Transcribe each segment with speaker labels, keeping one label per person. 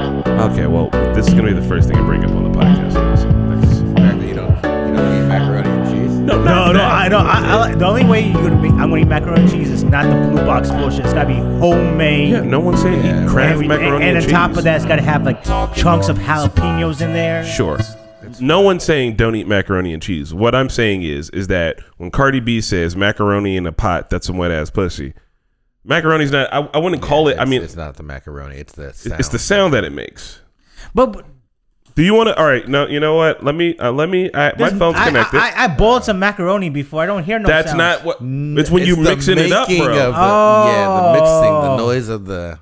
Speaker 1: Okay, well, this is gonna be the first thing I bring up on the podcast. So thanks.
Speaker 2: The fact that you don't, you don't eat macaroni and cheese.
Speaker 1: No,
Speaker 3: No, no, I no. I, I, like- the only way you're gonna be, I'm gonna eat macaroni and cheese is not the blue box bullshit. It's gotta be homemade.
Speaker 1: Yeah, no one's saying
Speaker 2: Yeah,
Speaker 1: eat
Speaker 3: and,
Speaker 1: Kraft
Speaker 3: everything.
Speaker 1: macaroni and,
Speaker 3: and, on
Speaker 1: cheese.
Speaker 3: top of that, it's gotta have like chunks of jalapenos in there.
Speaker 1: Sure. No one's saying don't eat macaroni and cheese. What I'm saying is, is that when Cardi B says macaroni in a pot, that's some wet ass pussy. Macaroni's not. I, I wouldn't call it. I
Speaker 2: It's-
Speaker 1: mean,
Speaker 2: it's not the macaroni. It's the sound.
Speaker 1: it's the sound that it makes.
Speaker 3: But, but
Speaker 1: Do you want to? All right. No. You know what? Let me. Uh, let me. I, my
Speaker 3: there's-
Speaker 1: phone's
Speaker 3: I-
Speaker 1: connected.
Speaker 3: I, I, I boiled some macaroni before. I don't hear no.
Speaker 1: That's
Speaker 3: sounds.
Speaker 1: not what. It's when
Speaker 2: It's
Speaker 1: you
Speaker 2: the
Speaker 1: mixing it up,
Speaker 2: making
Speaker 1: bro.
Speaker 2: Of the, Yeah, the mixing,
Speaker 3: Oh.
Speaker 2: the noise of the,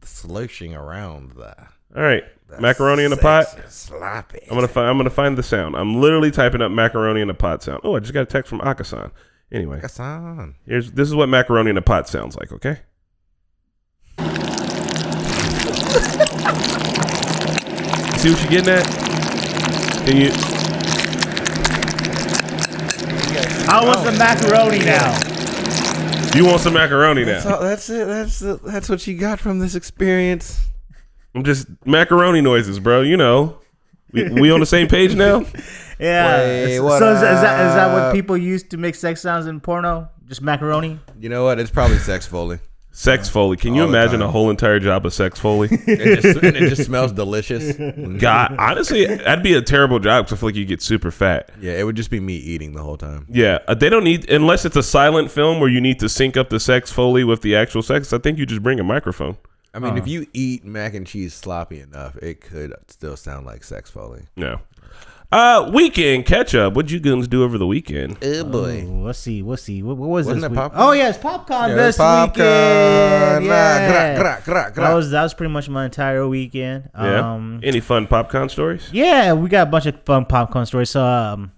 Speaker 2: the slushing around the,
Speaker 1: all right.
Speaker 2: the
Speaker 1: Macaroni in a pot.
Speaker 2: sexy Sloppy.
Speaker 1: I'm gonna find. I'm gonna find the sound. I'm literally typing up macaroni in a pot sound. Oh, I just got a text from Akasan. Anyway,
Speaker 2: That's on.
Speaker 1: here's this is what macaroni in a pot sounds like. Okay. See what you getting at? Can you?
Speaker 3: I want some macaroni now.
Speaker 1: You want some macaroni
Speaker 2: That's,
Speaker 1: now?
Speaker 2: all, that's it. That's the, that's what you got from this experience.
Speaker 1: I'm just macaroni noises, bro. You know, we, we on the same page now.
Speaker 3: Yeah.
Speaker 2: Wait,
Speaker 3: so
Speaker 2: what
Speaker 3: is, is that is that what
Speaker 2: up?
Speaker 3: people use to make sex sounds in porno? Just macaroni?
Speaker 2: You know what? It's probably sex foley.
Speaker 1: Sex Foley. Can you
Speaker 2: All the
Speaker 1: imagine
Speaker 2: time.
Speaker 1: a whole entire job of Sex Foley?
Speaker 2: It just, and it just smells delicious. yeah,
Speaker 1: God, honestly, that'd be a terrible job because I feel like you get super fat.
Speaker 2: it would just be me eating the whole time.
Speaker 1: Yeah, uh, they don't need unless it's a silent film where you need to sync up the sex Foley with the actual sex. I think you just bring a microphone.
Speaker 2: I mean, if you eat mac and cheese sloppy enough, it could still sound like sex foley.
Speaker 1: No. Uh, weekend catch up. What'd you goons do over the weekend?
Speaker 2: Oh boy.
Speaker 3: Ooh, let's see. Let's see. What, what was
Speaker 2: Wasn't
Speaker 3: this?
Speaker 2: it
Speaker 3: week?
Speaker 2: popcorn?
Speaker 3: Oh yeah, it's popcorn
Speaker 2: Yeah, it was
Speaker 3: this
Speaker 2: popcorn.
Speaker 3: weekend.
Speaker 2: Ah, gra-
Speaker 3: Yeah.
Speaker 2: gra- gra- gra.
Speaker 3: That was that was pretty much my entire weekend.
Speaker 1: Yeah.
Speaker 3: Um,
Speaker 1: Any fun popcorn stories?
Speaker 3: yeah, we got a bunch of fun popcorn stories. So um,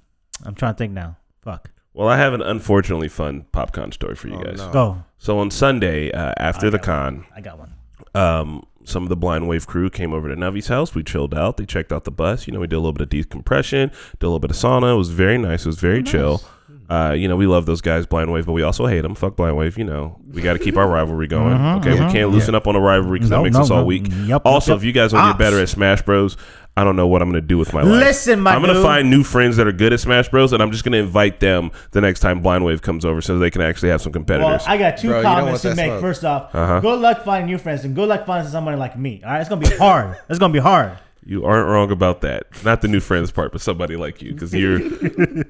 Speaker 3: I'm trying to think now. Fuck.
Speaker 1: Well, I have an unfortunately fun popcorn story for you guys.
Speaker 2: Oh, no.
Speaker 3: Go.
Speaker 1: So on Sunday uh, after the con,
Speaker 3: Oh, I got one.
Speaker 1: um, some of the Blind Wave crew came over to Navi's house. We chilled out. They checked out the bus. You know, we did a little bit of decompression, did a little bit of sauna. It was very nice. It was very chill. Uh, you know, we love those guys, Blind Wave, but we also hate them. Fuck Blind Wave. You know, we got to keep our rivalry going. okay, we can't loosen up on a rivalry because
Speaker 3: Uh-huh, No,
Speaker 1: that makes
Speaker 3: no,
Speaker 1: us all
Speaker 3: no.
Speaker 1: weak.
Speaker 3: Yup,
Speaker 1: also,
Speaker 3: yup,
Speaker 1: if you guys want to
Speaker 3: Ops.
Speaker 1: get better at Smash Bros. I don't know what I'm gonna do with my life.
Speaker 3: Listen, my
Speaker 1: I'm gonna
Speaker 3: dude.
Speaker 1: find new friends that are good at Smash Bros. and I'm just gonna invite them the next time Blind Wave comes over so they can actually have some
Speaker 3: Well,
Speaker 1: competitors.
Speaker 3: I got two
Speaker 2: Bro, you don't
Speaker 3: comments
Speaker 2: want
Speaker 3: to
Speaker 2: that
Speaker 3: make.
Speaker 2: smoke.
Speaker 3: First off,
Speaker 1: Uh-huh.
Speaker 3: good luck finding new friends, and good luck finding somebody like me. All right, it's gonna be hard. it's gonna be hard.
Speaker 1: You aren't wrong about that. Not the new friends part, but somebody like you, because you're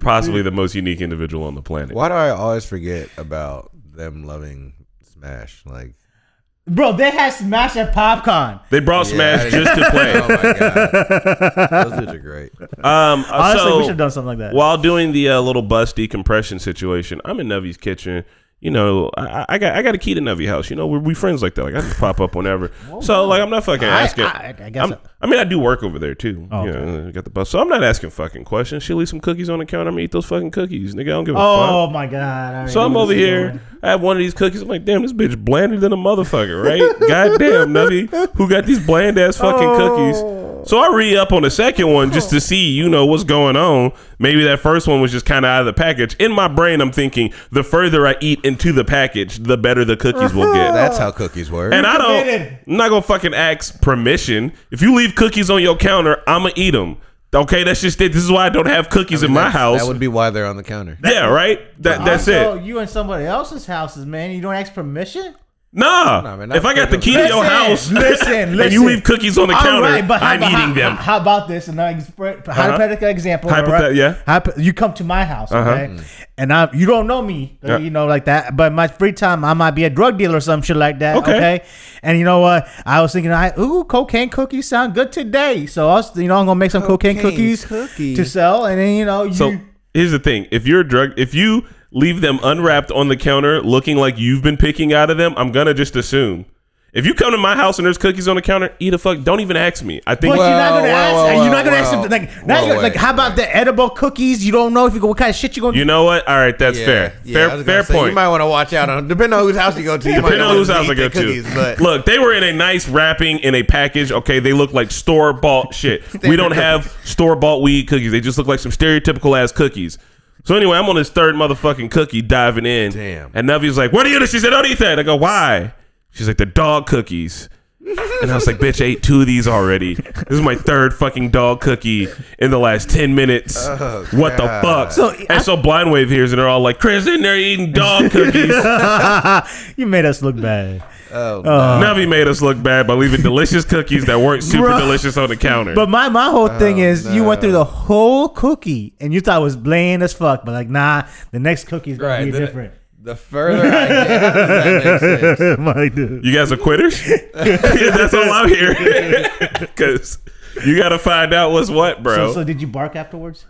Speaker 1: possibly the most unique individual on the planet.
Speaker 2: Why do I always forget about them loving Smash? Like
Speaker 3: Bro, they had Smash and Popcorn.
Speaker 1: They brought Smash
Speaker 2: Yeah, I-
Speaker 1: just to play.
Speaker 2: Oh my god, those dudes are great.
Speaker 1: Um, uh,
Speaker 3: Honestly,
Speaker 1: so
Speaker 3: we should have done something like that.
Speaker 1: while doing the uh, little bus decompression situation, I'm in Nevi's kitchen. You know, I, I- I got I got a key to Nevi house. You know, we're we friends like that. Like I just pop up whenever. so like I'm not fucking
Speaker 3: I-
Speaker 1: asking.
Speaker 3: I- I guess
Speaker 1: I'm-
Speaker 3: I-
Speaker 1: I mean, I do work over there too.
Speaker 3: Oh,
Speaker 1: you
Speaker 3: okay.
Speaker 1: know, I got the bus. So I'm not asking fucking questions. She leave some cookies on the counter. I'm gonna eat those fucking cookies, nigga. I don't give a fuck.
Speaker 3: oh my god! I already
Speaker 1: So I'm
Speaker 3: knew
Speaker 1: over
Speaker 3: this was
Speaker 1: here.
Speaker 3: going.
Speaker 1: I have one of these cookies. I'm like, damn, this bitch blander than a motherfucker, right? Goddamn, Nubby, who got these bland ass fucking cookies? So I re up on the second one just to see, you know, what's going on. Maybe that first one was just kind of out of the package. In my brain, I'm thinking the further I eat into the package, the better the cookies will get.
Speaker 2: That's how cookies work.
Speaker 1: And I don't,
Speaker 3: committed.
Speaker 1: I'm not gonna fucking ask permission. If you leave cookies on your counter, I'ma eat them. Okay, that's just it. This is why I don't have cookies in my
Speaker 2: That's-
Speaker 1: house.
Speaker 2: That would be why they're on the counter.
Speaker 1: yeah, right. That, that's it.
Speaker 3: Also, you in somebody else's houses, man. You don't ask permission.
Speaker 1: Nah.
Speaker 2: Nah, man,
Speaker 1: if I got the key to your
Speaker 3: Listen,
Speaker 1: house,
Speaker 3: listen,
Speaker 1: and
Speaker 3: listen.
Speaker 1: you leave cookies on the counter, I'm
Speaker 3: about-
Speaker 1: eating them. Uh-huh.
Speaker 3: How, how about this? Another hypothetical example. all
Speaker 1: Hypothet- yeah. Uh-huh.
Speaker 3: Hypo- you come to my house, okay? And I, you don't know me,
Speaker 1: Yeah.
Speaker 3: you know, like that. But my free time, I might be a drug dealer or some shit like that,
Speaker 1: Okay.
Speaker 3: okay? And you know what? I was thinking, I ooh, cocaine cookies sound good today. So I was, you know, I'm gonna make some cocaine,
Speaker 2: Cocaine
Speaker 3: cookies
Speaker 2: cookie.
Speaker 3: to sell, and then you know, you.
Speaker 1: so here's the thing: if you're a drug, if you leave them unwrapped on the counter, looking like you've been picking out of them, I'm gonna just assume. If you come to my house and there's cookies on the counter, eat a fuck. Don't even ask me. I think
Speaker 3: but you're not gonna
Speaker 2: Well,
Speaker 3: ask.
Speaker 2: well,
Speaker 3: you're not gonna
Speaker 2: well,
Speaker 3: ask them
Speaker 2: well.
Speaker 3: like, now
Speaker 2: Well,
Speaker 3: you're, like
Speaker 2: wait,
Speaker 3: how about the edible cookies? You don't know if you go, what kind of shit you gonna
Speaker 1: you know what? All right, that's
Speaker 2: Yeah,
Speaker 1: fair.
Speaker 2: yeah, I
Speaker 1: fair,
Speaker 2: was
Speaker 1: fair
Speaker 2: gonna say,
Speaker 1: point.
Speaker 2: You might want to watch out on. Depending on whose house you go to, you
Speaker 1: Depending
Speaker 2: might
Speaker 1: on
Speaker 2: not
Speaker 1: whose
Speaker 2: wanna
Speaker 1: house I
Speaker 2: eat
Speaker 1: go
Speaker 2: the cookies,
Speaker 1: to.
Speaker 2: But
Speaker 1: Look, they were in a nice wrapping in a package. Okay, they look like store bought shit. we don't have store bought weed cookies. They just look like some stereotypical ass cookies. So anyway, I'm on this third motherfucking cookie diving in.
Speaker 2: Damn.
Speaker 1: And Navi's like, "What are you?" doing?" She said, "Don't eat that." I go, "Why?" She's like, "The dog cookies." And I was like, bitch, I ate two of these already. This is my third fucking dog cookie in the last 10 minutes. what the fuck?
Speaker 3: So,
Speaker 1: and so Blind Wave hears and they're all like, Chris in there eating dog cookies.
Speaker 3: you made us look bad.
Speaker 2: Oh,
Speaker 1: Navi made us look bad by leaving delicious cookies that weren't super
Speaker 3: Bruh.
Speaker 1: delicious on the counter.
Speaker 3: But my my whole thing is you went
Speaker 2: Oh, no.
Speaker 3: through the whole cookie and you thought it was bland as fuck, but like nah, the next cookie's gonna
Speaker 2: right.
Speaker 3: be
Speaker 2: The,
Speaker 3: different.
Speaker 2: the further I get, that makes sense.
Speaker 3: My dude.
Speaker 1: you guys are quitters? Yeah, that's all I'm hearing. Because you got to find out what's what, bro.
Speaker 3: So, so did you bark afterwards?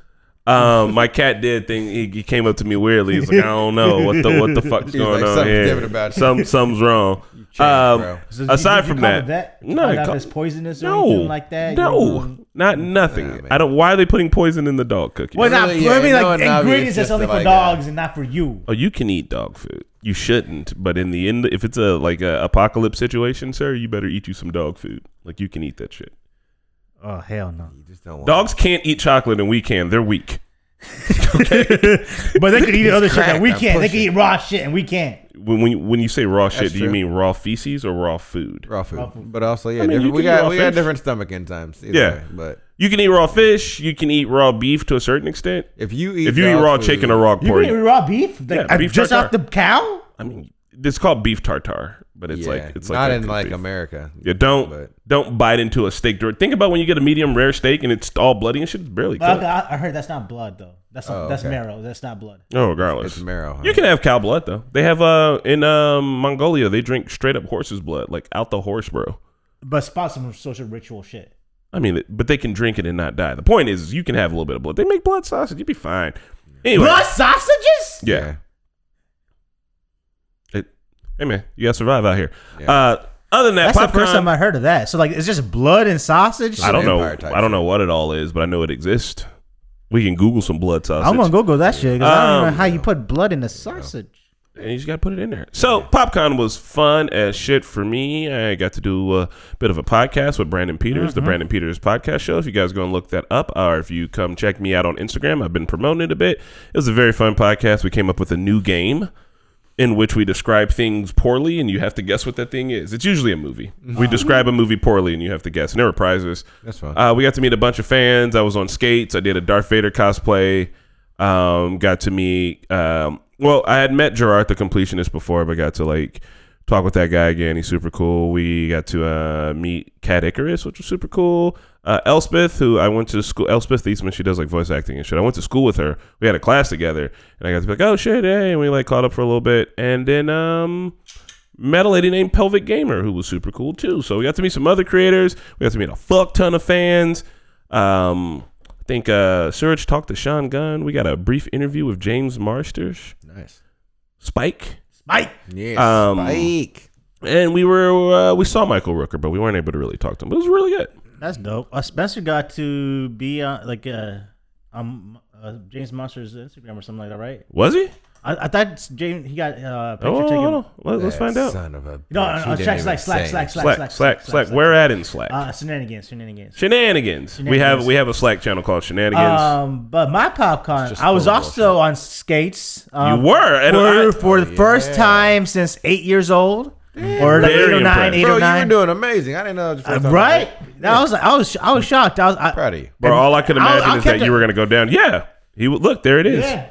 Speaker 1: Um, my cat did thing. He, he came up to me weirdly. He's like, I don't know what the what the fuck's
Speaker 2: He's
Speaker 1: going
Speaker 2: like,
Speaker 1: on
Speaker 2: "Something's
Speaker 1: here.
Speaker 2: different about you."
Speaker 1: Some something's wrong.
Speaker 2: changed,
Speaker 1: Um,
Speaker 2: bro.
Speaker 3: So did you-
Speaker 1: aside
Speaker 3: did you
Speaker 1: from
Speaker 3: call
Speaker 1: that,
Speaker 3: it that? Did you
Speaker 1: no,
Speaker 3: find
Speaker 1: I
Speaker 3: out
Speaker 1: call-
Speaker 3: if it's poisonous or
Speaker 1: no,
Speaker 3: anything like that. You
Speaker 1: no,
Speaker 3: know?
Speaker 1: not nothing. I don't. Why are they putting poison in the dog cookie?
Speaker 3: Well, not.
Speaker 2: Really, yeah,
Speaker 3: I mean,
Speaker 2: you know what,
Speaker 3: like
Speaker 2: Navi,
Speaker 3: ingredients
Speaker 2: it's
Speaker 3: that's
Speaker 2: just
Speaker 3: only for
Speaker 2: like,
Speaker 3: dogs and not for you.
Speaker 1: Oh, you can eat dog food. You shouldn't, but in the end, if it's a like a apocalypse situation, sir, you better eat you some dog food. Like you can eat that shit.
Speaker 3: Oh hell no!
Speaker 2: You just don't want
Speaker 1: Dogs can't eat chocolate, and we can. They're weak.
Speaker 3: But they could eat other shit that
Speaker 2: cracked,
Speaker 3: we
Speaker 2: I'm
Speaker 3: can't. They could
Speaker 2: pushing.
Speaker 3: eat raw shit and we can't.
Speaker 1: When when you, when you say raw shit, do you
Speaker 2: true.
Speaker 1: mean raw feces or raw food?
Speaker 2: raw food,
Speaker 3: Raw food.
Speaker 2: but also yeah,
Speaker 1: mean, you
Speaker 2: different, we
Speaker 1: can do raw
Speaker 2: got we
Speaker 1: fish.
Speaker 2: got different stomach enzymes. either
Speaker 1: Yeah.
Speaker 2: way, but
Speaker 1: You can eat raw fish. You can eat raw beef to a certain extent.
Speaker 2: if you eat
Speaker 1: if you eat
Speaker 2: dog
Speaker 1: raw
Speaker 2: food-
Speaker 1: chicken or raw
Speaker 3: You can eat
Speaker 1: pork,
Speaker 3: raw beef, like,
Speaker 1: Yeah,
Speaker 3: uh,
Speaker 1: beef
Speaker 3: just off
Speaker 1: tartare.
Speaker 3: the cow.
Speaker 1: I mean, it's called beef tartare, but it's
Speaker 2: yeah,
Speaker 1: like it's
Speaker 2: not
Speaker 1: like a
Speaker 2: in
Speaker 1: cooked
Speaker 2: like
Speaker 1: beef.
Speaker 2: America.
Speaker 1: Yeah, don't
Speaker 2: but-
Speaker 1: don't bite into a steak. direct. Think about when you get a medium rare steak and it's all bloody and shit. It's barely
Speaker 3: Well,
Speaker 1: cooked.
Speaker 3: okay, I I heard that's not blood though. That's
Speaker 2: Oh,
Speaker 3: that's
Speaker 2: okay.
Speaker 3: marrow. That's not blood.
Speaker 1: Oh, regardless,
Speaker 2: It's marrow. Huh?
Speaker 1: you can have cow blood though. They have uh in um Mongolia they drink straight up horse's blood, like out the horse, bro.
Speaker 3: But spot some social ritual shit.
Speaker 1: I mean, it- but they can drink it and not die. The point is, is you can have a little bit of blood. They make blood sausage. You'd be fine. Anyway,
Speaker 3: Blood sausages?
Speaker 1: yeah. It, hey man, you gotta survive out here. Uh, other than that,
Speaker 3: That's the
Speaker 1: popcorn.
Speaker 3: first time I heard of that. So like, it's just blood and sausage.
Speaker 1: I don't know.
Speaker 2: Empire type
Speaker 1: I don't know what it all is, but I know it exists. We can Google some blood sausage.
Speaker 3: I'm gonna Google that shit 'cause I don't
Speaker 1: Um,
Speaker 3: know how you put blood in a sausage.
Speaker 1: and you just got to put it in there. So PopCon was fun as shit for me. I got to do a bit of a podcast with Brandon Peters, the Brandon Peters podcast show. If you guys go and look that up, or if you come check me out on Instagram, I've been promoting it a bit. It was a very fun podcast. We came up with a new game in which we describe things poorly, and you have to guess what that thing is. It's usually a movie. We describe a movie poorly, and you have to guess. And there were prizes.
Speaker 2: That's fun.
Speaker 1: Uh, we got to meet a bunch of fans. I was on skates. I did a Darth Vader cosplay. Um, got to meet. Um, well, I had met Gerard the completionist before, but got to like talk with that guy again. He's super cool. We got to uh, meet Cat Icarus, which was super cool. Uh, Elspeth, who I went to school, Elspeth Eastman, she does like voice acting and shit. I went to school with her. We had a class together, and I got to be like, oh shit, hey, and we like caught up for a little bit, and then um, met a lady named Pelvic Gamer who was super cool too. So we got to meet some other creators. We got to meet a fuck ton of fans. Um, I think uh, Surge talked to Sean Gunn. We got a brief interview with James Marsters,
Speaker 2: nice.
Speaker 1: Spike,
Speaker 3: Mike,
Speaker 2: Yes,
Speaker 1: Um,
Speaker 2: Spike.
Speaker 1: and we were uh, we saw Michael Rooker, but we weren't able to really talk to him. But it was really good.
Speaker 3: that's dope. Uh, Spencer got to be on like uh, um uh, James Monster's Instagram or something like that, right?
Speaker 1: Was he?
Speaker 3: I, I thought James he got uh, a picture
Speaker 1: Oh,
Speaker 3: taken. uh,
Speaker 1: hold on. Let, us
Speaker 2: That
Speaker 1: find out.
Speaker 2: Son of a.
Speaker 3: No,
Speaker 2: bitch,
Speaker 3: no,
Speaker 2: he didn't
Speaker 3: no, slack,
Speaker 2: even
Speaker 3: slack, slack,
Speaker 2: say
Speaker 3: slack,
Speaker 2: it.
Speaker 3: slack.
Speaker 1: Slack, slack, slack. We're at in Slack.
Speaker 3: Uh, shenanigans, shenanigans.
Speaker 1: Shenanigans. We have we have a Slack channel called Shenanigans.
Speaker 3: Um, but my popcorn,
Speaker 2: just
Speaker 3: I was
Speaker 2: full of
Speaker 3: also on skates. Um,
Speaker 1: you were and
Speaker 3: for,
Speaker 1: I-
Speaker 3: for the first time since eight years old, or like
Speaker 1: Very
Speaker 3: eight or nine,
Speaker 1: impressed.
Speaker 3: eight
Speaker 2: Bro,
Speaker 3: or
Speaker 2: you
Speaker 3: nine.
Speaker 2: were doing amazing. I didn't know. That was your
Speaker 3: Uh,
Speaker 2: first time.
Speaker 3: right? I was, I was, I was shocked. I was, I,
Speaker 2: Proud of you.
Speaker 1: bro, all I could
Speaker 3: I'll-
Speaker 1: imagine
Speaker 3: I'll
Speaker 1: is
Speaker 3: keep
Speaker 1: that
Speaker 3: it-
Speaker 1: you were gonna go down. Yeah, he would look. There it is.
Speaker 3: yeah.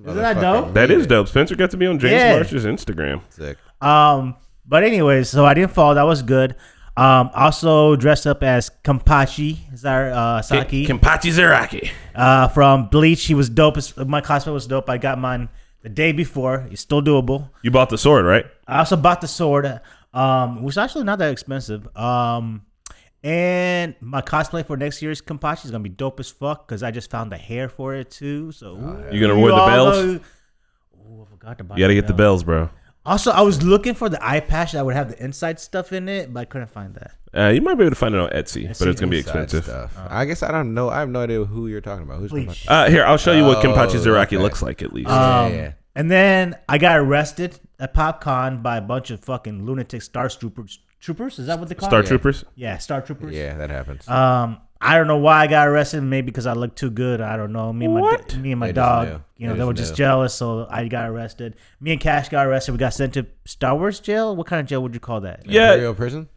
Speaker 2: Isn't
Speaker 3: that dope?
Speaker 1: That is dope. Spencer got to be on James
Speaker 3: Yeah.
Speaker 1: Marsh's Instagram.
Speaker 2: Sick.
Speaker 3: Um, but anyways, so I didn't fall. That was good. Um, also dressed up as Kampachi Zar uh, Saki
Speaker 1: Kenpachi Zaraki.
Speaker 3: uh, from Bleach. He was dope. as- My cosplay was dope. I got mine the day before. It's still doable.
Speaker 1: You bought the sword, right?
Speaker 3: I also bought the sword, um, which is actually not that expensive. Um, and my cosplay for next year's Kampachi is gonna be dope as fuck because I just found the hair for it too. So
Speaker 1: Oh, You gonna wear the bells?
Speaker 3: Oh, I forgot to buy.
Speaker 1: You gotta get the bells, bro.
Speaker 3: Also, I was looking for the eye patch that would have the inside stuff in it, but I couldn't find that.
Speaker 1: Uh, you might be able to find it on Etsy, but it's gonna be
Speaker 2: Side
Speaker 1: expensive.
Speaker 2: Stuff. I guess I don't know. I have no idea who you're talking about. Who's
Speaker 3: Bleach.
Speaker 1: Uh, here, I'll show you what
Speaker 2: Oh,
Speaker 1: Kenpachi Zaraki
Speaker 2: okay.
Speaker 1: looks like at
Speaker 3: Uh,
Speaker 1: least.
Speaker 3: um,
Speaker 2: Yeah, yeah.
Speaker 3: And then I got arrested at PopCon by a bunch of fucking lunatic Star Troopers. Troopers? Is that what they call
Speaker 1: Star
Speaker 3: it?
Speaker 1: Troopers.
Speaker 3: Yeah, Star Troopers.
Speaker 2: Yeah, that happens.
Speaker 3: Um, I don't know why I got arrested. Maybe because I looked too good. I don't know. Me and my
Speaker 1: What?
Speaker 3: me and my
Speaker 2: They just
Speaker 3: dog,
Speaker 2: knew.
Speaker 3: you know,
Speaker 2: They
Speaker 3: they were
Speaker 2: just
Speaker 3: just
Speaker 2: knew.
Speaker 3: jealous, so I got arrested. Me and Cash got arrested. We got sent to Star Wars jail. What kind of jail would you call that?
Speaker 1: Yeah,
Speaker 2: Imperial prison.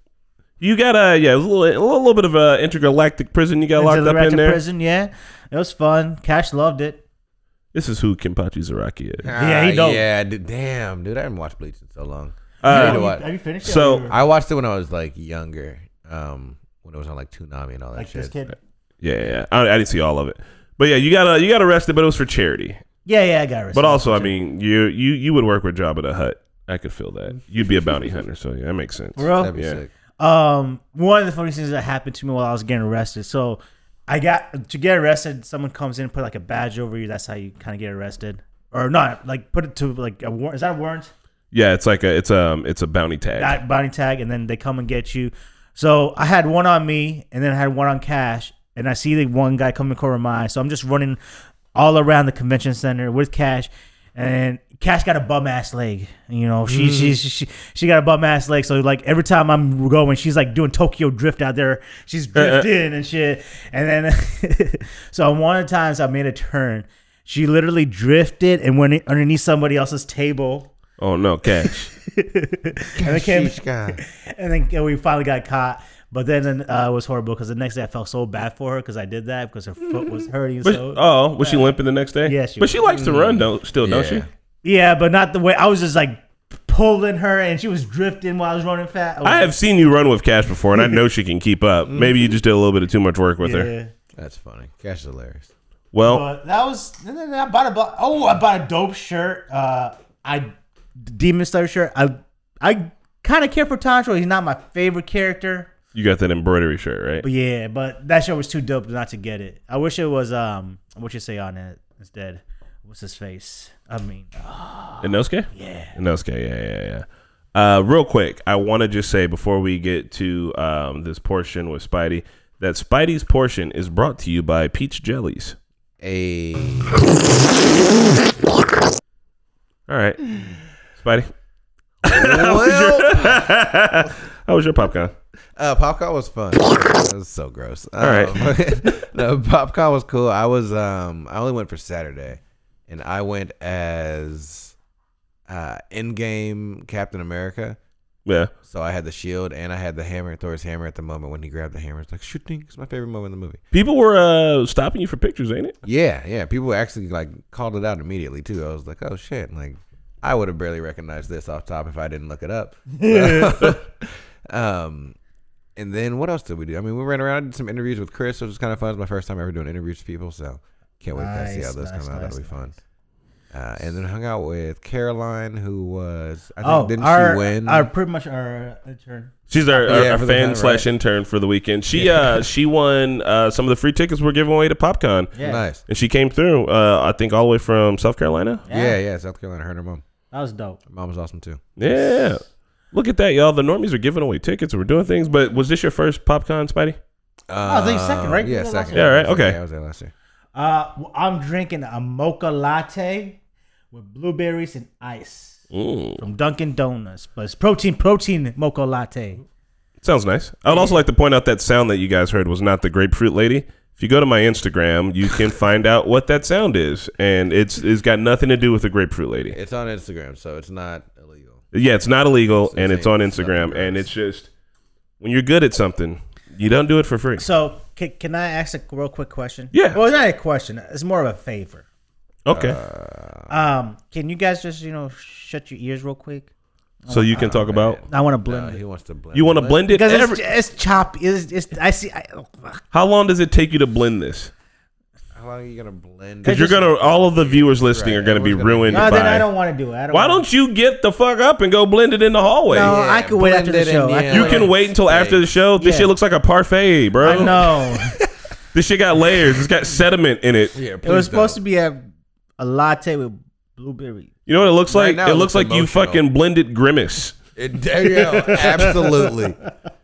Speaker 1: You got a yeah, a little, a little bit of a intergalactic prison you got locked up in
Speaker 3: Intergalactic
Speaker 1: there.
Speaker 3: prison. Yeah, it was fun. Cash loved it.
Speaker 1: This is who Kenpachi Zaraki is.
Speaker 3: Yeah, he
Speaker 2: Ah,
Speaker 3: dope.
Speaker 2: Yeah, dude, damn, dude, I haven't watched Bleach in so long.
Speaker 1: Uh,
Speaker 2: You know what?
Speaker 3: Have you finished? it,
Speaker 1: so-
Speaker 3: or-
Speaker 2: I watched it when I was like younger, um, when it was on like Toonami and all that
Speaker 3: like
Speaker 2: shit.
Speaker 3: this kid.
Speaker 1: Yeah, yeah. I, I didn't see all of it, but yeah, you got uh, you got arrested, but it was for charity.
Speaker 3: Yeah, yeah, I got arrested.
Speaker 1: But also, I mean, you you you would work with Jabba the Hutt. I could feel that. You'd be a bounty hunter, so yeah, that makes sense.
Speaker 2: That'd
Speaker 3: bro.
Speaker 2: be
Speaker 1: Yeah.
Speaker 2: sick.
Speaker 3: Um, one of the funny things that happened to me while I was getting arrested. So, I got to get arrested. Someone comes in, put like a badge over you. That's how you kind of get arrested, or not? Like put it to like a warrant. Is that a warrant?
Speaker 1: Yeah, it's like a it's um it's a bounty tag.
Speaker 3: that body tag, and then they come and get you. So I had one on me, and then I had one on Cash, and I see the one guy coming over my eye. So I'm just running all around the convention center with Cash, and Cash got a bum ass leg. You know, she she, she she got a bum ass leg. So like every time I'm going, she's like doing Tokyo drift out there. She's drifting and shit. And then so one of the times I made a turn. She literally drifted and went underneath somebody else's table,
Speaker 1: oh no, cash.
Speaker 3: and then came
Speaker 2: Sheesh, God.
Speaker 3: and then and we finally got caught. But then uh, it was horrible because the next day I felt so bad for her because I did that because her foot was hurting.
Speaker 1: But,
Speaker 3: so
Speaker 1: oh, was she limping the next day?
Speaker 3: Yeah, she
Speaker 1: but
Speaker 3: was. Mm.
Speaker 1: she likes to run, don't still, don't she?
Speaker 2: Yeah.
Speaker 3: yeah, but not the way I was just like pulling her and she was drifting while I was running fat.
Speaker 1: I have seen you run with Cash before, and I know she can keep up. Maybe you just did a little bit of too much work with her.
Speaker 3: Mm-hmm. Yeah.
Speaker 2: That's funny. Cash is hilarious.
Speaker 1: Well,
Speaker 3: But that was. And then I bought a. bu- Oh, I bought a dope shirt. Uh, I Demon Slayer shirt. I I kind of care for Tanjiro. He's not my favorite character,
Speaker 1: you got that embroidery shirt, right?
Speaker 3: but yeah. But that shirt was too dope not to get it. I wish it was um. What you say on it instead? What's his face? I mean,
Speaker 1: Inosuke?
Speaker 3: Yeah.
Speaker 1: Inosuke, yeah, yeah, yeah. Uh, real quick, I want to just say before we get to um, this portion with Spidey, that Spidey's portion is brought to you by Peach Jellies.
Speaker 2: Hey,
Speaker 1: All right. Spidey,
Speaker 2: well,
Speaker 1: how was your popcorn?
Speaker 2: uh, popcorn was fun. It was so gross. All
Speaker 1: right.
Speaker 2: no, popcorn was cool. I was um, I only went for Saturday, and I went as uh, in-game Captain America.
Speaker 1: Yeah.
Speaker 2: So I had the shield and I had the hammer, Thor's hammer at the moment when he grabbed the hammer. It's like shooting. It's my favorite moment in the movie.
Speaker 1: People were uh, stopping you for pictures, ain't it?
Speaker 2: Yeah, yeah. People actually like called it out immediately too. I was like, oh shit. Like I would have barely recognized this off top if I didn't look it up. um and then what else did we do? I mean, we ran around and did some interviews with Chris, which was kind of fun. It was my first time ever doing interviews with people, so can't wait to see how
Speaker 3: Nice,
Speaker 2: those
Speaker 3: nice,
Speaker 2: come out.
Speaker 3: nice,
Speaker 2: That'll be fun. Uh, and then hung out with Caroline, who was I think
Speaker 3: oh,
Speaker 2: didn't
Speaker 3: our,
Speaker 2: she win?
Speaker 3: Our pretty much our intern.
Speaker 1: She's our, our,
Speaker 2: Yeah,
Speaker 1: our
Speaker 2: for the
Speaker 1: fan
Speaker 2: hunt,
Speaker 1: slash intern for the weekend. She uh she won uh, some of the free tickets we're giving away to PopCon,
Speaker 3: Yeah,
Speaker 2: Nice.
Speaker 1: and she came through. Uh, I think all the way from South Carolina.
Speaker 3: Yeah.
Speaker 2: Yeah. yeah, South Carolina. Her and her mom.
Speaker 3: that was dope.
Speaker 2: Her mom was awesome too.
Speaker 1: Yeah. Look at that, y'all. The normies are giving away tickets. We're doing things. But was this your first PopCon, Spidey?
Speaker 2: Uh,
Speaker 3: Oh, I think second, right?
Speaker 2: Yeah,
Speaker 3: Yeah, last
Speaker 2: second.
Speaker 1: year. Yeah, right, okay.
Speaker 2: Yeah, I was there last year.
Speaker 3: Uh, well, I'm drinking a mocha latte with blueberries and ice
Speaker 1: Mm.
Speaker 3: from Dunkin' Donuts, but it's protein protein mocha latte.
Speaker 1: Sounds nice. I would also like to point out that sound that you guys heard was not the grapefruit lady. If you go to my Instagram, you can find out what that sound is, and it's it's got nothing to do with the grapefruit lady.
Speaker 2: It's on Instagram, so it's not illegal.
Speaker 1: Yeah, it's not illegal, and it's on
Speaker 2: insane.
Speaker 1: Instagram,
Speaker 2: Something
Speaker 1: and
Speaker 2: gross.
Speaker 1: it's just when you're good at something, you don't do it for free.
Speaker 3: So can, can I ask a real quick question?
Speaker 1: Yeah.
Speaker 3: Well, it's not a question. It's more of a favor.
Speaker 1: Okay,
Speaker 2: Uh,
Speaker 3: Um, can you guys just you know shut your ears real quick?
Speaker 1: so you can talk about
Speaker 3: I want to
Speaker 2: No,
Speaker 3: blend it.
Speaker 2: he wants to blend.
Speaker 1: you want to blend it.
Speaker 3: Because
Speaker 1: Every,
Speaker 3: it's, it's choppy. It's, it's, I see. I, ugh.
Speaker 1: how long does it take you to blend this?
Speaker 2: How long are you gonna blend?
Speaker 1: Because you're gonna all of the viewers listening are
Speaker 2: Right,
Speaker 1: gonna be
Speaker 2: everyone's gonna be-
Speaker 1: ruined.
Speaker 3: no, then
Speaker 1: by-
Speaker 3: I don't want to do it. I don't
Speaker 1: Why
Speaker 3: wanna-
Speaker 1: don't you get the fuck up and go blend it in the hallway?
Speaker 3: No, I could wait
Speaker 2: blend
Speaker 3: after the
Speaker 2: it in,
Speaker 3: show. I
Speaker 2: yeah.
Speaker 1: You
Speaker 2: Yeah.
Speaker 1: can wait until after the show. This
Speaker 3: Yeah.
Speaker 1: shit looks like a parfait, bro.
Speaker 3: I know.
Speaker 1: This shit got layers. It's got sediment in it.
Speaker 2: Yeah,
Speaker 3: it was supposed to be a, a latte with blueberry.
Speaker 1: You know what it looks
Speaker 2: Right
Speaker 1: like?
Speaker 2: now
Speaker 1: it
Speaker 2: it
Speaker 1: looks
Speaker 2: looks
Speaker 1: like you
Speaker 2: emotional.
Speaker 1: fucking blended grimace.
Speaker 2: to. there you go. Absolutely.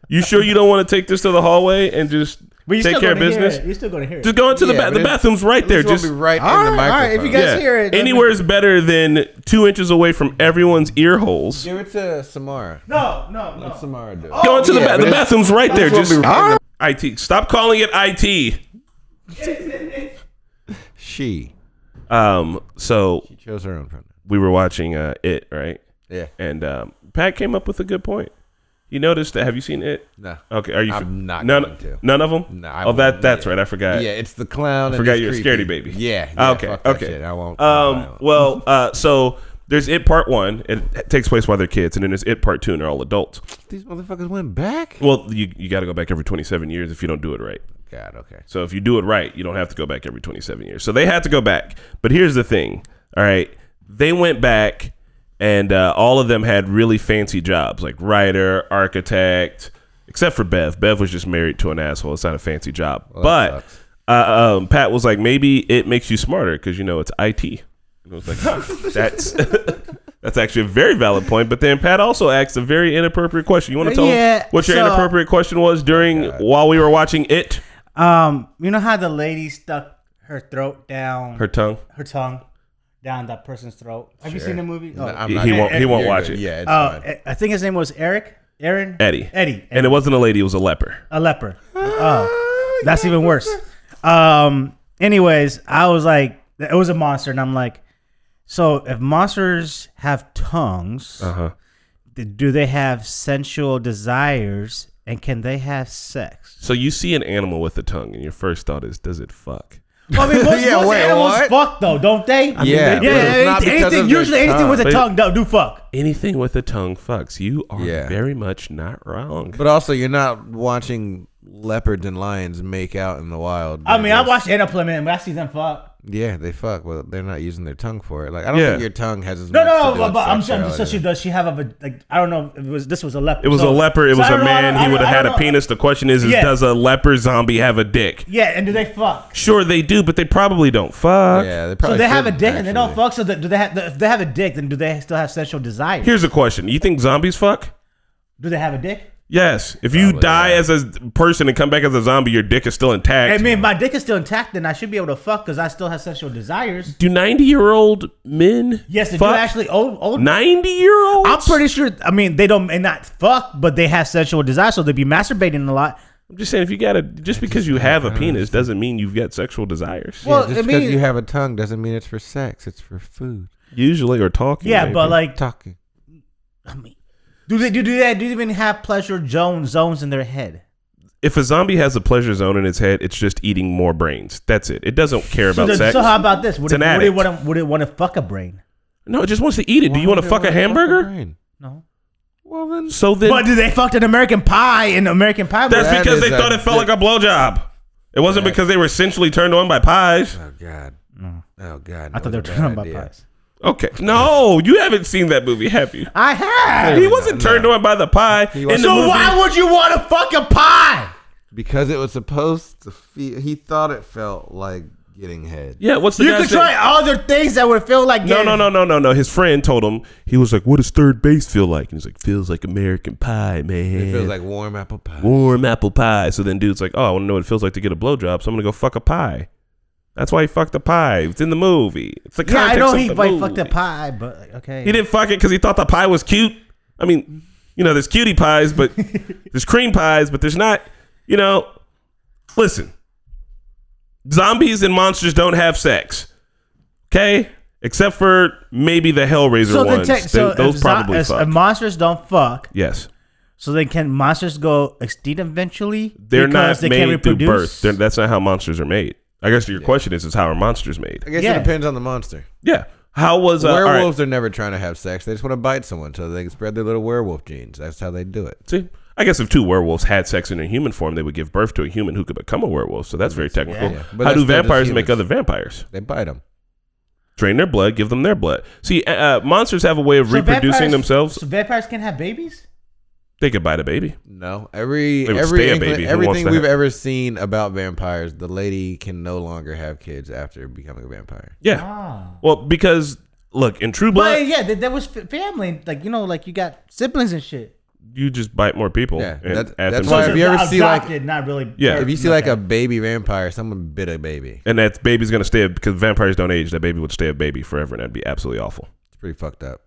Speaker 1: You sure you don't want to take this to the hallway and just take care of business?
Speaker 3: You're still going to hear it.
Speaker 1: Just go into the
Speaker 2: Yeah,
Speaker 1: ba-
Speaker 2: but
Speaker 1: the
Speaker 2: it's-
Speaker 1: bathroom's right there.
Speaker 2: This
Speaker 1: Just
Speaker 2: will be right
Speaker 3: All
Speaker 2: in the
Speaker 3: right, all
Speaker 2: microphone.
Speaker 3: right, if you guys hear it, let me-
Speaker 1: Anywhere is better than two inches away from everyone's ear holes.
Speaker 2: give it to Samara.
Speaker 3: no, no, no.
Speaker 2: Let Samara do it.
Speaker 1: Go into the
Speaker 2: Yeah,
Speaker 1: ba- the
Speaker 2: but it's-
Speaker 1: bathroom's right there.
Speaker 2: will
Speaker 1: Just
Speaker 2: be right in
Speaker 1: IT. Stop calling it IT.
Speaker 2: She.
Speaker 1: Um. So
Speaker 2: She chose her own pronoun.
Speaker 1: we were watching uh, it right,
Speaker 2: Yeah.
Speaker 1: and um, Pat came up with a good point. You noticed that? Have you seen it?
Speaker 2: No.
Speaker 1: Okay, are you?
Speaker 2: I'm not
Speaker 1: none,
Speaker 2: going to.
Speaker 1: None of them.
Speaker 2: No, I
Speaker 1: oh, that
Speaker 2: wouldn't,
Speaker 1: that's
Speaker 2: yeah.
Speaker 1: right. I forgot.
Speaker 2: Yeah, it's the clown. I
Speaker 1: forgot you're a scaredy baby. Ah,
Speaker 2: Yeah. yeah,
Speaker 1: okay.
Speaker 2: fuck that
Speaker 1: okay.
Speaker 2: shit. I won't.
Speaker 1: Um, well, uh, so there's it part one. It takes place while they're kids, and then there's it part two, and they're all adults.
Speaker 2: these motherfuckers went back.
Speaker 1: Well, you you got to go back every 27 years if you don't do it right.
Speaker 2: God. Okay.
Speaker 3: Oh.
Speaker 1: So if you do it right, you don't have to go back every 27 years. So they had to go back. But here's the thing. All right. They went back and uh, all of them had really fancy jobs like writer, architect, except for Bev. Bev was just married to an asshole. It's not a fancy job.
Speaker 2: that
Speaker 1: but uh, um, Pat was like, maybe it makes you smarter because, you know, it's IT. And I was like, huh, that's. That's actually a very valid point, but then Pat also asked a very inappropriate question. You want to tell
Speaker 3: Uh, Yeah,
Speaker 1: him what your
Speaker 3: so- Oh
Speaker 1: inappropriate question was during while we were watching it?
Speaker 3: Um, you know how the lady stuck her throat down
Speaker 1: Her tongue.
Speaker 3: her tongue down that person's throat. Have you
Speaker 2: Sure.
Speaker 3: seen the movie?
Speaker 2: No,
Speaker 3: Oh,
Speaker 2: I'm
Speaker 1: He-
Speaker 2: not-
Speaker 1: he won't- he won't
Speaker 2: You're
Speaker 1: watch
Speaker 2: good.
Speaker 1: it.
Speaker 2: Yeah. It's
Speaker 3: Oh,
Speaker 2: fine.
Speaker 3: I- I think his name was Eric, Aaron,
Speaker 1: Eddie.
Speaker 3: Eddie,
Speaker 1: And it wasn't a lady, it was a leper.
Speaker 3: a leper. Oh, that's even worse. Um, anyways, I was like, it was a monster, and I'm like, so if monsters have tongues,
Speaker 1: Uh-huh.
Speaker 3: th- do they have sensual desires, and can they have sex?
Speaker 1: So you see an animal with a tongue, and your first thought is, does it fuck?
Speaker 3: Well, I mean, most,
Speaker 2: Yeah,
Speaker 3: most
Speaker 2: wait,
Speaker 3: animals
Speaker 2: what?
Speaker 3: fuck though, don't they?
Speaker 2: mean, Yeah, they do.
Speaker 3: yeah.
Speaker 2: but it's not
Speaker 3: anything-
Speaker 2: because
Speaker 3: anything,
Speaker 2: of their
Speaker 3: usually anything with a
Speaker 1: tongue.
Speaker 3: tongue, do do fuck.
Speaker 1: Anything with a tongue fucks. You are
Speaker 2: Yeah.
Speaker 1: very much not wrong.
Speaker 2: But also, you're not watching leopards and lions make out in the wild.
Speaker 3: I mean, I
Speaker 2: They're just-
Speaker 3: watched Interplement, but I see them fuck.
Speaker 2: Yeah, they fuck. Well, they're not using their tongue for it. Like, I don't
Speaker 1: Yeah.
Speaker 2: think your tongue has as
Speaker 3: No,
Speaker 2: much. to
Speaker 3: no,
Speaker 2: do
Speaker 3: no,
Speaker 2: with
Speaker 3: but I'm, I'm just so
Speaker 2: sexuality.
Speaker 3: she does. She have a va- like I don't know. If it was this was a leper.
Speaker 1: it was
Speaker 3: so-
Speaker 1: a leper. It
Speaker 3: so
Speaker 1: was
Speaker 3: I
Speaker 1: a
Speaker 3: don't know, I
Speaker 1: man.
Speaker 3: don't- I
Speaker 1: he would have
Speaker 3: don't- I
Speaker 1: had
Speaker 3: don't
Speaker 1: a
Speaker 3: know.
Speaker 1: penis. The question is, is
Speaker 3: Yeah.
Speaker 1: does a leper zombie have a dick?
Speaker 3: Yeah, and do they fuck?
Speaker 1: Sure, they do, but they probably don't fuck.
Speaker 2: Yeah, they
Speaker 3: So
Speaker 2: probably
Speaker 3: they have a
Speaker 2: shouldn't,
Speaker 3: dick and they don't
Speaker 2: actually.
Speaker 3: fuck. So that do they have? If they have a dick, then do they still have sexual desire?
Speaker 1: Here's a question. You think zombies fuck?
Speaker 3: Do they have a dick?
Speaker 1: Yes. If you
Speaker 2: Probably,
Speaker 1: die
Speaker 2: yeah.
Speaker 1: as a person and come back as a zombie, your dick is still intact.
Speaker 3: I mean, my dick is still intact, then I should be able to fuck because I still have sexual desires.
Speaker 1: do 90 year old men
Speaker 3: Yes, they do
Speaker 1: fuck?
Speaker 3: actually. Old, old.
Speaker 1: 90 year olds?
Speaker 3: I'm pretty sure. I mean, they don't and not fuck, but they have sexual desire, so they be masturbating a lot.
Speaker 1: I'm just saying, if you got a, just because you have a penis doesn't mean you've got sexual desires.
Speaker 3: Well,
Speaker 2: Yeah, just
Speaker 3: I
Speaker 2: because
Speaker 3: mean-
Speaker 2: you have a tongue doesn't mean it's for sex. It's for food.
Speaker 1: Usually, or talking.
Speaker 3: Yeah,
Speaker 1: maybe.
Speaker 3: but like,
Speaker 2: Talking.
Speaker 3: I mean, do they do, do they do they even have pleasure zone zones in their head?
Speaker 1: if a zombie has a pleasure zone in its head, it's just eating more brains. That's it. It doesn't care
Speaker 3: So,
Speaker 1: about
Speaker 3: the-
Speaker 1: sex.
Speaker 3: so how about this? Would
Speaker 1: It's
Speaker 3: it,
Speaker 1: an
Speaker 3: would it
Speaker 1: addict.
Speaker 3: want to would it want to fuck a brain?
Speaker 1: no, it just wants to eat it. Do you want to fuck a hamburger?
Speaker 3: No.
Speaker 2: Well then,
Speaker 1: So then,
Speaker 3: But do they fucked an American Pie in American Pie?
Speaker 1: that's
Speaker 2: That
Speaker 1: because
Speaker 2: is
Speaker 1: they
Speaker 2: a
Speaker 1: thought it felt
Speaker 2: dick.
Speaker 1: like a blowjob. It wasn't
Speaker 2: Yeah.
Speaker 1: because they were essentially turned on by pies.
Speaker 2: oh god, oh god.
Speaker 3: I thought they were talking about pies.
Speaker 1: Okay, no, you haven't seen that movie, have you?
Speaker 3: I have.
Speaker 1: He wasn't turned on by the pie. In the
Speaker 2: wasn't.
Speaker 3: So
Speaker 1: movie,
Speaker 3: why would you want to fuck a pie?
Speaker 2: because it was supposed to feel. He thought it felt like getting head.
Speaker 1: yeah, what's the
Speaker 3: You
Speaker 1: guy's
Speaker 3: could
Speaker 1: name?
Speaker 3: try other things that would feel like
Speaker 1: No,
Speaker 3: getting-
Speaker 1: no, no, no, no, no. His friend told him he was like, "What does third base feel like?" And he's like, "Feels like American pie, man.
Speaker 2: It feels like warm apple pie.
Speaker 1: warm apple pie." So then, dude's like, "Oh, I want to know what it feels like to get a blowjob, so I'm gonna go fuck a pie." That's why he fucked a pie. It's in the movie. It's the
Speaker 3: Yeah, I
Speaker 1: context
Speaker 3: know
Speaker 1: of
Speaker 3: he
Speaker 1: the
Speaker 3: probably
Speaker 1: movie.
Speaker 3: fucked a pie, but like, okay.
Speaker 1: He didn't fuck it because he thought the pie was cute. I mean, you know, there's cutie pies, but there's cream pies, but there's not. You know, listen. Zombies and monsters don't have sex, okay? Except for maybe the Hellraiser
Speaker 3: So the
Speaker 1: ones.
Speaker 3: tech,
Speaker 1: Th-
Speaker 3: so
Speaker 1: those
Speaker 3: if, zo-
Speaker 1: probably
Speaker 3: if
Speaker 1: fuck.
Speaker 3: monsters don't fuck,
Speaker 1: yes,
Speaker 3: so then can monsters go extinct eventually?
Speaker 1: they're
Speaker 3: because
Speaker 1: not made through birth. They're, that's not how monsters are made. I guess your question is, is how are monsters
Speaker 2: I
Speaker 1: made?
Speaker 2: guess
Speaker 3: Yeah.
Speaker 2: it depends on the monster.
Speaker 1: Yeah. How was uh, all right.
Speaker 2: Werewolves are never trying to have sex. They just want to bite someone so they can spread their little werewolf genes. That's how they do it.
Speaker 1: See, I guess if two werewolves had sex in their human form, they would give birth to a human who could become a werewolf. So that's very technical.
Speaker 2: yeah. But
Speaker 1: How
Speaker 2: that's
Speaker 1: do
Speaker 2: still just
Speaker 1: vampires make
Speaker 2: humans.
Speaker 1: other vampires?
Speaker 2: They bite them.
Speaker 1: Drain their blood, give them their blood. See, uh, uh, monsters have a way of
Speaker 3: So
Speaker 1: reproducing
Speaker 3: vampires-
Speaker 1: themselves.
Speaker 3: So vampires can have babies?
Speaker 1: they could bite a baby.
Speaker 2: No, every
Speaker 1: They would
Speaker 2: every
Speaker 1: stay a
Speaker 2: inkling-
Speaker 1: baby. Who wants
Speaker 2: everything
Speaker 1: to
Speaker 2: we've
Speaker 1: have-
Speaker 2: ever seen about vampires, the lady can no longer have kids after becoming a vampire.
Speaker 1: Yeah.
Speaker 3: Ah.
Speaker 1: Well, because look, in True Blood,
Speaker 3: But yeah, that, that was f- family. Like you know, like you got siblings and shit.
Speaker 1: you just bite more people.
Speaker 2: Yeah,
Speaker 1: and
Speaker 2: that's-
Speaker 1: add
Speaker 2: that's
Speaker 1: them
Speaker 2: why
Speaker 1: to
Speaker 2: if
Speaker 1: it.
Speaker 2: you ever
Speaker 3: Adopted,
Speaker 2: see, like-
Speaker 3: not really.
Speaker 1: Yeah.
Speaker 3: birth,
Speaker 2: If you see
Speaker 3: like
Speaker 2: like
Speaker 3: that.
Speaker 2: a baby vampire, someone bit a baby.
Speaker 1: and that baby's gonna stay a- because vampires don't age. That baby would stay a baby forever, and that'd be absolutely awful
Speaker 2: It's pretty fucked up.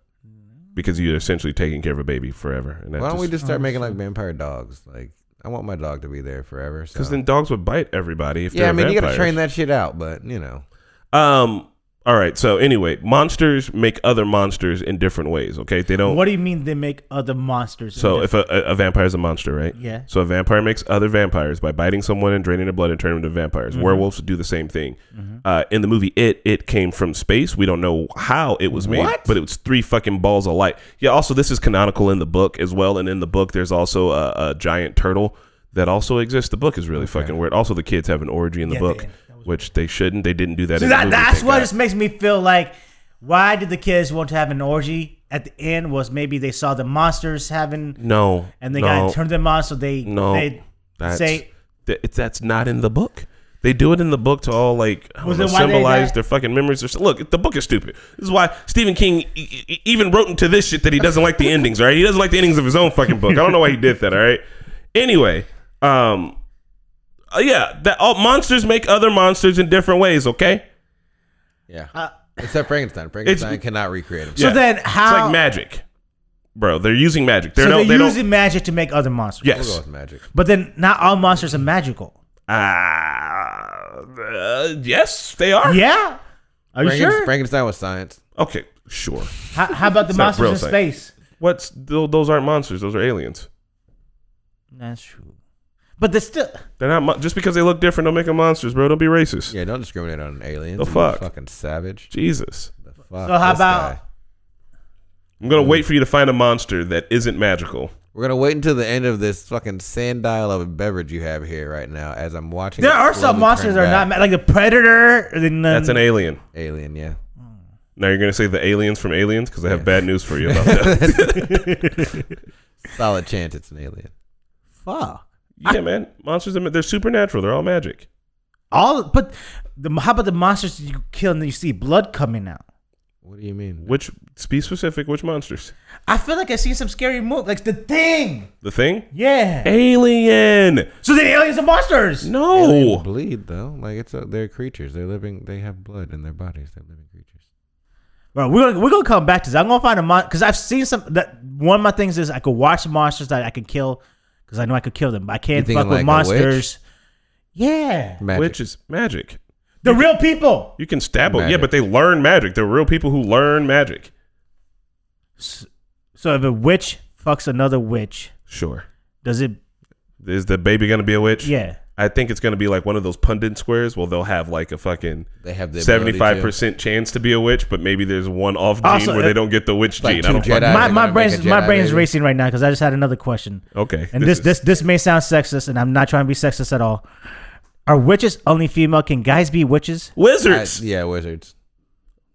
Speaker 1: because you're essentially taking care of a baby forever. And that
Speaker 2: Why don't we
Speaker 1: just-
Speaker 2: just start making like vampire dogs? Like, I want my dog to be there forever. So.
Speaker 1: Because then dogs would bite everybody. If
Speaker 2: yeah, I mean, you
Speaker 1: got
Speaker 2: gotta train that shit out, but you know,
Speaker 1: Um, All right. So anyway, monsters make other monsters in different ways. Okay, they don't.
Speaker 3: What do you mean they make other monsters?
Speaker 1: so if a, a, a vampire is a monster, right?
Speaker 3: Yeah.
Speaker 1: So a vampire makes other vampires by biting someone and draining their blood and turning them into vampires.
Speaker 3: Mm-hmm.
Speaker 1: Werewolves do the same thing. Uh, in the movie It, it came from space. We don't know how it was made, but it was three fucking balls of light. Yeah. Also, this is canonical in the book as well, and in the book there's also a, a giant turtle that also exists. The book is really fucking weird. Also, the kids have an orgy in the
Speaker 3: Yeah,
Speaker 1: book,
Speaker 3: they-
Speaker 1: which they shouldn't. They didn't do that.
Speaker 3: So
Speaker 1: in the
Speaker 3: that,
Speaker 1: movie,
Speaker 3: that's
Speaker 1: thank
Speaker 3: what
Speaker 1: God.
Speaker 3: just makes me feel like why did the kids want to have an orgy at the end? Was maybe they saw the monsters having
Speaker 1: No.
Speaker 3: and they
Speaker 1: no,
Speaker 3: got turned them on, so they
Speaker 1: No.
Speaker 3: they
Speaker 1: that's,
Speaker 3: say
Speaker 1: th- it's, that's not in the book. They do it in the book to all like I don't
Speaker 3: Was
Speaker 1: know,
Speaker 3: it why they
Speaker 1: symbolize
Speaker 3: got-
Speaker 1: their fucking memories. Or so. Look, the book is stupid. This is why Stephen King e- e- even wrote into this shit that he doesn't like the endings. All right, he doesn't like the endings of his own fucking book. I don't know why he did that. All right. Anyway, um, uh, yeah, that all monsters make other monsters in different ways. Okay,
Speaker 2: Yeah. Except Frankenstein. Frankenstein cannot recreate himself.
Speaker 3: uh, So
Speaker 1: Yeah.
Speaker 3: then
Speaker 1: it's
Speaker 3: how-
Speaker 1: like magic, bro. They're using magic. They're
Speaker 3: so
Speaker 1: no,
Speaker 3: they're
Speaker 1: they don't-
Speaker 3: using magic to make other monsters.
Speaker 1: Yes.
Speaker 2: We'll go with magic.
Speaker 3: But then not all monsters are magical.
Speaker 1: Ah, uh, yes, they are.
Speaker 3: Yeah? Are you
Speaker 2: Franken-
Speaker 3: sure?
Speaker 2: Frankenstein was science.
Speaker 1: Okay, sure.
Speaker 3: how, how about the
Speaker 1: It's not
Speaker 3: monsters
Speaker 1: real
Speaker 3: in
Speaker 1: science.
Speaker 3: space?
Speaker 1: What's tho- those aren't monsters? Those are aliens.
Speaker 3: That's true. But they're still
Speaker 1: They're not mon- just because they look different. Don't make them monsters, bro. Don't be racist.
Speaker 2: Yeah, don't discriminate on aliens.
Speaker 1: The
Speaker 2: You
Speaker 1: fuck?
Speaker 2: Fucking savage.
Speaker 1: Jesus,
Speaker 2: The fuck.
Speaker 3: So how
Speaker 2: this
Speaker 3: about-
Speaker 2: guy.
Speaker 1: I'm gonna wait for you to find a monster that isn't magical.
Speaker 2: We're gonna wait until the end of this fucking sand dial of a beverage you have here right now as I'm watching.
Speaker 3: there
Speaker 2: it
Speaker 3: are some
Speaker 2: slowly
Speaker 3: monsters that
Speaker 2: turn
Speaker 3: are not
Speaker 2: back.
Speaker 3: ma- like the predator. and then-
Speaker 1: That's an alien.
Speaker 2: alien. Yeah.
Speaker 1: Now you're gonna say the aliens from Aliens because I have bad news for you about that.
Speaker 2: Solid chance it's an alien.
Speaker 3: fuck.
Speaker 1: yeah, man. Monsters, are ma- they're supernatural. They're all magic.
Speaker 3: All but the how about the monsters you kill and then you see blood coming out?
Speaker 2: What do you mean?
Speaker 1: Which, be specific, which monsters?
Speaker 3: I feel like I see some scary move, like the thing.
Speaker 1: The thing?
Speaker 3: Yeah.
Speaker 1: Alien.
Speaker 3: So then aliens are monsters.
Speaker 2: Aliens
Speaker 1: No.
Speaker 2: bleed though. Like it's a, they're creatures. They're living. They have blood in their bodies. They're living creatures.
Speaker 3: Bro, we're gonna, we're gonna come back to this. I'm gonna find a monster because I've seen some. That one of my things is I could watch monsters that I can kill because I know I could kill them, but I can't
Speaker 2: thinking
Speaker 3: fuck with
Speaker 2: like a
Speaker 3: monsters. Yeah,
Speaker 2: Magic.
Speaker 1: Which is magic.
Speaker 3: the real people.
Speaker 1: You can stab them. Yeah,
Speaker 2: Magic.
Speaker 1: but they learn magic. They're real people who learn magic.
Speaker 3: So if a witch fucks another witch,
Speaker 1: Sure.
Speaker 3: does it?
Speaker 1: Is the baby gonna be a witch?
Speaker 3: Yeah.
Speaker 1: I think it's going to be like one of those pundit squares. Well, they'll have like a fucking
Speaker 2: They have the ability to-
Speaker 1: seventy-five percent chance to be a witch, but maybe there's one off gene
Speaker 3: Also,
Speaker 1: where they
Speaker 3: it-
Speaker 1: don't get the witch
Speaker 2: like
Speaker 1: gene.
Speaker 2: two
Speaker 1: I don't
Speaker 2: Jedi.
Speaker 1: fucking,
Speaker 2: They're
Speaker 3: my
Speaker 2: gonna
Speaker 3: my
Speaker 2: make
Speaker 3: brain's
Speaker 2: a
Speaker 3: my
Speaker 2: Jedi,
Speaker 3: brain's
Speaker 2: baby.
Speaker 3: racing right now because I just had another question.
Speaker 1: okay.
Speaker 3: And this
Speaker 1: is-
Speaker 3: this, this may sound sexist, and I'm not trying to be sexist at all. Are witches only female? Can guys be witches?
Speaker 2: I-
Speaker 1: wizards.
Speaker 2: yeah, wizards.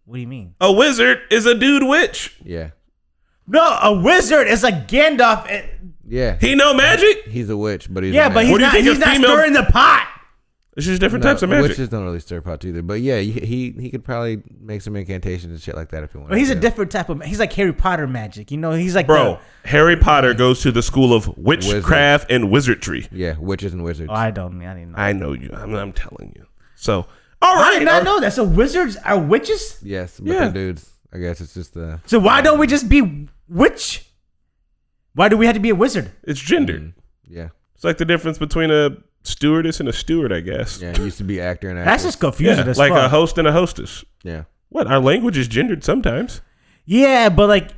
Speaker 3: What do you mean?
Speaker 1: a wizard is a dude witch.
Speaker 2: Yeah,
Speaker 3: No, a wizard is like Gandalf. and-
Speaker 2: yeah.
Speaker 1: He know magic.
Speaker 2: He's a witch, but he's
Speaker 3: yeah,
Speaker 2: a
Speaker 3: but
Speaker 2: man.
Speaker 1: What
Speaker 3: he's
Speaker 1: do you think
Speaker 3: not.
Speaker 1: a
Speaker 3: He's not
Speaker 1: female-
Speaker 3: stirring the pot.
Speaker 1: It's just different
Speaker 2: No,
Speaker 1: types of magic.
Speaker 2: Witches don't really stir pots either. But yeah, he he, he could probably make some incantations and shit like that if he wanted.
Speaker 3: But he's a
Speaker 2: to.
Speaker 3: different type of. He's like Harry Potter magic. You know, he's like
Speaker 1: Bro, Harry Potter goes to the school of witchcraft and wizardry.
Speaker 2: Yeah, witches and wizards.
Speaker 3: the- oh, I don't. I didn't know.
Speaker 1: I know you. I'm, I'm telling you. So, all
Speaker 3: I
Speaker 1: right. uh,
Speaker 3: did not know that. So wizards are witches.
Speaker 2: yes, but
Speaker 1: Yeah.
Speaker 2: they're dudes. I guess it's just the
Speaker 3: So why don't we just be witch? Why do we have to be a wizard?
Speaker 1: It's gendered.
Speaker 2: Mm. yeah.
Speaker 1: It's like the difference between a stewardess and a steward, I guess.
Speaker 2: Yeah, it used to be actor and actress.
Speaker 3: That's just confusing
Speaker 1: Yeah,
Speaker 3: as
Speaker 1: like a
Speaker 3: fuck.
Speaker 1: host and a hostess.
Speaker 2: yeah.
Speaker 1: What? Our language is gendered sometimes.
Speaker 3: yeah, but like,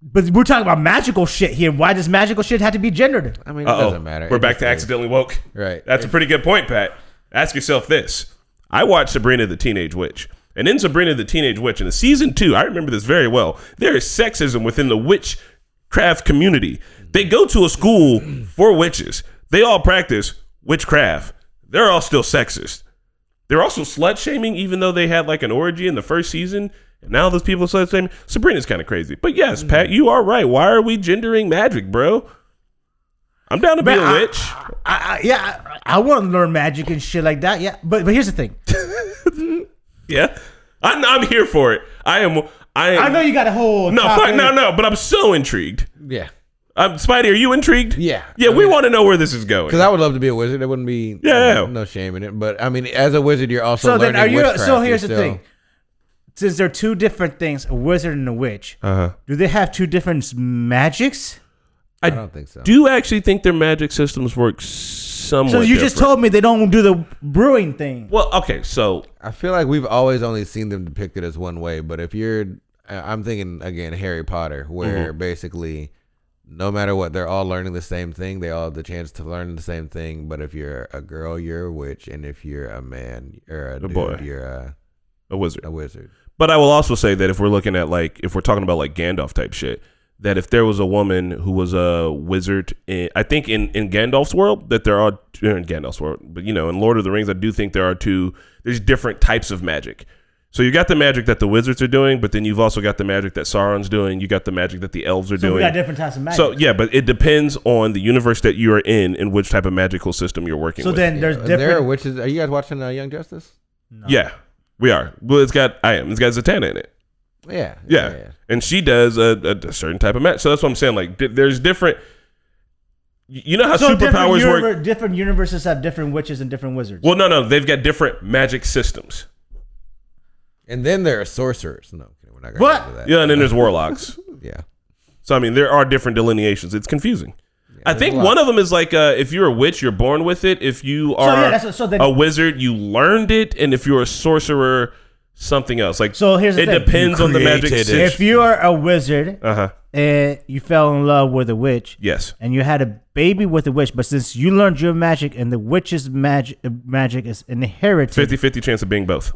Speaker 3: but we're talking about magical shit here. Why does magical shit have to be gendered?
Speaker 2: I mean, it
Speaker 1: Uh-oh.
Speaker 2: doesn't matter.
Speaker 1: We're
Speaker 2: It
Speaker 1: back
Speaker 2: just
Speaker 1: to
Speaker 2: is.
Speaker 1: accidentally woke.
Speaker 2: Right.
Speaker 1: That's a pretty good point, Pat. Ask yourself this. I watched Sabrina the Teenage Witch. And in Sabrina the Teenage Witch, in the season two, I remember this very well. There is sexism within the witchcraft community. They go to a school for witches. They all practice witchcraft. They're all still sexist. They're also slut shaming, even though they had like an orgy in the first season. And now those people are slut shaming. Sabrina's kind of crazy. But yes,
Speaker 3: Mm-hmm.
Speaker 1: Pat, you are right. Why are we gendering magic, bro? I'm down to be
Speaker 3: Man,
Speaker 1: a
Speaker 3: I-
Speaker 1: witch.
Speaker 3: I, I, yeah, I, I want to learn magic and shit like that. Yeah, but but here's the thing.
Speaker 1: Yeah, I'm, I'm here for it. I am. I am.
Speaker 3: I know you got a whole
Speaker 1: no,
Speaker 3: top
Speaker 1: fuck,
Speaker 3: end.
Speaker 1: no, no. But I'm so intrigued.
Speaker 2: Yeah.
Speaker 1: Um, Spidey, are you intrigued?
Speaker 2: Yeah.
Speaker 1: Yeah, we want to know where this is going.
Speaker 2: Because I would love to be a wizard. There wouldn't be
Speaker 1: Yeah.
Speaker 2: no shame in it. But I mean, as a wizard, you're also
Speaker 3: So then,
Speaker 2: learning
Speaker 3: are you?
Speaker 2: witchcraft.
Speaker 3: So here's
Speaker 2: You're
Speaker 3: the
Speaker 2: still-
Speaker 3: thing. Since they're two different things, a wizard and a witch,
Speaker 1: Uh-huh.
Speaker 3: do they have two different s- magics?
Speaker 1: I
Speaker 2: don't think so.
Speaker 1: do actually think their magic systems work somewhat.
Speaker 3: So you just
Speaker 1: different.
Speaker 3: told me they don't do the brewing thing.
Speaker 1: Well, okay, so
Speaker 2: I feel like we've always only seen them depicted as one way, but if you're, I- I'm thinking again Harry Potter, where
Speaker 1: Mm-hmm.
Speaker 2: basically, no matter what, they're all learning the same thing. They all have the chance to learn the same thing. But if you're a girl, you're a witch, and if you're a man or a dude,
Speaker 1: boy.
Speaker 2: you're a,
Speaker 1: a wizard.
Speaker 2: a wizard.
Speaker 1: But I will also say that if we're looking at like if we're talking about like Gandalf type shit, that if there was a woman who was a wizard, in, I think in in Gandalf's world that there are er, in Gandalf's world, but you know in Lord of the Rings, I do think there are two. There's different types of magic. So you got the magic that the wizards are doing, but then you've also got the magic that Sauron's doing. You got the magic that the elves are
Speaker 3: So
Speaker 1: doing.
Speaker 3: we got different types of magic.
Speaker 1: So yeah, but it depends on the universe that you are in and which type of magical system you're working
Speaker 3: So
Speaker 1: with.
Speaker 3: then there's
Speaker 2: And There are
Speaker 3: different.
Speaker 2: witches. Are you guys watching uh, Young Justice?
Speaker 1: yeah, we are. Well, it's got I am. It's got Zatanna in it.
Speaker 2: Yeah.
Speaker 1: Yeah. And she does a, a, a certain type of match. So that's what I'm saying. Like, di- there's different. y- You know how
Speaker 3: so different,
Speaker 1: superpowers
Speaker 3: univer-
Speaker 1: work?
Speaker 3: different universes have different witches and different wizards.
Speaker 1: Well, no, no. They've got different magic systems.
Speaker 2: And then there are sorcerers. No, okay, we're not going
Speaker 3: What?
Speaker 2: to that.
Speaker 1: Yeah, and then there's warlocks.
Speaker 2: Yeah.
Speaker 1: So, I mean, there are different delineations. It's confusing. I think
Speaker 2: a lot.
Speaker 1: one of them is like uh, if you're a witch, you're born with it. If you are
Speaker 3: yeah, that's what- so then-
Speaker 1: a wizard, you learned it. And if you're a sorcerer, something else. Like,
Speaker 3: So here's the
Speaker 1: it
Speaker 3: thing.
Speaker 1: depends
Speaker 2: You
Speaker 1: on the magic
Speaker 2: created it.
Speaker 1: system.
Speaker 3: if you are a wizard
Speaker 1: Uh huh.
Speaker 3: and you fell in love with a witch,
Speaker 1: Yes.
Speaker 3: and you had a baby with a witch, but since you learned your magic and the witch's magic magic is inherited,
Speaker 1: 50 50 chance of being both.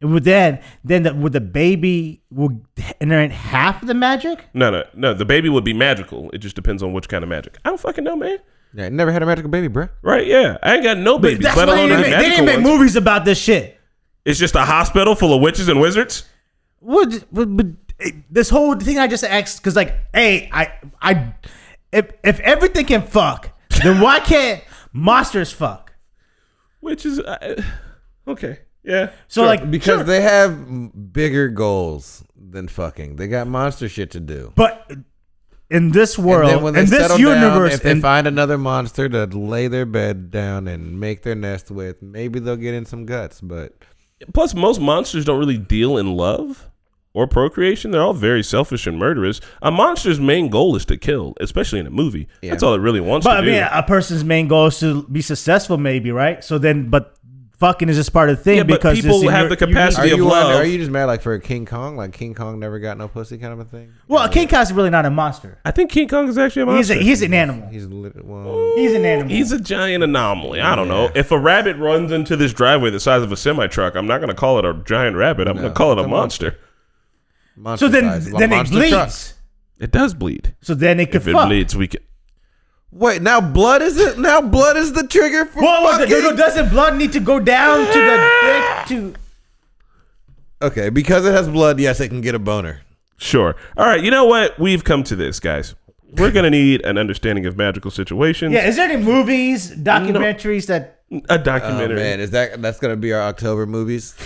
Speaker 3: it would then then the, would the baby will inherit half the magic?
Speaker 1: No, no, no. The baby would be magical. It just depends on which kind of magic. I don't fucking know, man.
Speaker 2: Yeah, I never had a magical baby, bruh.
Speaker 1: Right? Yeah, I ain't got no babies.
Speaker 3: That's
Speaker 1: let
Speaker 3: why they
Speaker 1: alone
Speaker 3: didn't,
Speaker 1: any
Speaker 3: make, they
Speaker 1: magical
Speaker 3: didn't make
Speaker 1: ones.
Speaker 3: movies about this shit.
Speaker 1: It's just a hospital full of witches and wizards.
Speaker 3: Would but, but it- this whole thing I just asked because like, hey, I I if if everything can fuck, then why can't monsters fuck?
Speaker 1: Which is uh, okay. Yeah.
Speaker 3: So
Speaker 1: sure.
Speaker 3: like
Speaker 2: Because they have m- bigger goals than fucking. They got monster shit to do.
Speaker 3: But in this
Speaker 2: And
Speaker 3: world,
Speaker 2: then when they
Speaker 3: in this
Speaker 2: settle down,
Speaker 3: universe,
Speaker 2: if they
Speaker 3: in-
Speaker 2: find another monster to lay their bed down and make their nest with, maybe they'll get in some guts. But
Speaker 1: plus most monsters don't really deal in love or procreation. They're all very selfish and murderous. A monster's main goal is to kill, especially in a movie. That's all it really wants
Speaker 3: but
Speaker 1: to
Speaker 3: I
Speaker 1: do.
Speaker 3: mean, a person's main goal is to be successful, maybe, right? So then, but fucking is just part of the thing
Speaker 1: Yeah, but
Speaker 3: because
Speaker 1: people
Speaker 3: it's in
Speaker 1: have
Speaker 3: your-
Speaker 1: the
Speaker 3: you need-
Speaker 1: capacity-
Speaker 2: are
Speaker 1: City of
Speaker 2: you on-
Speaker 1: love.
Speaker 2: are you just mad like for King Kong? Like King Kong never got no pussy kind of a thing?
Speaker 3: Well, King Kong's really not a monster.
Speaker 1: I think King Kong is actually a
Speaker 3: He's
Speaker 1: monster.
Speaker 3: a, he's an animal.
Speaker 2: He's lit. Well,
Speaker 3: He's an animal.
Speaker 1: He's a giant anomaly. I don't know. If a rabbit runs into this driveway the size of a semi truck, I'm not going to call it a giant rabbit. I'm going to call it a monster.
Speaker 2: monster
Speaker 3: so then
Speaker 2: size,
Speaker 3: then it
Speaker 2: monster
Speaker 3: bleeds.
Speaker 2: trucks.
Speaker 1: It does bleed.
Speaker 3: So then it could
Speaker 1: If it
Speaker 3: fuck.
Speaker 1: bleeds, we can.
Speaker 2: Wait, now blood is it? Now blood is the trigger for
Speaker 3: Whoa, whoa, the-
Speaker 2: fucking.
Speaker 3: no, no, doesn't blood need to go down to the dick to?
Speaker 2: okay, because it has blood, yes, it can get a boner.
Speaker 1: Sure. All right. You know what? We've come to this, guys. We're going to need an understanding of magical situations.
Speaker 3: Yeah, is there any movies, documentaries that?
Speaker 1: A
Speaker 2: Oh
Speaker 1: documentary.
Speaker 2: man, is that that's gonna be our October movies?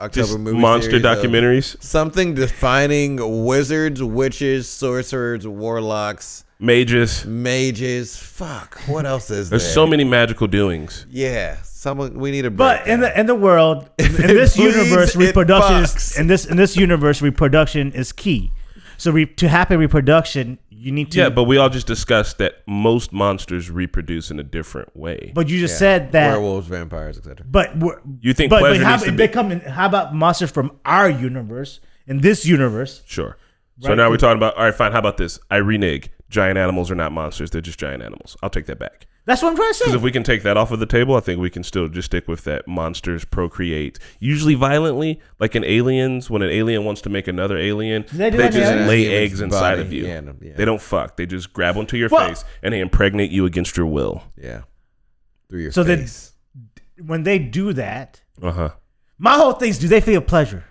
Speaker 2: October
Speaker 1: Just
Speaker 2: movie
Speaker 1: monster
Speaker 2: series of
Speaker 1: documentaries
Speaker 2: Something defining wizards, witches, sorcerers, warlocks,
Speaker 1: mages.
Speaker 2: mages. Fuck, what else is
Speaker 1: There's
Speaker 2: there?
Speaker 1: so many magical doings.
Speaker 2: yeah, someone we need a break.
Speaker 3: But in the in the world, in
Speaker 2: it
Speaker 3: this
Speaker 2: bleeds,
Speaker 3: universe,
Speaker 2: it
Speaker 3: reproduction is,
Speaker 2: fucks.
Speaker 3: in this in this universe, reproduction is key. So re, to happen reproduction, you need to.
Speaker 1: Yeah, but we all just discussed that most monsters reproduce in a different way.
Speaker 3: but you just said that.
Speaker 2: werewolves, vampires, etc.
Speaker 3: But we're,
Speaker 1: You think
Speaker 3: but, but
Speaker 1: pleasure
Speaker 3: how,
Speaker 1: needs to
Speaker 3: if
Speaker 1: be-
Speaker 3: they come in, how about monsters from our universe in this universe?
Speaker 1: Sure. So
Speaker 3: Right.
Speaker 1: now we're talking about all right, fine. How about this? I renege. Giant animals are not monsters; they're just giant animals. I'll take that back.
Speaker 3: That's what I'm trying to say.
Speaker 1: Because if we can take that off of the table, I think we can still just stick with that monsters procreate, usually violently, like in aliens, when an alien wants to make another alien, they,
Speaker 3: they do that in
Speaker 1: just
Speaker 3: Aliens?
Speaker 1: lay
Speaker 2: Human's
Speaker 1: eggs inside
Speaker 2: body.
Speaker 1: of you.
Speaker 2: Yeah, no, yeah.
Speaker 1: They don't fuck. They just grab onto your
Speaker 3: Well-
Speaker 1: face and they impregnate you against your will.
Speaker 2: Yeah, through your
Speaker 3: So then-
Speaker 2: face.
Speaker 3: when they do that,
Speaker 1: Uh
Speaker 2: Uh-huh.
Speaker 1: huh.
Speaker 3: my whole thing is, do they feel pleasure?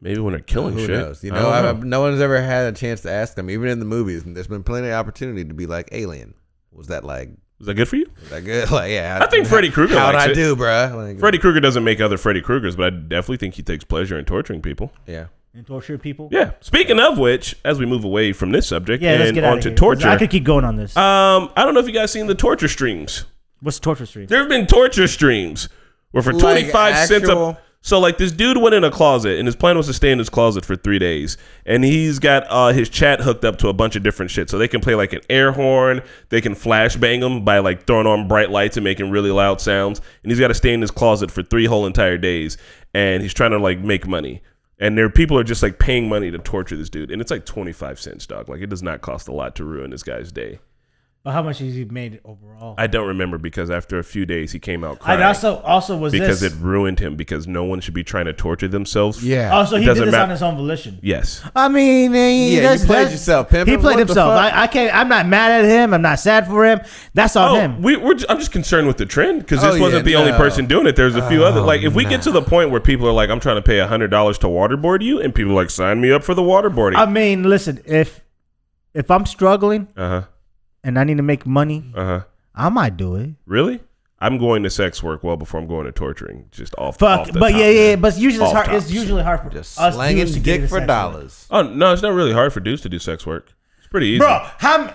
Speaker 1: Maybe when they're killing
Speaker 2: Who
Speaker 1: shit.
Speaker 2: knows? You
Speaker 1: I
Speaker 2: know,
Speaker 1: don't
Speaker 2: I no one's ever had a chance to ask them, even in the movies. And there's been plenty of opportunity to be like, "Alien, was that like
Speaker 1: Is that good for you?
Speaker 2: was that good?" Like, yeah,
Speaker 1: I think Freddy Krueger
Speaker 2: How'd
Speaker 1: likes
Speaker 2: I
Speaker 1: it.
Speaker 2: do, bruh? Like,
Speaker 1: Freddy Krueger doesn't make other Freddy Kruegers, but I definitely think he takes pleasure in torturing people.
Speaker 2: Yeah.
Speaker 3: And torture people?
Speaker 1: Yeah. Speaking of which, as we move away from this subject
Speaker 3: Yeah, let's
Speaker 1: and
Speaker 3: get out of
Speaker 1: onto
Speaker 3: here. 'cause
Speaker 1: torture,
Speaker 3: I could keep going on this.
Speaker 1: um, I don't know if you guys seen the torture streams.
Speaker 3: What's torture stream?
Speaker 1: There have been torture streams where for
Speaker 2: Like
Speaker 1: 25 cents
Speaker 2: actual-
Speaker 1: a So like this dude went in a closet and his plan was to stay in his closet for three days. And he's got uh, his chat hooked up to a bunch of different shit. So they can play like an air horn, they can flashbang him by like throwing on bright lights and making really loud sounds. And he's got to stay in his closet for three whole entire days. And he's trying to like make money. And there people are just like paying money to torture this dude. And it's like twenty five cents, dog. Like it does not cost a lot to ruin this guy's day.
Speaker 3: But how much has he made overall?
Speaker 1: I don't remember because after a few days he came out crying
Speaker 3: I also also was
Speaker 1: because
Speaker 3: this.
Speaker 1: it ruined him because no one should be trying to torture themselves.
Speaker 2: Yeah.
Speaker 3: oh, so
Speaker 1: it
Speaker 3: he did
Speaker 1: doesn't
Speaker 3: this
Speaker 1: matter.
Speaker 3: on his own volition.
Speaker 1: Yes.
Speaker 3: I mean, he,
Speaker 2: Yeah, you
Speaker 3: that's-
Speaker 2: played
Speaker 3: that's-
Speaker 2: yourself, Pimpin.
Speaker 3: He played
Speaker 2: What the
Speaker 3: himself.
Speaker 2: fuck?
Speaker 3: I, I can't. I'm not mad at him. I'm not sad for him. That's on
Speaker 1: Oh,
Speaker 3: him.
Speaker 1: we, we're. ju- I'm just concerned with the trend because this
Speaker 2: Oh,
Speaker 1: wasn't the
Speaker 2: yeah,
Speaker 1: only
Speaker 2: no. Oh,
Speaker 1: person doing it. There's a few other. Like, if we get to the point where people are like, "I'm trying to pay hundred dollars to waterboard you," and people are like, "Sign me up for the waterboarding."
Speaker 3: I mean, listen. If if I'm struggling
Speaker 1: uh huh.
Speaker 3: and I need to make money,
Speaker 1: Uh huh.
Speaker 3: I might do it.
Speaker 1: Really? I'm going to sex work well before I'm going to torturing. Just off.
Speaker 3: Fuck.
Speaker 1: off the
Speaker 3: But
Speaker 1: top.
Speaker 3: yeah, yeah, yeah. But usually it's
Speaker 1: Off
Speaker 3: hard. It's
Speaker 1: tops.
Speaker 3: usually hard for
Speaker 2: Just
Speaker 3: us
Speaker 2: slanging
Speaker 3: dudes to get
Speaker 2: dick
Speaker 3: into
Speaker 2: for
Speaker 3: sex work.
Speaker 2: dollars.
Speaker 1: Oh no, it's not really hard for dudes to do sex work. It's pretty easy.
Speaker 3: bro. How? m-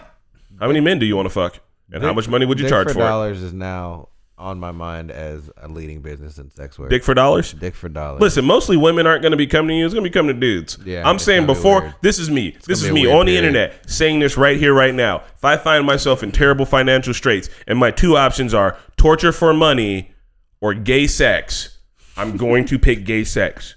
Speaker 1: How many men do you want to fuck? And how
Speaker 2: Dick-
Speaker 1: much money would you
Speaker 2: Dick
Speaker 1: charge
Speaker 2: for
Speaker 1: for? it?
Speaker 2: dollars is now on my mind as a leading business in sex work.
Speaker 1: Dick for dollars?
Speaker 2: Dick for dollars.
Speaker 1: Listen, mostly women aren't going to be coming to you. It's going to be coming to dudes.
Speaker 2: Yeah,
Speaker 1: I'm
Speaker 2: it's
Speaker 1: saying
Speaker 2: gonna be
Speaker 1: before,
Speaker 2: weird.
Speaker 1: this is me. This
Speaker 2: gonna
Speaker 1: is
Speaker 2: be a
Speaker 1: me
Speaker 2: weird
Speaker 1: on the
Speaker 2: period.
Speaker 1: internet saying this right here, right now. If I find myself in terrible financial straits and my two options are torture for money or gay sex, I'm going to pick gay sex.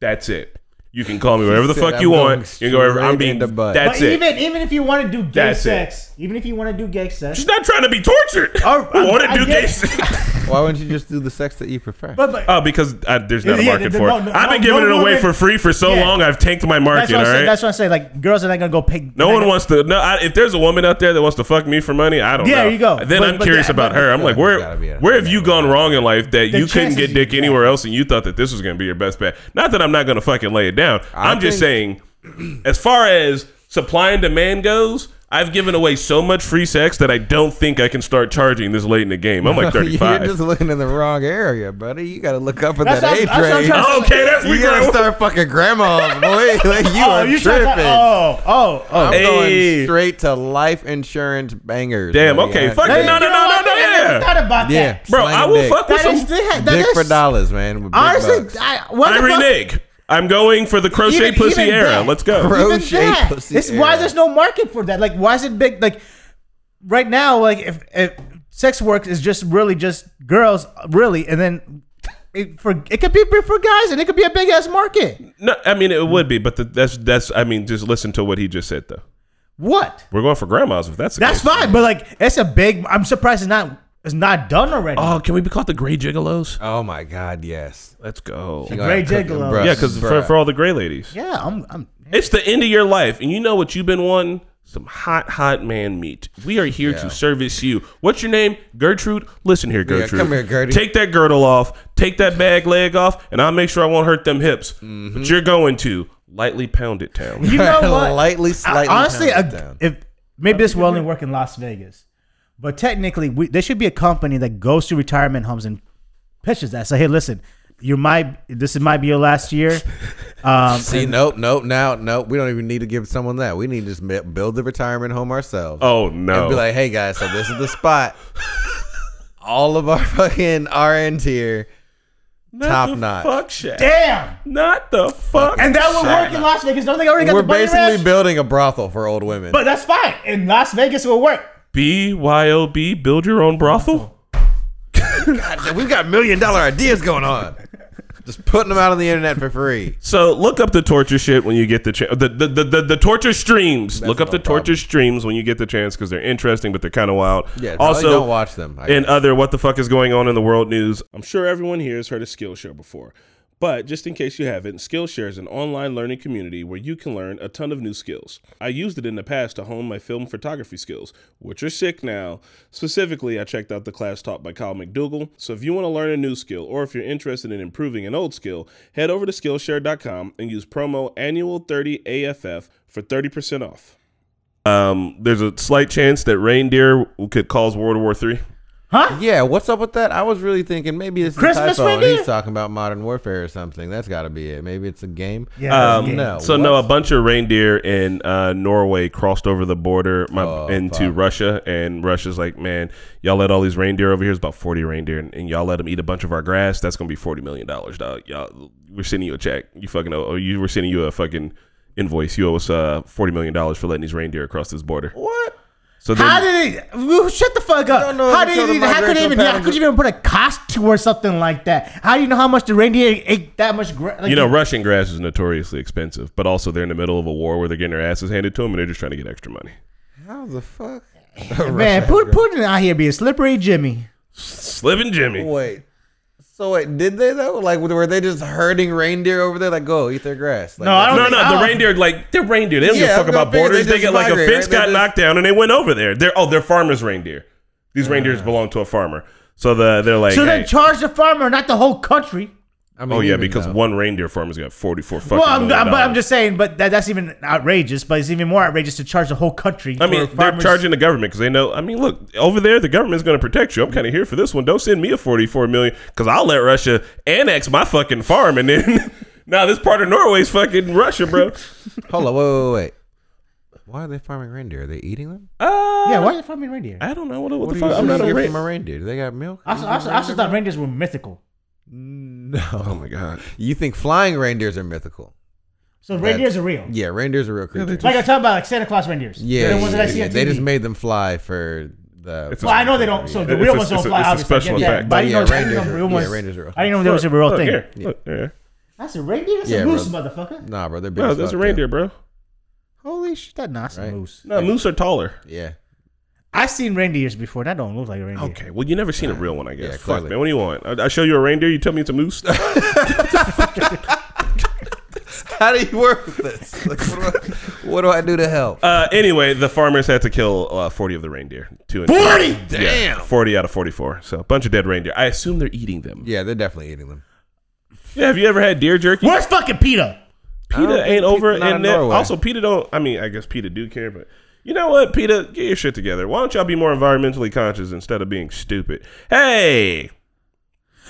Speaker 1: That's it. You can call me whatever the
Speaker 2: said,
Speaker 1: fuck
Speaker 2: "I'm
Speaker 1: you
Speaker 2: going
Speaker 1: want. You can go wherever.
Speaker 2: straight
Speaker 1: I'm
Speaker 2: in
Speaker 1: being.
Speaker 2: the butt.
Speaker 1: That's
Speaker 3: But
Speaker 1: it.
Speaker 3: even even if you want to do gay
Speaker 1: That's it.
Speaker 3: sex, even if you want to do gay sex,
Speaker 1: She's not trying to be tortured.
Speaker 3: Oh,
Speaker 1: I want
Speaker 3: I-
Speaker 1: to
Speaker 3: I
Speaker 1: do
Speaker 3: get
Speaker 1: gay
Speaker 3: it.
Speaker 1: sex.
Speaker 2: Why wouldn't you just do the sex that you prefer?
Speaker 3: but, but
Speaker 1: Oh, because I, there's not a
Speaker 3: Yeah,
Speaker 1: market
Speaker 3: the-
Speaker 1: for it.
Speaker 3: no, no,
Speaker 1: I've been
Speaker 3: no,
Speaker 1: giving
Speaker 3: no
Speaker 1: it away
Speaker 3: woman-
Speaker 1: for free for so
Speaker 3: Yeah.
Speaker 1: long. I've tanked my
Speaker 3: that's
Speaker 1: market.
Speaker 3: what
Speaker 1: All
Speaker 3: I'm saying.
Speaker 1: right.
Speaker 3: That's what I'm saying. Like girls are not gonna go pay.
Speaker 1: No
Speaker 3: they're
Speaker 1: one
Speaker 3: not
Speaker 1: wants to. No, I, if there's a woman out there that wants to fuck me for money, I don't
Speaker 3: Yeah,
Speaker 1: know.
Speaker 3: you go.
Speaker 1: Then
Speaker 3: But-
Speaker 1: I'm
Speaker 3: but
Speaker 1: curious
Speaker 3: that-
Speaker 1: about
Speaker 3: but-
Speaker 1: her. I'm like, where,
Speaker 2: Gotta be a-
Speaker 1: where have you gone wrong in life that you couldn't
Speaker 3: chances
Speaker 1: get
Speaker 3: you-
Speaker 1: dick anywhere else and you thought that this was going to be your best bet? Not that I'm not going to fucking lay it down.
Speaker 2: I
Speaker 1: I'm just
Speaker 2: think-
Speaker 1: saying, as far as supply and demand goes. I've given away so much free sex that I don't think I can start charging this late in the game. I'm like
Speaker 2: You're
Speaker 1: 35.
Speaker 2: just looking in the wrong area, buddy. You gotta look up at
Speaker 3: That's
Speaker 2: that
Speaker 3: what-
Speaker 2: age
Speaker 3: that's what I'm
Speaker 2: range.
Speaker 3: trying to-
Speaker 1: Oh, okay, that's
Speaker 2: You
Speaker 1: we
Speaker 2: gotta
Speaker 1: going.
Speaker 2: start fucking grandmas, boy. Like you
Speaker 3: Oh,
Speaker 2: are
Speaker 3: you tried
Speaker 2: tripping.
Speaker 3: to- oh, oh, oh.
Speaker 2: I'm
Speaker 1: Hey.
Speaker 2: going straight to life insurance bangers.
Speaker 1: Damn,
Speaker 2: buddy.
Speaker 1: okay,
Speaker 2: I-
Speaker 1: fuck it,
Speaker 3: Hey,
Speaker 1: no,
Speaker 3: you
Speaker 1: no,
Speaker 3: know what?
Speaker 1: no,
Speaker 3: I never
Speaker 1: yeah.
Speaker 3: Thought about
Speaker 2: Yeah,
Speaker 3: that.
Speaker 1: Bro, I
Speaker 2: slanging
Speaker 1: will
Speaker 2: dick.
Speaker 1: fuck with
Speaker 3: That
Speaker 1: some.
Speaker 3: is that
Speaker 2: Dick
Speaker 3: is-
Speaker 2: for dollars, man. with big bucks.
Speaker 3: Honestly, I, what
Speaker 1: I
Speaker 3: the fuck?
Speaker 1: renege. I'm going for the crochet
Speaker 3: Even-
Speaker 1: pussy
Speaker 3: even
Speaker 1: era.
Speaker 3: that.
Speaker 1: Let's go.
Speaker 2: Bro.
Speaker 3: Even
Speaker 2: Crochet
Speaker 3: that.
Speaker 2: pussy
Speaker 3: It's why
Speaker 2: era.
Speaker 3: there's no market for that. Like, why is it big? Like, right now, like if, if sex work is just really just girls, really, and then. It, for it could be big for guys and it could be a big ass market.
Speaker 1: No, I mean it would be, but the, that's that's. I mean, just listen to what he just said, though.
Speaker 3: What?
Speaker 1: We're going for grandmas if that's the
Speaker 3: That's
Speaker 1: case.
Speaker 3: fine, but like it's a big. I'm surprised it's not it's not done already.
Speaker 1: Oh, can we be called the Gray Gigolos?
Speaker 2: Oh my god, yes.
Speaker 1: Let's go.
Speaker 2: You
Speaker 1: Yeah,
Speaker 2: gotta
Speaker 3: Ray
Speaker 2: cook it,
Speaker 3: Gigolo.
Speaker 2: bruh,
Speaker 1: Yeah, because for,
Speaker 2: bruh.
Speaker 1: for all the gray ladies,
Speaker 3: yeah, I'm. I'm
Speaker 1: it's the end of your life, and you know what you've been wanting. Some hot, hot man meat. We are here to service you. What's your name? Gertrude? Listen here,
Speaker 2: Yeah,
Speaker 1: Gertrude.
Speaker 2: come here, Gertie.
Speaker 1: Take that girdle off. Take that bag leg off, and I'll make sure I won't hurt them hips.
Speaker 2: Mm-hmm.
Speaker 1: But you're going to lightly pound it town.
Speaker 3: you know what?
Speaker 2: Lightly, slightly.
Speaker 3: I, honestly,
Speaker 2: pound it
Speaker 3: a-
Speaker 2: down.
Speaker 3: if maybe this will only work in Las Vegas, but technically, we, there should be a company that goes to retirement homes and pitches that. Say, hey, listen, you might this is might be your last year. Um,
Speaker 2: See, nope, nope, now, nope. We don't even need to give someone that. We need to just ma- build the retirement home ourselves.
Speaker 1: Oh no!
Speaker 2: and be like, "Hey guys, so this is the spot. All of our fucking RNs here.
Speaker 1: Not
Speaker 2: top
Speaker 1: the
Speaker 2: notch.
Speaker 1: Fuck Shaq.
Speaker 3: damn,
Speaker 1: Not the fuck.
Speaker 3: and that would
Speaker 2: Shut
Speaker 3: work in Las Vegas. Don't they already got
Speaker 2: We're
Speaker 3: the bunny
Speaker 2: basically
Speaker 3: ranch?
Speaker 2: building a brothel for old women."
Speaker 3: but that's fine. In Las Vegas, it will work.
Speaker 1: BYOB, build your own brothel?
Speaker 2: We've got million dollar ideas going on. Just putting them out on the internet for free.
Speaker 1: So look up the torture shit when you get the chance. The, the, the, the, the torture streams. look up the
Speaker 2: no problem.
Speaker 1: torture streams when you get the chance because they're interesting, but they're kind of wild.
Speaker 2: Yeah,
Speaker 1: also,
Speaker 2: also don't watch them. I
Speaker 1: in other what the fuck is going on in the world news. I'm sure everyone here has heard of Skillshare before. But just in case you haven't, Skillshare is an online learning community where you can learn a ton of new skills. I used it in the past to hone my film photography skills, which are sick now. Specifically, I checked out the class taught by Kyle McDougall. So if you want to learn a new skill or if you're interested in improving an old skill, head over to Skillshare.com and use promo annual30AFF for 30% off. Um, there's a slight chance that reindeer could cause World War III.
Speaker 3: Huh?
Speaker 2: Yeah, what's up with that? I was really thinking maybe this is
Speaker 3: Christmas
Speaker 2: a typo and
Speaker 3: reindeer?
Speaker 2: he's talking about Modern Warfare or something. That's got to be it. Maybe it's a game.
Speaker 3: Yeah,
Speaker 1: Um,
Speaker 2: no.
Speaker 1: So
Speaker 2: what?
Speaker 1: no, a bunch of reindeer in uh, Norway crossed over the border my,
Speaker 2: Oh,
Speaker 1: into Russia, and Russia's like, man, y'all let all these reindeer over here. It's about forty reindeer, and, and y'all let them eat a bunch of our grass. That's gonna be forty million dollars, dog. Y'all, we're sending you a check. You fucking owe. or You were sending you a fucking invoice. You owe us uh, forty million dollars for letting these reindeer across this border.
Speaker 2: What?
Speaker 1: So then,
Speaker 3: How did it? Woo, Shut the fuck up!
Speaker 2: don't know
Speaker 3: How
Speaker 2: if it's
Speaker 3: did
Speaker 2: on
Speaker 3: it,
Speaker 2: the
Speaker 3: How could it
Speaker 2: migrational
Speaker 3: even? How
Speaker 2: patterns
Speaker 3: could you even put a cost to or something like that? How do you know how much the reindeer ate that much? Gra- like,
Speaker 1: you know, Russian grass is notoriously expensive, but also they're in the middle of a war where they're getting their asses handed to them, and they're just trying to get extra money.
Speaker 2: How the fuck?
Speaker 3: man, Putin, Putin out here being slippery, Jimmy.
Speaker 1: Slipping Jimmy.
Speaker 2: Wait. So wait, did they though? Like, were they just herding reindeer over there? Like, go eat their grass. Like,
Speaker 3: No, I don't
Speaker 1: No,
Speaker 3: think-
Speaker 1: no, the
Speaker 3: I-
Speaker 1: reindeer like they're reindeer. They don't give
Speaker 2: Yeah,
Speaker 1: a fuck
Speaker 2: I'm gonna
Speaker 1: about
Speaker 2: figure they
Speaker 1: borders. They
Speaker 2: just
Speaker 1: get like a
Speaker 2: migrate,
Speaker 1: fence
Speaker 2: right? They
Speaker 1: got
Speaker 2: just-
Speaker 1: knocked down and they went over there. They're oh, they're farmers' reindeer. These reindeers belong to a farmer, so the they're like,
Speaker 3: Ah. So
Speaker 1: hey,
Speaker 3: they charge the farmer, not the whole country.
Speaker 2: I mean,
Speaker 1: oh yeah,
Speaker 2: even
Speaker 1: because
Speaker 2: though-
Speaker 1: one reindeer farmer's got forty four fucking.
Speaker 3: Well, I'm,
Speaker 1: million
Speaker 3: I'm- but I'm
Speaker 1: dollars.
Speaker 3: just saying, but that, that's even outrageous. But it's even more outrageous to charge the whole country.
Speaker 1: I mean,
Speaker 3: for
Speaker 1: they're
Speaker 3: farmers-
Speaker 1: charging the government because they know. I mean, look over there, the government's going to protect you. I'm kind of here for this one. Don't send me a 44 million because I'll let Russia annex my fucking farm, and then now this part of Norway's fucking Russia, bro.
Speaker 2: Hold on, wait, wait, wait. Why are they farming reindeer? Are they eating them?
Speaker 1: Uh,
Speaker 3: Yeah, why are you farming reindeer? I,
Speaker 1: I don't know what, what,
Speaker 2: What
Speaker 1: the
Speaker 2: do
Speaker 1: fuck.
Speaker 2: you
Speaker 1: I'm not a
Speaker 2: get
Speaker 1: rain-
Speaker 2: from a reindeer? Do they got milk?
Speaker 3: also, I, also, I also thought reindeers were mythical.
Speaker 2: No.
Speaker 1: Oh my god.
Speaker 2: You think flying reindeers are mythical?
Speaker 3: So reindeers are real.
Speaker 2: Yeah, reindeers are real creatures.
Speaker 3: Like I'm talking about, like Santa Claus reindeers.
Speaker 2: Yeah,
Speaker 3: They're the ones
Speaker 2: yeah,
Speaker 3: that I see
Speaker 2: yeah.
Speaker 3: on TV.
Speaker 2: they just made them fly for the.
Speaker 1: It's a-
Speaker 3: Well, I know they don't. So the
Speaker 1: It's
Speaker 3: real
Speaker 1: a-
Speaker 3: ones
Speaker 1: it's
Speaker 3: don't
Speaker 1: a-
Speaker 3: fly.
Speaker 1: it's a
Speaker 3: obviously. I get
Speaker 1: special
Speaker 3: that,
Speaker 1: effect.
Speaker 3: But I didn't
Speaker 2: Yeah,
Speaker 3: know I didn't know
Speaker 2: reindeers are-
Speaker 3: real
Speaker 2: yeah,
Speaker 3: ones.
Speaker 2: reindeers are-
Speaker 3: I didn't know that was a real
Speaker 1: Look
Speaker 3: thing.
Speaker 1: here. Look here.
Speaker 3: That's a reindeer. That's
Speaker 2: Yeah,
Speaker 3: a moose,
Speaker 2: bro.
Speaker 3: motherfucker.
Speaker 2: nah, bro, they're big.
Speaker 1: No,
Speaker 2: as
Speaker 1: that's a
Speaker 2: fuck,
Speaker 1: reindeer,
Speaker 2: too.
Speaker 1: bro.
Speaker 3: Holy shit, that not
Speaker 2: Right.
Speaker 3: a moose.
Speaker 1: No, moose are taller.
Speaker 2: Yeah,
Speaker 3: I've seen reindeers before. That don't look like a reindeer.
Speaker 1: Okay, well, you never seen a real one, I guess.
Speaker 2: Yeah,
Speaker 1: Fuck,
Speaker 2: clearly.
Speaker 1: man. What do you want? I, I show you a reindeer, you tell me it's a moose?
Speaker 2: How do you work with this? Like, what, do I, what do I do to help?
Speaker 1: uh, anyway, the farmers had to kill uh, 40 of the reindeer. Two and
Speaker 3: 40?
Speaker 1: Yeah,
Speaker 2: Damn.
Speaker 1: 40 out of 44. So, a bunch of dead reindeer. I assume they're eating them. Yeah,
Speaker 2: Yeah, they're definitely eating them.
Speaker 1: have you ever had deer jerky?
Speaker 3: Where's fucking PETA?
Speaker 2: I don't
Speaker 1: PETA
Speaker 2: think
Speaker 1: ain't over
Speaker 2: PETA- not
Speaker 1: in
Speaker 2: in
Speaker 1: there.
Speaker 2: Norway.
Speaker 1: Also, PETA don't. I mean, I guess PETA do care, but you know what, PETA, get your shit together. Why don't y'all be more environmentally conscious instead of being stupid? Hey,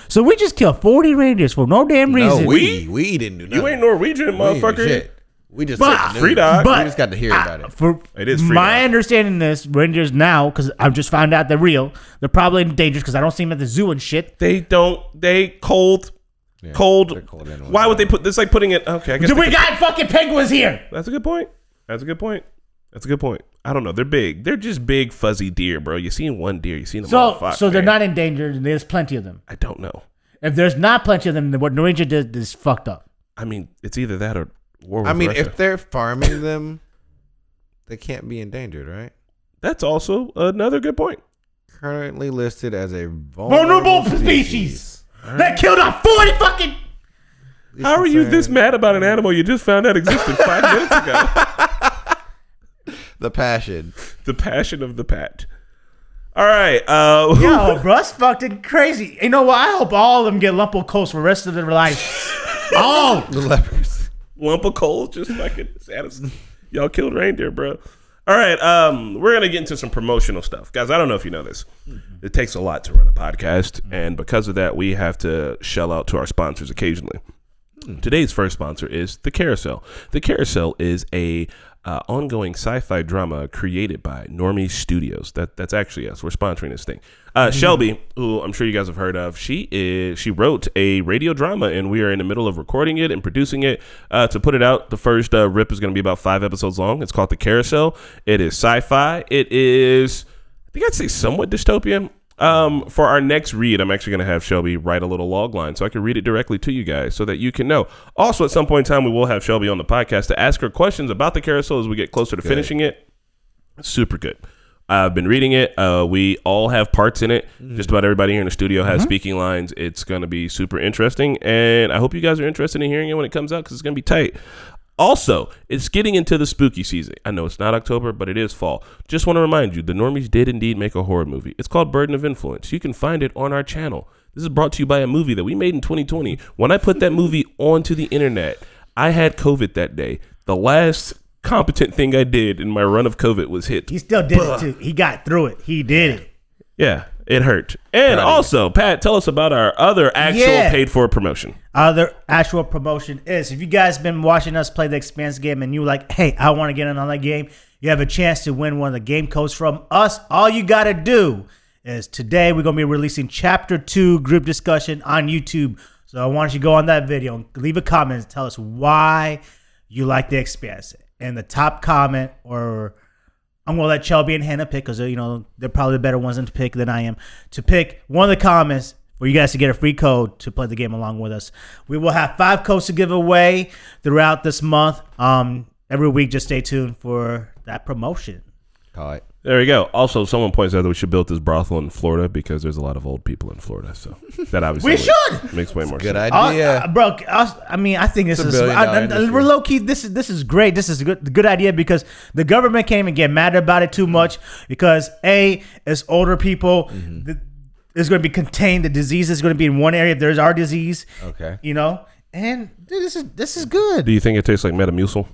Speaker 3: So we just killed 40 reindeers for no damn
Speaker 2: No,
Speaker 3: reason.
Speaker 2: we we didn't do nothing.
Speaker 1: you ain't Norwegian,
Speaker 2: Uh, We ain't do
Speaker 1: motherfucker.
Speaker 2: shit. We just
Speaker 3: But-
Speaker 2: took the news.
Speaker 1: Free dog.
Speaker 2: We just got to hear
Speaker 3: I-
Speaker 2: about it.
Speaker 3: For
Speaker 1: It is free
Speaker 3: my
Speaker 1: dog.
Speaker 3: understanding, this reindeers now because I've just found out they're real. They're probably endangered because I don't see them at the zoo and shit.
Speaker 1: They don't. They cold.
Speaker 2: Yeah, they're
Speaker 1: cold.
Speaker 2: cold animals.
Speaker 1: Why would they put this? Like putting it. Okay, I guess
Speaker 3: Dude,
Speaker 1: they
Speaker 3: we
Speaker 1: could-
Speaker 3: got fucking penguins here.
Speaker 1: that's a good point. That's a good point. That's a good point. I don't know. They're big. They're just big fuzzy deer, bro. You seen one deer, you seen them all.
Speaker 3: So,
Speaker 1: Fuck,
Speaker 3: so they're
Speaker 1: man.
Speaker 3: not endangered. and There's plenty of them.
Speaker 1: I don't know.
Speaker 3: If there's not plenty of them, then what Norwegia did is fucked up.
Speaker 1: I mean, it's either that or war. With
Speaker 2: I mean,
Speaker 1: Russia.
Speaker 2: if they're farming them, they can't be endangered, right?
Speaker 1: that's also another good point.
Speaker 2: Currently listed as a
Speaker 3: Oh,
Speaker 2: vulnerable,
Speaker 3: Vulnerable species. They killed off 40 fucking.
Speaker 1: How are you this mad about an animal you just found out existed five minutes ago?
Speaker 2: The passion.
Speaker 1: The passion of the pat. All right. Uh,
Speaker 3: Yo, bro, that's fucking crazy. You know what? I hope all of them get lumpo coast for the rest of their life. all.
Speaker 2: The leprosy.
Speaker 1: lump of coal just fucking satisfied. Y'all killed reindeer, bro. All right, um, we're gonna get into some promotional stuff, guys. I don't know if you know this. It takes a lot to run a podcast, and because of that, we have to shell out to our sponsors occasionally. Today's first sponsor is The Carousel. The Carousel is a uh, ongoing sci-fi drama created by Normie Studios. That that's actually us. We're sponsoring this thing. Uh, Shelby, who I'm sure you guys have heard of, she is she wrote a radio drama, and we are in the middle of recording it and producing it uh, to put it out. The first uh, rip is going to be about five episodes long. It's called The Carousel. It is sci-fi. It is I think I'd say somewhat dystopian. Um, for our next read, I'm actually going to have Shelby write a little log line so I can read it directly to you guys so that you can know. Also, at some point in time, we will have Shelby on the podcast to ask her questions about the carousel as we get closer to finishing it. Super good. I've been reading it. Uh, we all have parts in it. Just about everybody here in the studio has speaking lines. It's going to be super interesting. And I hope you guys are interested in hearing it when it comes out because it's going to be tight. Also, it's getting into the spooky season. I know it's not October, but it is fall. Just want to remind you, the Normies did indeed make a horror movie. It's called Burden of Influence. You can find it on our channel. This is brought to you by a movie that we made in 2020. When I put that movie onto the internet, I had COVID that day. The last competent thing I did in my run of COVID was hit.
Speaker 3: He still did it too. He got through it. He did it.
Speaker 1: Yeah, It hurt. And also, Pat, tell us about our other actual
Speaker 3: Yeah.
Speaker 1: paid for promotion.
Speaker 3: other actual promotion is. If you guys been watching us play the Expanse game and you like, hey, I want to get in on that game, you have a chance to win one of the game codes from us. All you gotta do is today we're gonna be releasing Chapter Two group discussion on YouTube. So I want you to go on that video and leave a comment and tell us why you like the Expanse. And the top comment or I'm gonna let Shelby and Hannah pick because you know they're probably the better ones to pick than I am. To pick one of the comments for you guys to get a free code to play the game along with us. We will have five codes to give away throughout this month. Um, every week, just stay tuned for that promotion.
Speaker 2: Call it.
Speaker 1: There we go. Also, someone points out that we should build this brothel in Florida because there's a lot of old people in Florida. So that obviously
Speaker 3: We
Speaker 1: makes-
Speaker 3: should!
Speaker 1: makes way more
Speaker 2: Good
Speaker 1: sense.
Speaker 3: Uh,
Speaker 2: idea.
Speaker 3: uh, bro. I, I mean, I think this
Speaker 2: a
Speaker 3: is
Speaker 2: billion dollar
Speaker 3: I, I,
Speaker 2: industry.
Speaker 3: we're low key. This is this is great. This is a good good idea because the government can't even get mad about it
Speaker 2: Mm-hmm.
Speaker 3: too much because a it's older people.
Speaker 2: Mm-hmm.
Speaker 3: The, it's going to be contained. The disease is going to be in one area. If there's our disease,
Speaker 2: okay.
Speaker 3: you know, and dude, this is this is good.
Speaker 1: Do you think it tastes like Metamucil?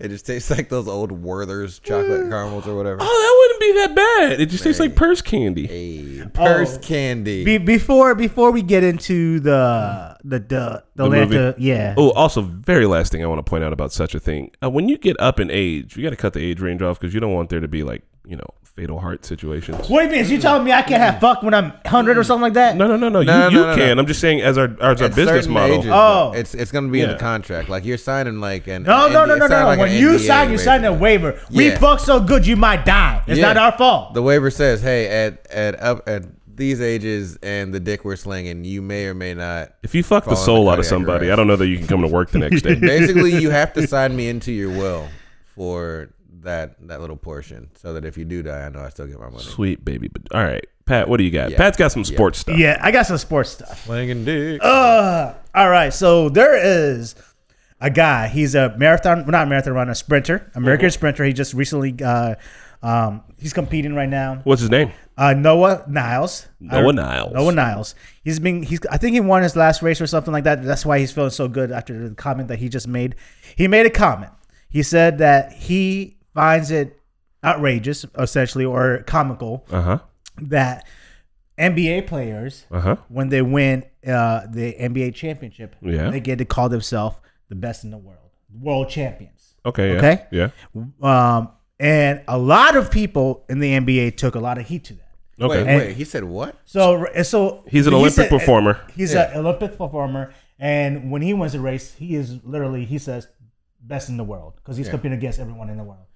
Speaker 2: It just tastes like those old Werther's chocolate caramels or whatever.
Speaker 1: Oh, that wouldn't be that bad. It just tastes like purse candy.
Speaker 2: Hey, purse
Speaker 3: Oh.
Speaker 2: candy.
Speaker 3: Be, before before we get into the the the, the,
Speaker 1: movie.
Speaker 3: Atlanta, yeah.
Speaker 1: Oh, also, very last thing I want to point out about such a thing: uh, when you get up in age, you got to cut the age range off because you don't want there to be like you know fatal heart situations.
Speaker 3: What do you mean? Is you telling me I can't
Speaker 2: Mm.
Speaker 3: have fuck when I'm hundred or something like that?
Speaker 1: No, no, no, no. You,
Speaker 2: No, no,
Speaker 1: you
Speaker 2: no, no,
Speaker 1: can. I'm just saying, as our as our
Speaker 2: At
Speaker 1: business
Speaker 2: certain
Speaker 1: model,
Speaker 2: ages,
Speaker 3: Oh.
Speaker 2: though, it's it's gonna be in the
Speaker 1: Yeah.
Speaker 2: contract. Like you're signing like an
Speaker 3: No,
Speaker 2: an
Speaker 3: no,
Speaker 2: ND
Speaker 3: no, no, no,
Speaker 2: sign
Speaker 3: no.
Speaker 2: like an
Speaker 3: when you
Speaker 2: NDA
Speaker 3: sign, you sign a
Speaker 2: waiver.
Speaker 3: waiver. We
Speaker 2: Yeah.
Speaker 3: fuck so good, you might die. It's
Speaker 2: Yeah.
Speaker 3: not our fault.
Speaker 2: The waiver says, hey, at at up at these ages and the dick we're slinging, you may or may not.
Speaker 1: if you fuck the
Speaker 2: Following
Speaker 1: soul
Speaker 2: the
Speaker 1: out of
Speaker 2: cardiac
Speaker 1: somebody,
Speaker 2: arrest.
Speaker 1: I don't know that you can come to work the next day.
Speaker 2: Basically, you have to sign me into your will for that that little portion, so that if you do die, I know I still get my money.
Speaker 1: Sweet baby, but all right, Pat, what do you got? Pat's got some sports stuff.
Speaker 3: yeah, I got some sports stuff.
Speaker 2: Slinging dick.
Speaker 3: Uh, all right, so there is a guy. He's a marathon, well, not marathon runner, sprinter,
Speaker 2: Uh-huh.
Speaker 3: American sprinter. He just recently, uh, um, he's competing right now.
Speaker 1: What's his name?
Speaker 3: Uh, Noah Niles.
Speaker 1: Noah
Speaker 3: I-
Speaker 1: Niles.
Speaker 3: Noah Niles. He's been. He's. I think he won his last race or something like that. That's why he's feeling so good after the comment that he just made. He made a comment. He said that he finds it outrageous, essentially, or comical
Speaker 1: Uh huh.
Speaker 3: that NBA players,
Speaker 1: Uh huh.
Speaker 3: when they win uh, the NBA championship,
Speaker 1: Yeah.
Speaker 3: they get to call themselves the best in the world, world champions.
Speaker 1: Okay. Yeah.
Speaker 3: Okay.
Speaker 1: Yeah.
Speaker 3: Um, and a lot of people in the NBA took a lot of heat to that.
Speaker 1: Okay.
Speaker 2: Wait, wait. He said what?
Speaker 3: So so
Speaker 1: He's an
Speaker 3: he
Speaker 1: Olympic
Speaker 3: said-
Speaker 1: performer.
Speaker 3: He's an Olympic performer, and when he wins a race, he is literally he says best in the world because he's competing against everyone in the world.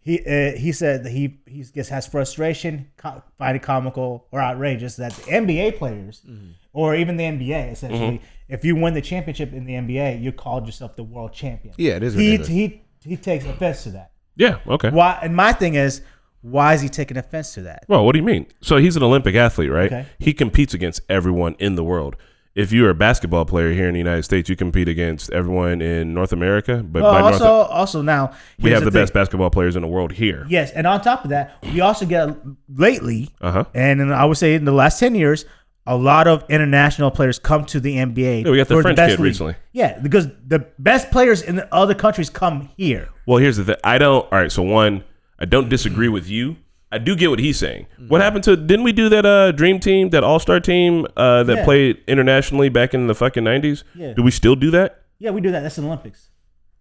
Speaker 3: He uh, he said that he he gets has frustration, co- find it comical or outrageous that the NBA players
Speaker 2: Mm-hmm.
Speaker 3: or even the NBA essentially,
Speaker 1: Mm-hmm.
Speaker 3: if you win the championship in the NBA, you called yourself the world champion.
Speaker 2: Yeah, it is
Speaker 3: He
Speaker 2: ridiculous.
Speaker 3: he he takes offense to that.
Speaker 1: yeah. Okay.
Speaker 3: Why? And my thing is, why is he taking offense to that?
Speaker 1: Well, what do you mean? So he's an Olympic athlete, right?
Speaker 3: Okay.
Speaker 1: He competes against everyone in the world. If you're a basketball player here in the United States, you compete against everyone in North America. But
Speaker 3: Well,
Speaker 1: by
Speaker 3: also,
Speaker 1: North,
Speaker 3: also now
Speaker 1: we
Speaker 3: here's
Speaker 1: have the,
Speaker 3: thing.
Speaker 1: best basketball players in the world here.
Speaker 3: Yes, and on top of that, we also get lately,
Speaker 1: Uh huh.
Speaker 3: and in- I would say in the last ten years, a lot of international players come to the NBA.
Speaker 1: Yeah, we got the
Speaker 3: for
Speaker 1: French
Speaker 3: best
Speaker 1: kid
Speaker 3: league.
Speaker 1: recently.
Speaker 3: Yeah, because the best players in the other countries come here.
Speaker 1: Well, here's the thing. I don't. All right. So one, I don't disagree with you. I do get what he's saying. What happened to? Didn't we do that uh, dream team, that all star team uh, that
Speaker 3: Yeah.
Speaker 1: played internationally back in the fucking nineties?
Speaker 3: Yeah.
Speaker 1: Do we still do that?
Speaker 3: Yeah, we do that. That's in the Olympics.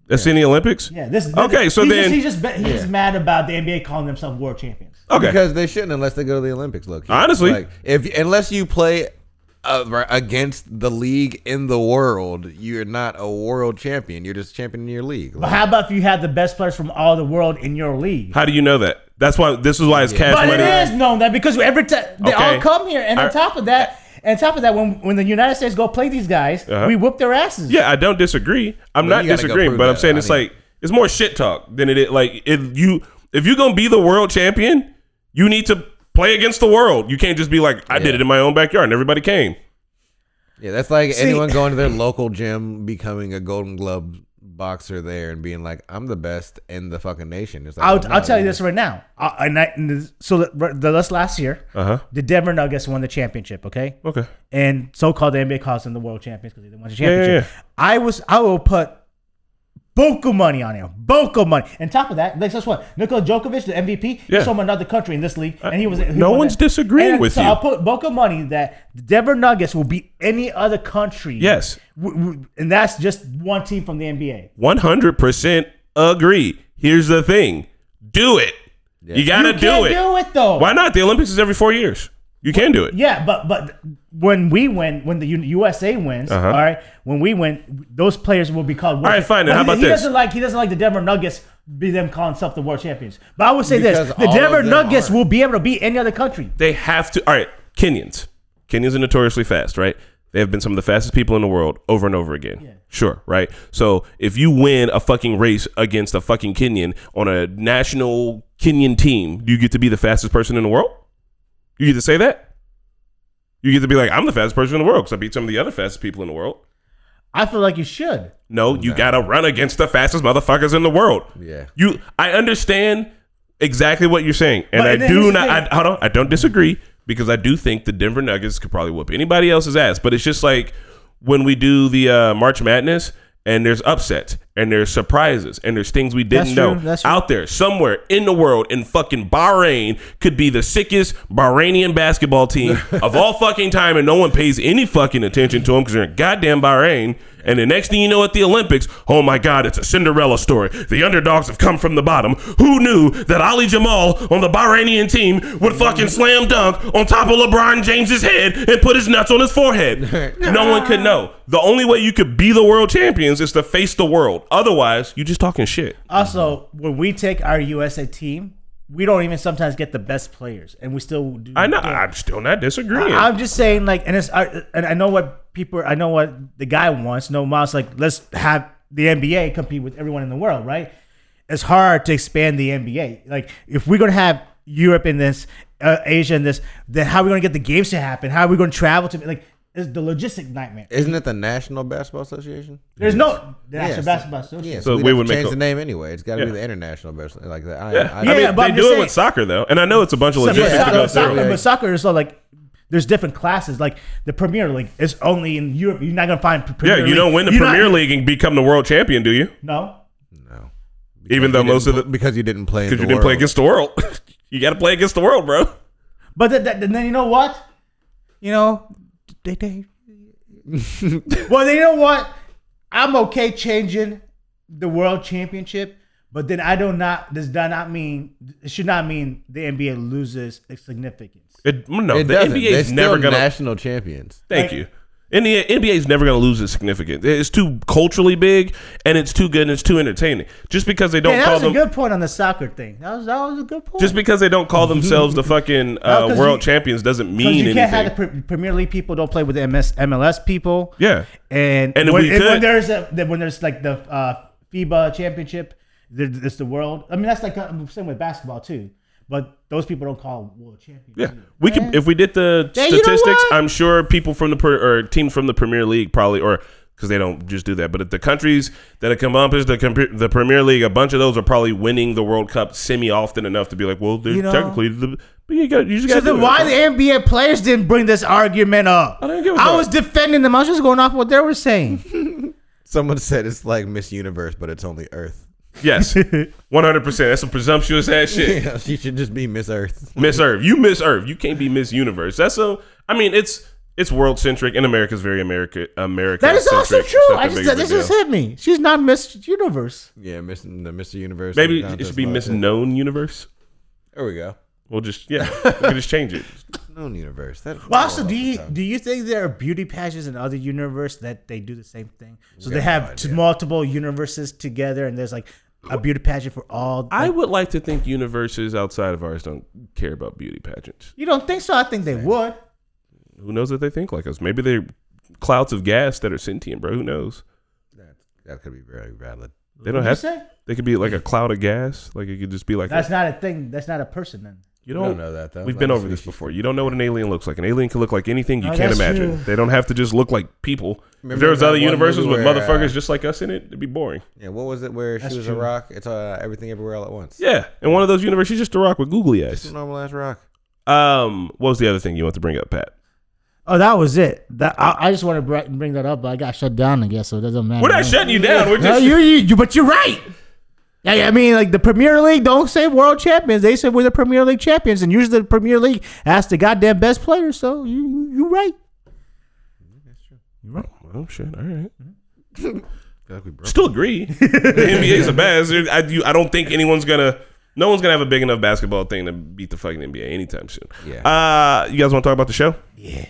Speaker 1: That's in the Olympics.
Speaker 3: Yeah, this.
Speaker 1: Okay, so
Speaker 3: he's
Speaker 1: then-
Speaker 3: just, he's just be- he's just mad about the NBA calling themselves world champions.
Speaker 1: Okay.
Speaker 2: Because they shouldn't unless they go to the Olympics, Loki.
Speaker 1: Honestly.
Speaker 2: like if unless you play uh, against the league in the world, you're not a world champion. You're just champion in your league.
Speaker 3: But
Speaker 2: Like,
Speaker 3: how about if you had the best players from all the world in your league?
Speaker 1: How do you know that? That's why. This is why it's cash
Speaker 3: But it
Speaker 1: money.
Speaker 3: is known that because every time they
Speaker 1: Okay.
Speaker 3: all come here, and on
Speaker 1: I-
Speaker 3: top of that, and on top of that, when when the United States go play these guys,
Speaker 1: Uh-huh.
Speaker 3: we whoop their asses.
Speaker 1: Yeah, I don't disagree. I'm
Speaker 2: Well,
Speaker 1: not
Speaker 2: you gotta go
Speaker 1: disagreeing,
Speaker 2: prove
Speaker 1: but I'm
Speaker 2: that.
Speaker 1: saying
Speaker 2: I
Speaker 1: it's
Speaker 2: mean-
Speaker 1: like it's more shit talk than it is. Like if you if you're gonna be the world champion, you need to play against the world. You can't just be like, I did it in my own backyard and everybody came.
Speaker 2: yeah, that's like anyone going to their local gym, becoming a Golden Glove boxer there, and being like, "I'm the best in the fucking nation." It's like,
Speaker 3: I'll,
Speaker 2: "No,
Speaker 3: I'll tell you
Speaker 2: you're
Speaker 3: this right now. Uh, and I, and this- so the, the this last year,
Speaker 1: Uh huh.
Speaker 3: the Denver Nuggets won the championship. Okay,
Speaker 1: Okay.
Speaker 3: and so-called the NBA calls them the world champions because they didn't win the
Speaker 1: yeah,
Speaker 3: championship. I was I will put Boko money on him. Boko money. And top of that, like, guess what? Nikola Djokovic, the MVP,
Speaker 1: Yeah. Uh,
Speaker 3: he's from another country in this league, and he was. he
Speaker 1: no
Speaker 3: won
Speaker 1: one's
Speaker 3: that.
Speaker 1: disagreeing
Speaker 3: And
Speaker 1: with
Speaker 3: so
Speaker 1: you.
Speaker 3: I'll put Boko money that the Denver Nuggets will beat any other country.
Speaker 1: Yes.
Speaker 3: W- w- and that's just one team from the NBA.
Speaker 1: 100% agree. Here's the thing do it. You got to
Speaker 3: You can't
Speaker 1: do it.
Speaker 3: do it though.
Speaker 1: Why not? The Olympics is every four years. You can do it.
Speaker 3: Yeah, but but when we win, when the U- USA wins,
Speaker 1: Uh-huh.
Speaker 3: all right, when we win, those players will be called. World
Speaker 1: right, fine, then
Speaker 3: But
Speaker 1: how about
Speaker 3: he
Speaker 1: this?
Speaker 3: doesn't like he doesn't like the Denver Nuggets be them calling themselves the world champions. But I would say
Speaker 2: Because
Speaker 3: this: the
Speaker 2: all
Speaker 3: Denver
Speaker 2: of them
Speaker 3: Nuggets
Speaker 2: aren't.
Speaker 3: will be able to beat any other country.
Speaker 1: They have to. All right. Kenyans. Kenyans are notoriously fast, right? They have been some of the fastest people in the world over and over again. Sure, right? So if you win a fucking race against a fucking Kenyan on a national Kenyan team, do you get to be the fastest person in the world? You get to say that? You get to be like, I'm the fastest person in the world because I beat some of the other fastest people in the world.
Speaker 3: I feel like you should.
Speaker 1: No, you gotta run against the fastest motherfuckers in the world.
Speaker 2: Yeah.
Speaker 1: You, I understand exactly what you're saying, and
Speaker 3: But
Speaker 1: I
Speaker 3: then
Speaker 1: do
Speaker 3: here's the
Speaker 1: not. I, hold on, I don't disagree because I do think the Denver Nuggets could probably whoop anybody else's ass. But it's just like when we do the uh, March Madness. And there's upsets, and there's surprises, and there's things we didn't
Speaker 3: That's true,
Speaker 1: know
Speaker 3: that's true.
Speaker 1: out there somewhere in the world in fucking Bahrain could be the sickest Bahrainian basketball team of all fucking time, and no one pays any fucking attention to them because they're in goddamn Bahrain. And the next thing you know at the Olympics, oh my God, it's a Cinderella story. The underdogs have come from the bottom. Who knew that Ali Jamal on the Bahrainian team would fucking slam dunk on top of LeBron James's head and put his nuts on his forehead? no one could know. The only way you could be the world champions is to face the world. Otherwise, you just talking shit.
Speaker 3: Also, when we take our USA team, we don't even sometimes get the best players, and we still do.
Speaker 1: I know.
Speaker 3: yeah.
Speaker 1: I'm still not disagreeing.
Speaker 3: I'm just saying, like, and it's, I, and I know what people, I know what the guy wants. No, Miles, like, let's have the NBA compete with everyone in the world, right? It's hard to expand the NBA. Like, if we're gonna have Europe in this, uh, Asia in this, then how are we gonna get the games to happen? How are we gonna travel to? Like, it's the logistic nightmare.
Speaker 2: Isn't it the National Basketball Association?
Speaker 3: There's no the
Speaker 2: Yes.
Speaker 3: National Basketball Association.
Speaker 2: Yeah,
Speaker 1: So
Speaker 2: so
Speaker 1: we
Speaker 2: we
Speaker 1: would
Speaker 2: would
Speaker 1: make
Speaker 2: change
Speaker 1: a-
Speaker 2: the name anyway. It's got to
Speaker 1: Yeah.
Speaker 2: be the international version like that. I,
Speaker 1: Yeah.
Speaker 2: I,
Speaker 1: I mean,
Speaker 3: Yeah, but
Speaker 1: they
Speaker 3: I'm
Speaker 1: do
Speaker 3: just
Speaker 1: it with soccer though, and I know it's a bunch of
Speaker 3: So,
Speaker 1: logistics
Speaker 3: but
Speaker 1: to
Speaker 3: soccer,
Speaker 1: go through.
Speaker 2: Yeah.
Speaker 3: soccer,
Speaker 2: Yeah.
Speaker 3: but soccer is so like there's different classes. Like the Premier League is only in Europe. You're not gonna find Premier
Speaker 1: Yeah, you don't
Speaker 3: League.
Speaker 1: win the
Speaker 3: You're not-
Speaker 1: Premier League and become the world champion, do you?
Speaker 3: No.
Speaker 2: no,
Speaker 1: Even though most of the
Speaker 2: because you didn't play
Speaker 1: because you didn't play against the world, you got to play against the world, bro.
Speaker 3: But th- th- then you know what? You know, they, they. well, then you know what? I'm okay changing the world championship, but then I do not. This does not mean. It should not mean the NBA loses its significance.
Speaker 1: It, no,
Speaker 2: It
Speaker 1: Oh, the
Speaker 2: doesn't.
Speaker 1: NBA
Speaker 2: They're
Speaker 1: is
Speaker 2: still
Speaker 1: never gonna.
Speaker 2: national champions.
Speaker 1: thank you. E In the NBA is never gonna lose its significance. It's too culturally big, and it's too good, and it's too entertaining. Just because they don't
Speaker 3: Man, that
Speaker 1: call
Speaker 3: was a
Speaker 1: them,
Speaker 3: good point on the soccer thing. That was that was a good point.
Speaker 1: just because they don't call themselves the fucking uh,
Speaker 3: 'cause
Speaker 1: world
Speaker 3: you-
Speaker 1: champions doesn't
Speaker 3: because
Speaker 1: mean
Speaker 3: you
Speaker 1: anything.
Speaker 3: can't have the pre- Premier League people don't play with the MS, MLS people.
Speaker 1: yeah,
Speaker 3: And,
Speaker 1: And if
Speaker 3: when,
Speaker 1: we
Speaker 3: and when
Speaker 1: could-
Speaker 3: there's a, then when there's like the uh, FIBA championship, there- it's the world. I mean, that's like uh, same with basketball too. But those people don't call it world champions.
Speaker 1: Yeah,
Speaker 3: either.
Speaker 1: we could if we did the
Speaker 3: Mm. Yeah, you know
Speaker 1: statistics.
Speaker 3: what?
Speaker 1: I'm sure people from the pre, or teams from the Premier League probably or because they don't just do that. But if the countries that have come up is the comp- the Premier League, a bunch of those are probably winning the World Cup semi often enough to be like, well, they're
Speaker 3: You know?
Speaker 1: technically the. But you got you just got.
Speaker 3: So then, why the NBA players didn't bring this argument up?
Speaker 1: I don't give a
Speaker 3: I
Speaker 1: fuck.
Speaker 3: was defending them. I was just going off what they were saying.
Speaker 2: Someone said it's like Miss Universe, but it's only Earth.
Speaker 1: Yes, 100. percent That's some presumptuous ass shit.
Speaker 2: Yeah, she should just be Miss Earth.
Speaker 1: Miss Earth, you Miss Earth, you can't be Miss Universe. That's a. I mean, it's it's world centric, and America's very America America.
Speaker 3: That is also true. I just that just hit me. She's not Miss Universe.
Speaker 2: Yeah, Miss the Mr. Universe.
Speaker 1: Maybe it
Speaker 2: contest
Speaker 1: should be
Speaker 2: and all
Speaker 1: Miss
Speaker 2: that.
Speaker 1: Known Universe.
Speaker 2: There we go.
Speaker 1: We'll just yeah, we can just change it.
Speaker 2: Known universe. That,
Speaker 3: Well, also, do you do you think there are beauty pageants in other universe that they do the same thing? So they have t- multiple universes together, and there's like a beauty pageant for all.
Speaker 1: I would like to think universes outside of ours don't care about beauty pageants.
Speaker 3: you don't think so? I think they would.
Speaker 1: Who knows what they think like us? Maybe they're clouds of gas that are sentient, bro. Who knows?
Speaker 2: that, that could be very valid.
Speaker 1: They don't
Speaker 3: You
Speaker 1: have.
Speaker 3: say?
Speaker 1: They could be like a cloud of gas. Like it could just be like.
Speaker 3: That's
Speaker 1: A,
Speaker 3: not a thing. That's not a person. Then
Speaker 1: you
Speaker 2: We
Speaker 1: don't,
Speaker 2: don't know that, though.
Speaker 1: We've
Speaker 2: Like
Speaker 1: been
Speaker 2: a
Speaker 1: over this
Speaker 2: species.
Speaker 1: before. You don't know what an alien looks like. An alien can look like anything you
Speaker 3: Oh,
Speaker 1: can't
Speaker 3: that's
Speaker 1: imagine.
Speaker 3: true.
Speaker 1: They don't have to just look like people. if
Speaker 2: Remember
Speaker 1: there was
Speaker 2: that
Speaker 1: other
Speaker 2: one
Speaker 1: universes
Speaker 2: movie
Speaker 1: with
Speaker 2: where,
Speaker 1: motherfuckers
Speaker 2: uh,
Speaker 1: just like us in it, it'd be boring.
Speaker 2: Yeah, what was it where
Speaker 3: That's
Speaker 2: she was a
Speaker 3: true.
Speaker 2: rock? It's uh, everything everywhere all at once.
Speaker 1: Yeah, in one of those universes, she's just a rock with googly eyes.
Speaker 2: Normal ass rock.
Speaker 1: Um, what was the other thing you want to bring up, Pat?
Speaker 3: Oh, that was it. That I,
Speaker 4: I just want to br- bring that up, but I got shut down, I guess, so it doesn't matter.
Speaker 1: We're not
Speaker 4: Yeah.
Speaker 1: shutting you down. We're
Speaker 4: No,
Speaker 1: just
Speaker 4: you, you, you, but you're right. Yeah, I mean, like the Premier League don't say world champions; they say we're the Premier League champions, and usually the Premier League asks the goddamn best player. So you, you right.
Speaker 1: Oh shit! All right.
Speaker 2: Like we broke.
Speaker 1: Still agree. the NBA's the best. There- I, you, I don't think anyone's gonna. No one's gonna have a big enough basketball thing to beat the fucking NBA anytime soon.
Speaker 2: Yeah.
Speaker 1: Uh, you guys want to talk about the show? Yeah.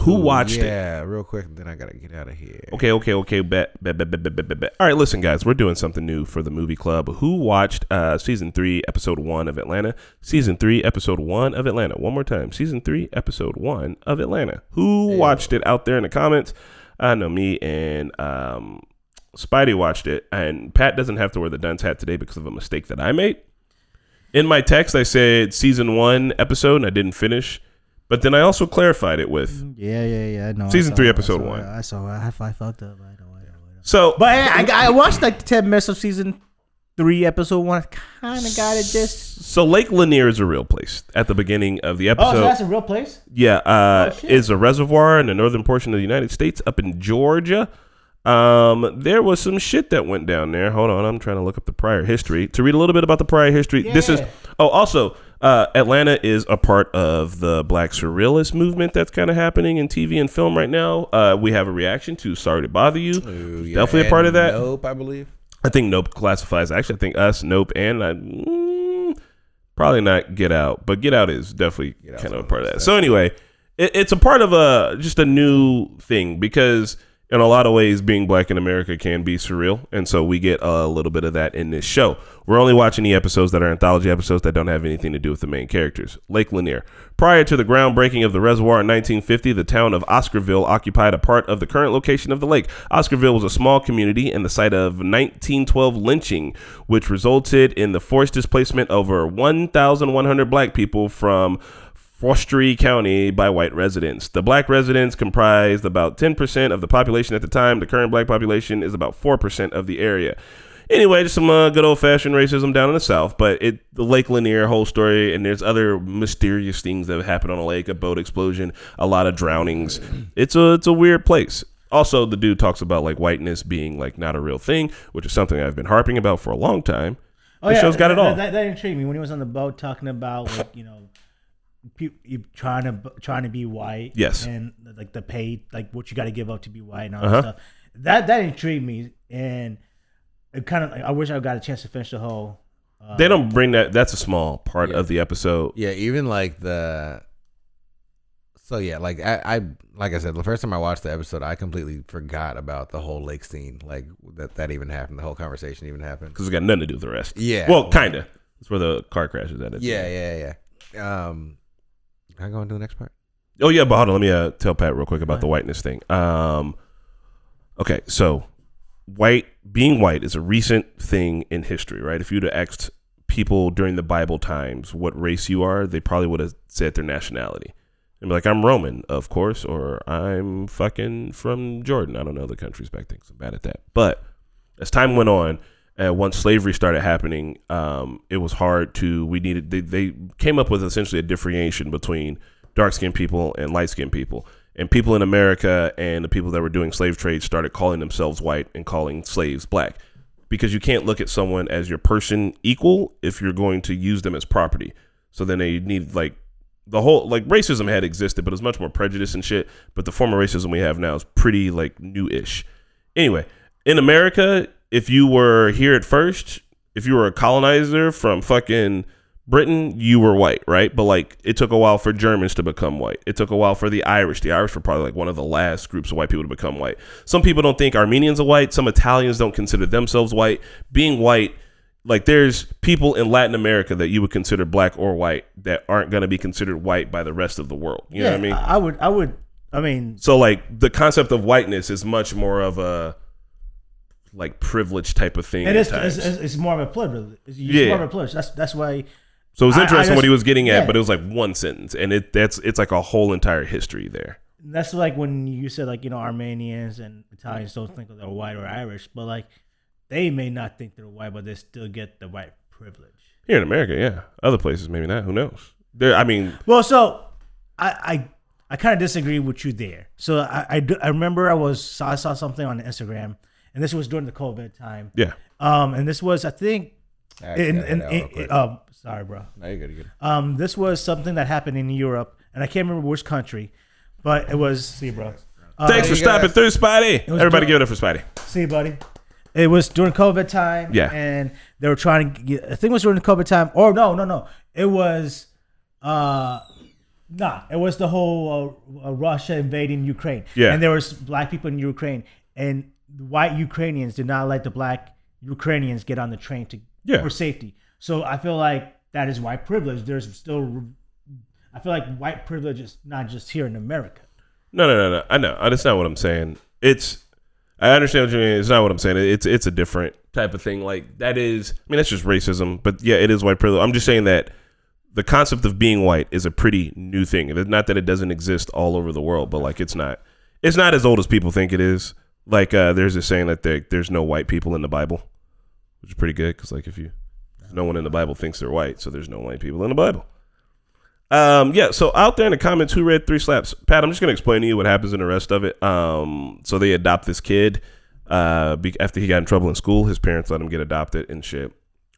Speaker 1: Who watched it? Oh,
Speaker 2: yeah, real quick, and then I gotta get out of here.
Speaker 1: Okay, okay, okay. Bet, bet, bet, bet, bet, bet, bet, bet. All right, listen, guys, we're doing something new for the movie club. Who watched uh, season three, episode one of Atlanta? Season three, episode one of Atlanta. One more time. Season three, episode one of Atlanta. Who watched it out there in the comments? I know me and um, Spidey watched it, and Pat doesn't have to wear the dunce hat today because of a mistake that I made. In my text, I said season one episode, and I didn't finish. But then I also clarified it with
Speaker 4: Yeah, yeah, yeah. I know. I
Speaker 1: Season
Speaker 4: saw
Speaker 1: three,
Speaker 4: it, I
Speaker 1: episode
Speaker 4: saw
Speaker 1: one.
Speaker 4: it, I saw. it. I, I, I fucked up. I know. I know. I know.
Speaker 1: so.
Speaker 4: But I, I watched like ten minutes of season three, episode one. Kind of got it. Just
Speaker 1: So Lake Lanier is a real place. At the beginning of the
Speaker 4: oh, so,
Speaker 1: episode,
Speaker 4: that's a real place.
Speaker 1: yeah, uh,
Speaker 4: Oh, shit.
Speaker 1: is a reservoir in the northern portion of the United States, up in Georgia. Um, there was some shit that went down there. Hold on, I'm trying to look up the prior history to read a little bit about the prior history. This is
Speaker 4: Yeah.
Speaker 1: oh, also uh, Atlanta is a part of the Black Surrealist movement that's kind of happening in TV and film right now. Uh, we have a reaction to "Sorry to Bother You,"
Speaker 2: Ooh, Oh, yeah,
Speaker 1: definitely a part of
Speaker 2: and
Speaker 1: that.
Speaker 2: Nope, I believe.
Speaker 1: I think Nope classifies. Actually, I think us, Nope, and I mm, probably not Get Out, but Get Out is definitely
Speaker 2: Out's
Speaker 1: kind of a
Speaker 2: one of
Speaker 1: part of
Speaker 2: those
Speaker 1: that. So anyway, it, it's a part of a just a new thing because in a lot of ways, being black in America can be surreal, and so we get a little bit of that in this show. We're only watching the episodes that are anthology episodes that don't have anything to do with the main characters. Lake Lanier. Prior to the groundbreaking of the reservoir in 1950, the town of Oscarville occupied a part of the current location of the lake. Oscarville was a small community and the site of 1912 lynching, which resulted in the forced displacement of over 1,100 black people from Forestry County by white residents. The black residents comprised about 10% of the population at the time. The current black population is about 4% of the area. Anyway, just some uh, good old fashioned racism down in the South, but it the Lake Lanier whole story, and there's other mysterious things that have happened on the lake, a boat explosion, a lot of drownings. It's a it's a weird place. Also, the dude talks about like whiteness being like not a real thing, which is something I've been harping about for a long time. the show's got it all.
Speaker 3: Oh, That, that, intrigued me when he was on the boat talking about like you know, pe- you trying to trying to be white.
Speaker 1: Yes.
Speaker 3: And like the pay, like what you got to give up to be white and all
Speaker 1: Uh-huh.
Speaker 3: that stuff. That that intrigued me, and it kind of like, I wish I got a chance to finish the whole. Uh,
Speaker 1: they don't bring that. That's a small part of the episode.
Speaker 2: Yeah, even like the. So yeah, like I, I like I said, the first time I watched the episode, I completely forgot about the whole lake scene, like that that even happened, the whole conversation even happened.
Speaker 1: because it's got nothing to do with the rest.
Speaker 2: Yeah.
Speaker 1: Well, kind of. That's where the car crashes at. It's-
Speaker 2: Yeah, yeah, yeah. Um, can I go on to the next part?
Speaker 1: Oh yeah, but hold on. Let me uh, tell Pat real quick about the whiteness thing. Um, okay, so white being white is a recent thing in history, right? If you'd have asked people during the Bible times what race you are, they probably would have said their nationality. And be like, I'm Roman, of course, or I'm fucking from Jordan. I don't know the countries back then 'cause I'm bad at that. But as time went on, uh, once slavery started happening, um, it was hard to. We needed. They, they came up with essentially a differentiation between dark skinned people and light skinned people. And people in America and the people that were doing slave trade started calling themselves white and calling slaves black because you can't look at someone as your person equal if you're going to use them as property. So then they need like the whole like racism had existed, but it's much more prejudice and shit. But the form of racism we have now is pretty like new-ish. Anyway, in America, if you were here at first, if you were a colonizer from fucking Britain, you were white, right? But like it took a while for Germans to become white. It took a while for the Irish. The Irish were probably like one of the last groups of white people to become white. Some people don't think Armenians are white. Some Italians don't consider themselves white. Being white like there's people in Latin America that you would consider black or white that aren't going to be considered white by the rest of the world. You know what I mean?
Speaker 3: I would. I would. I mean,
Speaker 1: So like the concept of whiteness is much more of a like privilege type of thing.
Speaker 3: it
Speaker 1: at
Speaker 3: is. It's,
Speaker 1: times.
Speaker 3: it's, it's more of a plug. It's
Speaker 1: Yeah.
Speaker 3: more of a plug. That's that's why.
Speaker 1: so it was
Speaker 3: I- I
Speaker 1: interesting what
Speaker 3: just-
Speaker 1: he was getting at,
Speaker 3: yeah.
Speaker 1: but it was like one sentence, and it that's it's like a whole entire history there.
Speaker 3: that's like when you said like you know Armenians and Italians don't think they're white or Irish, but like they may not think they're white, but they still get the white privilege.
Speaker 1: Here in America, yeah. Other places maybe not. Who knows? There, I mean,
Speaker 3: Well, so I I kind of disagree with you there. So I, I, do- I remember I was saw, I saw something on Instagram, and this was during the COVID time.
Speaker 1: Yeah.
Speaker 3: Um, and this was I think,
Speaker 2: All right,
Speaker 3: in,
Speaker 2: yeah,
Speaker 3: in,
Speaker 2: yeah,
Speaker 3: in-
Speaker 2: real quick.
Speaker 1: uh,
Speaker 3: um, sorry, bro.
Speaker 2: No, you're good, you're good.
Speaker 3: Um, this was something that happened in Europe, and I can't remember which country, but it was Uh, see, bro.
Speaker 1: Thanks for
Speaker 2: you
Speaker 1: stopping
Speaker 2: guys.
Speaker 1: through, Spotty.
Speaker 3: was
Speaker 1: Everybody
Speaker 3: dope.
Speaker 1: give it up for Spotty.
Speaker 3: See, buddy. It was during COVID time.
Speaker 1: Yeah.
Speaker 3: And they were trying to get, I think it was during the COVID time. Or no, no, no. It was, uh, nah, it was the whole uh, uh, Russia invading Ukraine.
Speaker 1: Yeah.
Speaker 3: And there was black people in Ukraine. And the white Ukrainians did not let the black Ukrainians get on the train to
Speaker 1: Yeah.
Speaker 3: for safety. So I feel like that is white privilege. There's still, I feel like white privilege is not just here in America.
Speaker 1: No, no, no, no. I know. That's not what I'm saying. It's. I understand what you mean. It's not what I'm saying. It's it's a different type of thing. Like that is. I mean, that's just racism. But yeah, it is white privilege. I'm just saying that the concept of being white is a pretty new thing. It's not that it doesn't exist all over the world, but like it's not. It's not as old as people think it is. Like uh, there's this saying that there, there's no white people in the Bible, which is pretty good because like if you, no one in the Bible thinks they're white, so there's no white people in the Bible. Um, yeah, so out there in the comments, who read Three Slaps? Pat, I'm just gonna explain to you what happens in the rest of it. Um, so they adopt this kid. Uh, be- after he got in trouble in school, his parents let him get adopted and shit.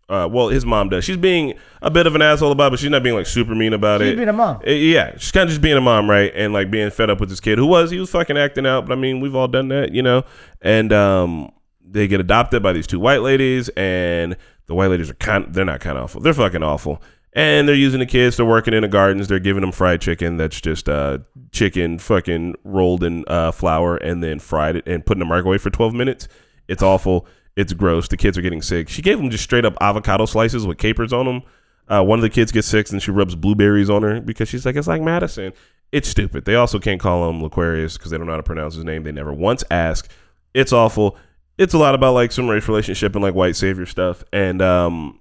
Speaker 1: Uh, well, his mom does. She's being a bit of an asshole about, it, but she's not being like super mean about it.
Speaker 3: She's being a mom.
Speaker 1: Uh, yeah, she's kind of just being a mom, right? And like being fed up with this kid who was he was fucking acting out. But I mean, we've all done that, you know. And um, they get adopted by these two white ladies, and the white ladies are kind. They're not kind of awful. They're fucking awful. And they're using the kids. They're working in the gardens. They're giving them fried chicken. That's just uh, chicken fucking rolled in uh, flour and then fried it and put in the microwave for twelve minutes. It's awful. It's gross. The kids are getting sick. She gave them just straight up avocado slices with capers on them. Uh, one of the kids gets sick and she rubs blueberries on her because she's like, it's like Madison. It's stupid. They also can't call him Laquarius because they don't know how to pronounce his name. They never once ask. It's awful. It's a lot about like some race relationship and like white savior stuff. And um,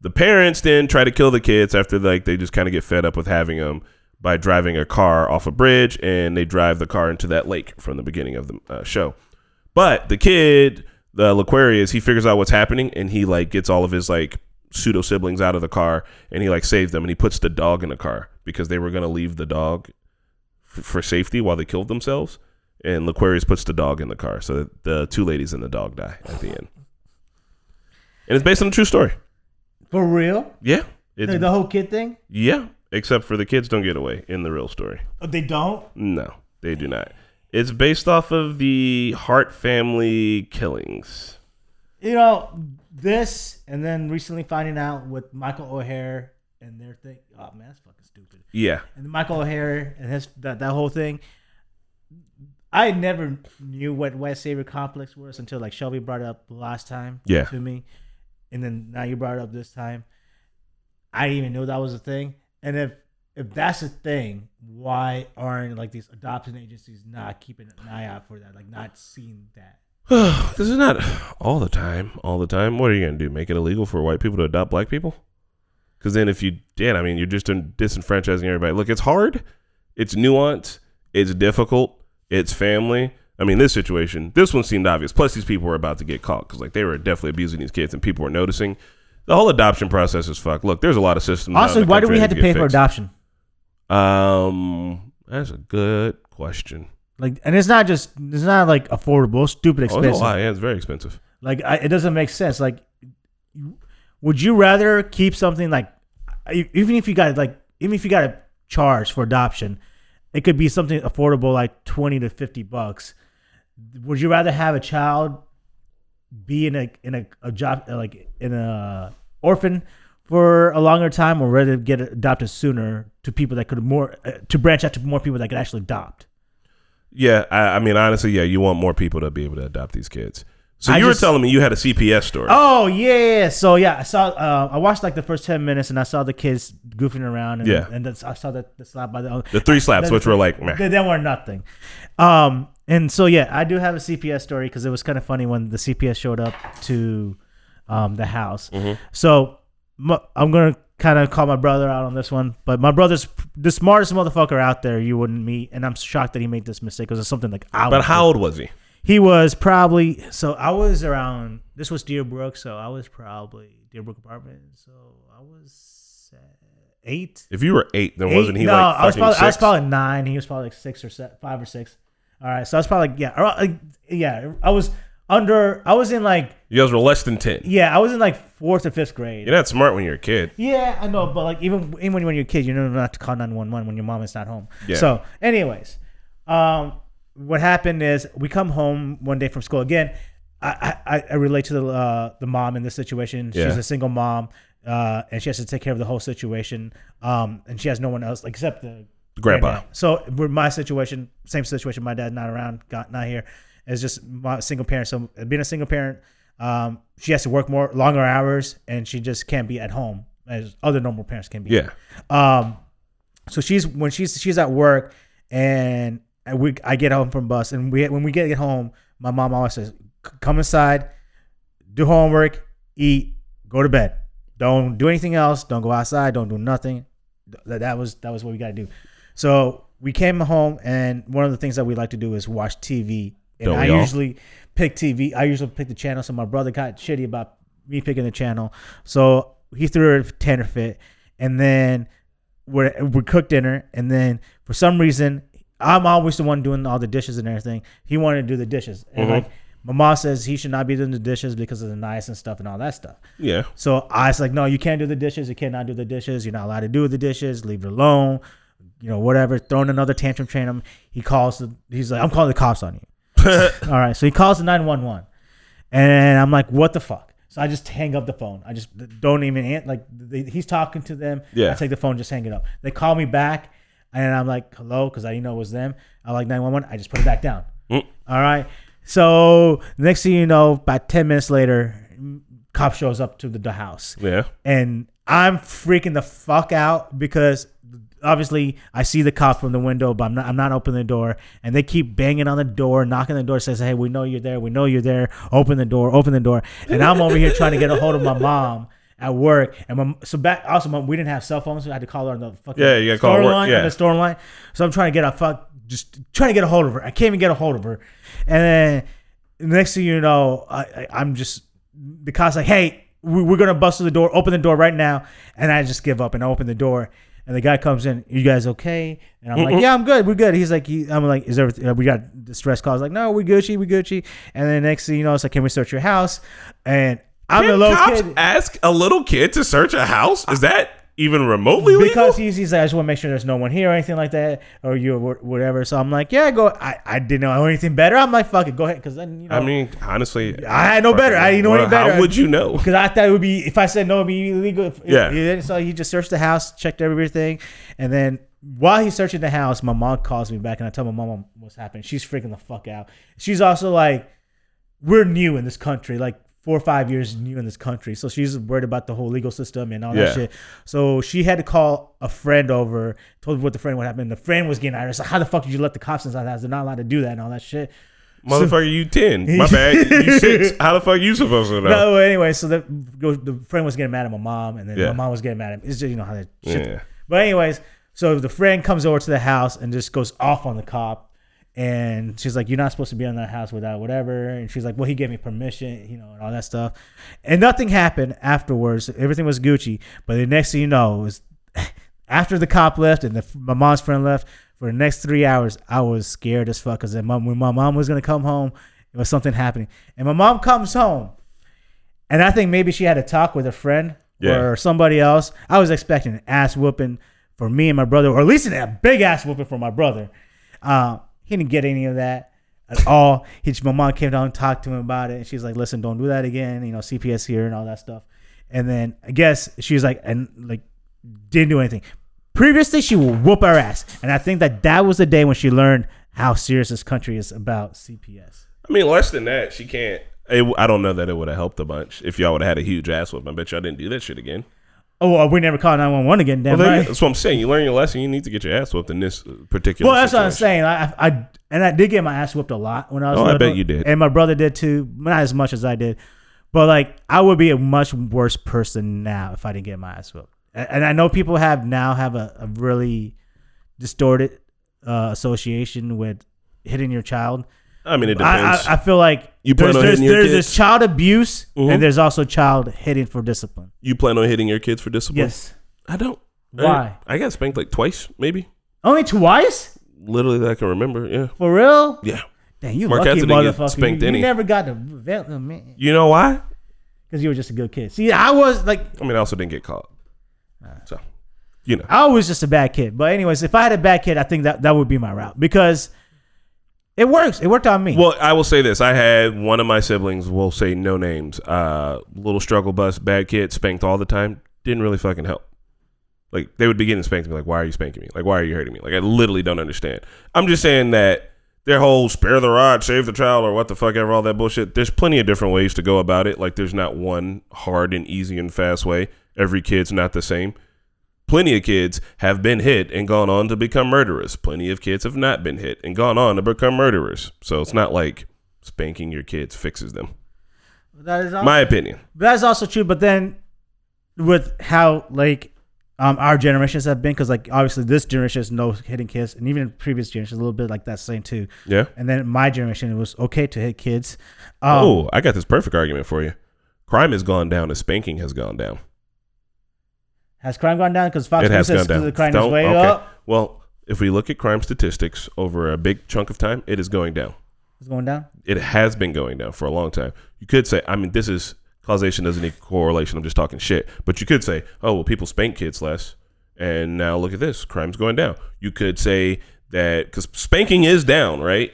Speaker 1: the parents then try to kill the kids after like they just kind of get fed up with having them by driving a car off a bridge and they drive the car into that lake from the beginning of the uh, show. But the kid, the Laquarius, he figures out what's happening and he like gets all of his like pseudo siblings out of the car and he like saves them and he puts the dog in the car because they were gonna leave the dog f- for safety while they killed themselves. And Laquarius puts the dog in the car, so that the two ladies and the dog die at the end. And it's based on a true story.
Speaker 3: For real?
Speaker 1: Yeah, it's
Speaker 3: The whole kid thing?
Speaker 1: yeah, except for the kids don't get away in the real story.
Speaker 3: Oh, They don't?
Speaker 1: No, they do not. It's based off of the Hart family killings.
Speaker 3: you know this, and then recently finding out with Michael O'Hare and their thing. Oh man, that's fucking stupid.
Speaker 1: Yeah,
Speaker 3: And Michael O'Hare and his that, that whole thing. I never knew what white savior complex was until like Shelby brought it up last time
Speaker 1: Yeah.
Speaker 3: to me, and then now you brought it up this time. I didn't even know that was a thing. And if if that's a thing, why aren't like these adoption agencies not keeping an eye out for that, like not seeing that?
Speaker 1: this is not all the time. All the time. What are you gonna do? Make it illegal for white people to adopt black people? Because then, if you did, I mean, you're just disenfranchising everybody. Look, it's hard. It's nuanced. It's difficult. It's family. I mean, this situation, this one seemed obvious. Plus, these people were about to get caught because, like, they were definitely abusing these kids, and people were noticing. The whole adoption process is fucked. Look, there's a lot of systems. out in
Speaker 3: Also,
Speaker 1: the
Speaker 3: why do
Speaker 1: country
Speaker 3: we
Speaker 1: that
Speaker 3: have to
Speaker 1: need
Speaker 3: pay
Speaker 1: get
Speaker 3: for
Speaker 1: fixed.
Speaker 3: adoption?
Speaker 1: Um, that's a good question.
Speaker 3: Like, and it's not just it's not like affordable, it's stupid
Speaker 1: Oh, it's
Speaker 3: expensive.
Speaker 1: a lot. Yeah, it's very expensive.
Speaker 3: like, I, it doesn't make sense. Like, you- would you rather keep something like, e- even if you got like, even if you got a charge for adoption, it could be something affordable, like twenty to fifty bucks. Would you rather have a child be in a in a, a job like in a orphan for a longer time, or rather get adopted sooner to people that could more uh, to branch out to more people that could actually adopt?
Speaker 1: Yeah, I, I mean, honestly, yeah, you want more people to be able to adopt these kids. So
Speaker 3: I
Speaker 1: you
Speaker 3: just-
Speaker 1: were telling me you had a CPS story.
Speaker 3: Oh yeah, yeah, yeah. So yeah, I saw. Uh, I watched like the first ten minutes, and I saw the kids goofing around. And,
Speaker 1: Yeah.
Speaker 3: and that's, I saw that the slap by the.
Speaker 1: The three slaps,
Speaker 3: Then-
Speaker 1: which were like, meh.
Speaker 3: They, they were nothing. Um, and so yeah, I do have a CPS story because it was kind of funny when the CPS showed up to um, the house.
Speaker 1: Mm-hmm.
Speaker 3: So my, I'm gonna kind of call my brother out on this one, but my brother's the smartest motherfucker out there you wouldn't meet, and I'm shocked that he made this mistake because it's something like I.
Speaker 1: but
Speaker 3: would
Speaker 1: how old was he?
Speaker 3: he was probably so I was around this was Deerbrook, so I was probably Deerbrook apartment, so I was se- eight.
Speaker 1: If you were eight, then
Speaker 3: Eight?
Speaker 1: wasn't he
Speaker 3: no,
Speaker 1: like
Speaker 3: I was
Speaker 1: fucking
Speaker 3: probably I was
Speaker 1: six?
Speaker 3: probably nine. He was probably like six or se five or six. All right, so I was probably like, yeah, around- like, yeah. I was under. I was in like
Speaker 1: you guys were less than ten.
Speaker 3: yeah. I was in like fourth or fifth grade.
Speaker 1: You're not smart when you're a kid.
Speaker 3: Yeah, I know, but like even even when you're a kid, you know not to call nine one one when your mom is not home.
Speaker 1: Yeah.
Speaker 3: So, anyways, um, what happened is we come home one day from school again. I I, I relate to the uh, the mom in this situation.
Speaker 1: Yeah.
Speaker 3: She's a single mom, uh, and she has to take care of the whole situation. Um, and she has no one else like, except the
Speaker 1: Grandpa.
Speaker 3: granddad. So with my situation, same situation. My dad not around, got not here. It's just my single parent. So being a single parent, um, she has to work more longer hours, and she just can't be at home as other normal parents can be.
Speaker 1: Yeah.
Speaker 3: Um, so she's when she's she's at work, and I- we I get home from bus, and we when we get home, my mom always says, "C- "Come inside, do homework, eat, go to bed. Don't do anything else. Don't go outside. Don't do nothing." Th- That, that was that was what we got to do. So we came home, and one of the things that we like to do is watch TV. And
Speaker 1: Don't
Speaker 3: I
Speaker 1: we all?
Speaker 3: usually pick TV. I usually pick the channel. So my brother got shitty about me picking the channel. So he threw a tenor fit, and then we we cooked dinner, and then for some reason, I'm always the one doing all the dishes and everything. He wanted to do the dishes, and like my mom says, he should not be doing the dishes because of the nice and stuff and all that stuff.
Speaker 1: Yeah.
Speaker 3: So I was like, no, you can't do the dishes. You cannot do the dishes. You're not allowed to do the dishes. Leave it alone. You know, whatever. Throwing another tantrum, train him. He calls. The, he's like, I'm calling the cops on you. All right. So he calls the 911, and I'm like, what the fuck? So I just hang up the phone. I just don't even an- like. They, he's talking to them.
Speaker 1: Yeah.
Speaker 3: I take the phone, just hang it up. They call me back, and I'm like, hello, because I didn't know it was them. I like 911. I just put it back down. All right. So next thing you know, about ten minutes later, cop shows up to the, the house,
Speaker 1: Yeah.
Speaker 3: and I'm freaking the fuck out because obviously I see the cop from the window, but I'm not. I'm not opening the door, and they keep banging on the door, knocking on the door, says, "Hey, we know you're there. We know you're there. Open the door. Open the door." And I'm over here trying to get a hold of my mom. At work, and my, so back. Also, my, we didn't have cell phones, so I had to call her on the fucking
Speaker 1: Yeah, you gotta call
Speaker 3: store
Speaker 1: work,
Speaker 3: line,
Speaker 1: yeah.
Speaker 3: the store line. So I'm trying to get a fuck, just trying to get a hold of her. I can't even get a hold of her, and then the next thing you know, I, I, I'm just the cops like, hey, we, we're gonna bust through the door, open the door right now, and I just give up and I open the door, and the guy comes in, you guys okay? And I'm like, yeah, I'm good, we're good. He's like, he, I'm like, is everything? We got distress calls, like, no, we Gucci, we Gucci, and then next thing you know, it's like, can we search your house? And I'm the
Speaker 1: Can
Speaker 3: little
Speaker 1: cops
Speaker 3: kid.
Speaker 1: ask a little kid to search a house? Is that even remotely
Speaker 3: because
Speaker 1: legal?
Speaker 3: he's, he's like, I just want to make sure there's no one here or anything like that, or you or wha- whatever. So I'm like, yeah, go. I, I didn't know anything better. I'm like, fuck it, go ahead, because then you know.
Speaker 1: I mean, honestly,
Speaker 3: I had no better. I didn't know any
Speaker 1: well,
Speaker 3: better.
Speaker 1: How would you know?
Speaker 3: Because I thought it would be if I said no, it'd be illegal. If,
Speaker 1: Yeah.
Speaker 3: If he didn't. so he just searched the house, checked everything, and then while he's searching the house, my mom calls me back, and I tell my mom what's happened. She's freaking the fuck out. She's also like, we're new in this country, like four or five years new in this country, so she's worried about the whole legal system and all
Speaker 1: Yeah.
Speaker 3: that shit. So she had to call a friend over, told what the friend what happened. The friend was getting irate. So how the fuck did you let the cops inside the house? They're not allowed to do that and all that shit.
Speaker 1: Motherfucker, you 10. My bad. You 6. How the fuck you supposed to know?
Speaker 3: No, anyway, so the the friend was getting mad at my mom, and then
Speaker 1: Yeah.
Speaker 3: my mom was getting mad at me. It's just you know how that shit.
Speaker 1: Yeah.
Speaker 3: But anyways, so the friend comes over to the house and just goes off on the cop, and she's like, "You're not supposed to be in that house without whatever," and she's like, "Well, he gave me permission, you know, and all that stuff," and nothing happened afterwards. Everything was Gucci. But the next thing you know is after the cop left and the, my mom's friend left for the next three hours, I was scared as fuck because when my mom was gonna come home, it was something happening, and my mom comes home. And I think maybe she had a talk with a friend
Speaker 1: Yeah.
Speaker 3: or somebody else. I was expecting an ass whooping for me and my brother, or at least a big ass whooping for my brother. Uh, he didn't get any of that at all. He, my mom came down and talked to him about it. And she's like, listen, don't do that again. You know, CPS here and all that stuff. And then I guess she was like, and like, didn't do anything. Previously, she would whoop our ass. And I think that that was the day when she learned how serious this country is about CPS.
Speaker 1: I mean, less than that, she can't. It, I don't know that it would have helped a bunch if y'all would have had a huge ass whoop. I bet y'all didn't do that shit again.
Speaker 3: Oh, well, we never called 911 again, damn
Speaker 1: Well, there you-
Speaker 3: right.
Speaker 1: That's what I'm saying. You learn your lesson. You need to get your ass whooped in this uh, particular.
Speaker 3: Well, that's what I'm
Speaker 1: situation.
Speaker 3: saying. I, I I- and I did get my ass whooped a lot when I was.
Speaker 1: Oh, I
Speaker 3: little.
Speaker 1: bet you did.
Speaker 3: and my brother did too. Not as much as I did, but like I would be a much worse person now if I didn't get my ass whooped. A- And I know people have now have a, a really distorted uh, association with hitting your child.
Speaker 1: I mean, it
Speaker 3: I,
Speaker 1: depends.
Speaker 3: I, I feel like
Speaker 1: You plan
Speaker 3: there's
Speaker 1: on
Speaker 3: there's,
Speaker 1: hitting your
Speaker 3: there's this
Speaker 1: kids?
Speaker 3: child abuse
Speaker 1: Mhm.
Speaker 3: and there's also child hitting for discipline.
Speaker 1: you plan on hitting your kids for discipline?
Speaker 3: Yes.
Speaker 1: I don't.
Speaker 3: Why?
Speaker 1: I, I got spanked like twice, maybe.
Speaker 3: Only twice?
Speaker 1: Literally that I can remember. Yeah.
Speaker 3: For real?
Speaker 1: Yeah.
Speaker 3: Dang, you
Speaker 1: Mark
Speaker 3: lucky
Speaker 1: Anthony get
Speaker 3: motherfucker.
Speaker 1: spanked
Speaker 3: you,
Speaker 1: any.
Speaker 3: you never got the vet, oh, man,
Speaker 1: You know why?
Speaker 3: because you were just a good kid. See, I was like,
Speaker 1: I mean, I also didn't get caught. So, you know.
Speaker 3: I was just a bad kid. But anyways, if I had a bad kid, I think that that would be my route because it works. It worked on me.
Speaker 1: Well, I will say this. I had one of my siblings, we'll say no names, uh, little struggle bus, bad kid, spanked all the time. Didn't really fucking help. Like, they would be getting spanked and be like, why are you spanking me? Like, why are you hurting me? Like, I literally don't understand. I'm just saying that their whole spare the rod, save the child, or what the fuck ever, all that bullshit. There's plenty of different ways to go about it. Like, there's not one hard and easy and fast way. Every kid's not the same. Plenty of kids have been hit and gone on to become murderers. Plenty of kids have not been hit and gone on to become murderers. So it's not like spanking your kids fixes them.
Speaker 3: that is awesome.
Speaker 1: My opinion.
Speaker 3: That's also true, but then with how like um our generations have been, because like obviously this generation is no hitting kids, and even previous generations a little bit like that same too.
Speaker 1: Yeah.
Speaker 3: And then my generation, it was okay to hit kids. Um,
Speaker 1: Oh, I got this perfect argument for you. Crime has gone down as spanking has gone down.
Speaker 3: Has crime gone down? Because Fox
Speaker 1: it has
Speaker 3: News
Speaker 1: gone
Speaker 3: Uh, says
Speaker 1: down.
Speaker 3: the crime is
Speaker 1: Don't-
Speaker 3: way
Speaker 1: okay.
Speaker 3: up.
Speaker 1: Well, if we look at crime statistics over a big chunk of time, it is going down.
Speaker 3: It's going down.
Speaker 1: It has been going down for a long time. You could say, I mean, this is causation doesn't equal correlation. I'm just talking shit. But you could say, oh, well, people spank kids less. And now look at this crime's going down. You could say that because spanking is down, right?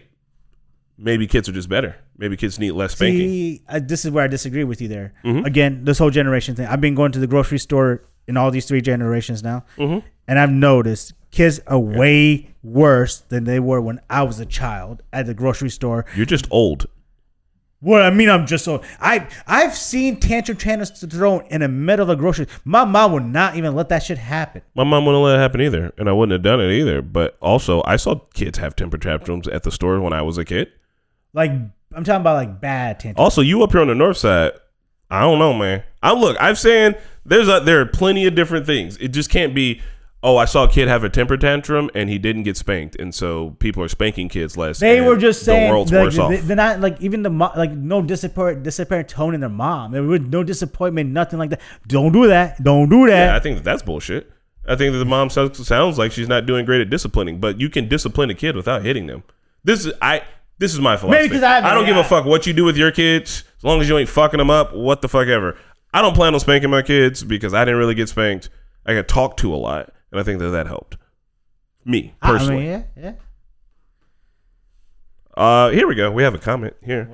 Speaker 1: Maybe kids are just better. Maybe kids need less spanking.
Speaker 3: See, I, this is where I disagree with you there. Again, this whole generation thing. I've been going to the grocery store in all these three generations now, and I've noticed kids are way worse than they were when I was a child at the grocery store.
Speaker 1: You're just old.
Speaker 3: What I mean, I'm just so I I've seen tantrum channels thrown in the middle of a grocery. My mom would not even let that shit happen.
Speaker 1: My mom wouldn't let it happen either, and I wouldn't have done it either. But also, I saw kids have temper tantrums at the store when I was a kid.
Speaker 3: Like I'm talking about like bad tantrum.
Speaker 1: Also, you up here on the north side, I don't know, man. I look, I'm saying there's a, there are plenty of different things. It just can't be, oh, I saw a kid have a temper tantrum and he didn't get spanked, and so people are spanking kids less.
Speaker 3: They
Speaker 1: and
Speaker 3: were just saying
Speaker 1: the world's
Speaker 3: like,
Speaker 1: worse off.
Speaker 3: they- They're not like even the mo- like no disappoint disapparent tone in their mom. There was no disappointment, nothing like that. Don't do that. Don't do
Speaker 1: yeah, I
Speaker 3: that.
Speaker 1: think that that's bullshit. I think that the mom sounds, sounds like she's not doing great at disciplining, but you can discipline a kid without hitting them. This is I. This is my philosophy.
Speaker 3: 'cause I haven't-
Speaker 1: don't give
Speaker 3: yeah.
Speaker 1: a fuck what you do with your kids, as long as you ain't fucking them up. What the fuck ever. I don't plan on spanking my kids because I didn't really get spanked. I got talked to a lot, and I think that that helped me
Speaker 3: I mean,
Speaker 1: personally.
Speaker 3: yeah, yeah.
Speaker 1: Uh, here we go. We have a comment here.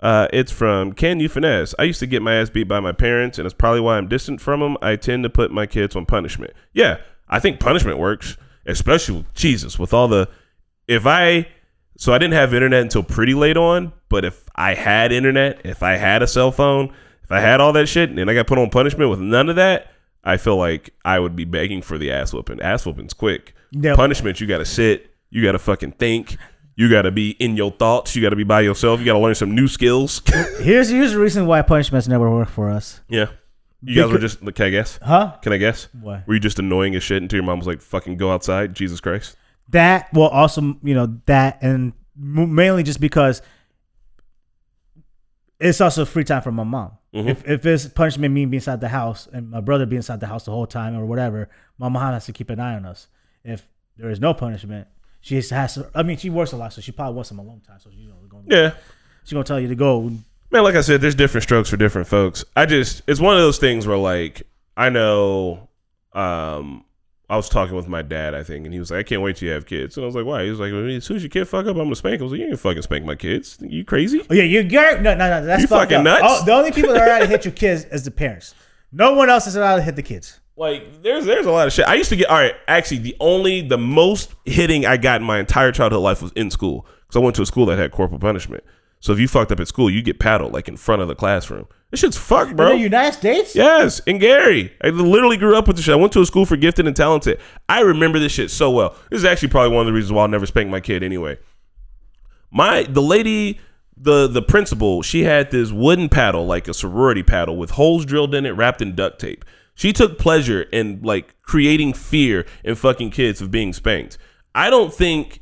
Speaker 1: Uh, it's from Can You Finesse? I used to get my ass beat by my parents, and it's probably why I'm distant from them. I tend to put my kids on punishment. Yeah, I think punishment works, especially with Jesus, with all the. If I. So I didn't have internet until pretty late on, but if I had internet, if I had a cell phone, if I had all that shit, and I got put on punishment with none of that, I feel like I would be begging for the ass whooping. Ass whooping's quick.
Speaker 3: Yep.
Speaker 1: Punishment, you got to sit, you got to fucking think, you got to be in your thoughts, you got to be by yourself, you got to learn some new skills.
Speaker 3: Here's here's the reason why punishments never work for us,
Speaker 1: yeah. You guys were just, can I guess?
Speaker 3: huh?
Speaker 1: Can I guess?
Speaker 3: What?
Speaker 1: Were you just annoying as shit until your mom was like, fucking go outside? Jesus Christ.
Speaker 3: That well, also you know that, and m- mainly just because it's also free time for my mom.
Speaker 1: Mm-hmm.
Speaker 3: If if it's punishment me being inside the house and my brother being inside the house the whole time or whatever, my mom has to keep an eye on us. If there is no punishment, she just has to. I mean, she works a lot, so she probably wants some alone time. So she, you know, gonna,
Speaker 1: Yeah.
Speaker 3: she's gonna tell you to go.
Speaker 1: Man, like I said, there's different strokes for different folks. I just it's one of those things where like I know um I was talking with my dad, I think, and he was like, I can't wait till you have kids. And I was like, why? He was like, well, as soon as your kid fuck up, I'm gonna spank him. I was like, you ain't gonna fucking spank my kids. You crazy?
Speaker 3: Oh yeah, you you're no no no. That's
Speaker 1: You
Speaker 3: fucked
Speaker 1: fucking
Speaker 3: up.
Speaker 1: nuts.
Speaker 3: Oh, the only people that are allowed to hit your kids is the parents. No one else is allowed to hit the kids.
Speaker 1: Like, there's there's a lot of shit. I used to get all right, actually the only the most hitting I got in my entire childhood life was in school. Because I went to a school that had corporal punishment. So if you fucked up at school, you get paddled like in front of the classroom. This shit's fucked, bro.
Speaker 3: In the United States.
Speaker 1: Yes, and Gary. I literally grew up with this shit. I went to a school for gifted and talented. I remember this shit so well. This is actually probably one of the reasons why I'll never spank my kid anyway. My the lady, the the principal, she had this wooden paddle, like a sorority paddle, with holes drilled in it, wrapped in duct tape. She took pleasure in like creating fear in fucking kids of being spanked. I don't think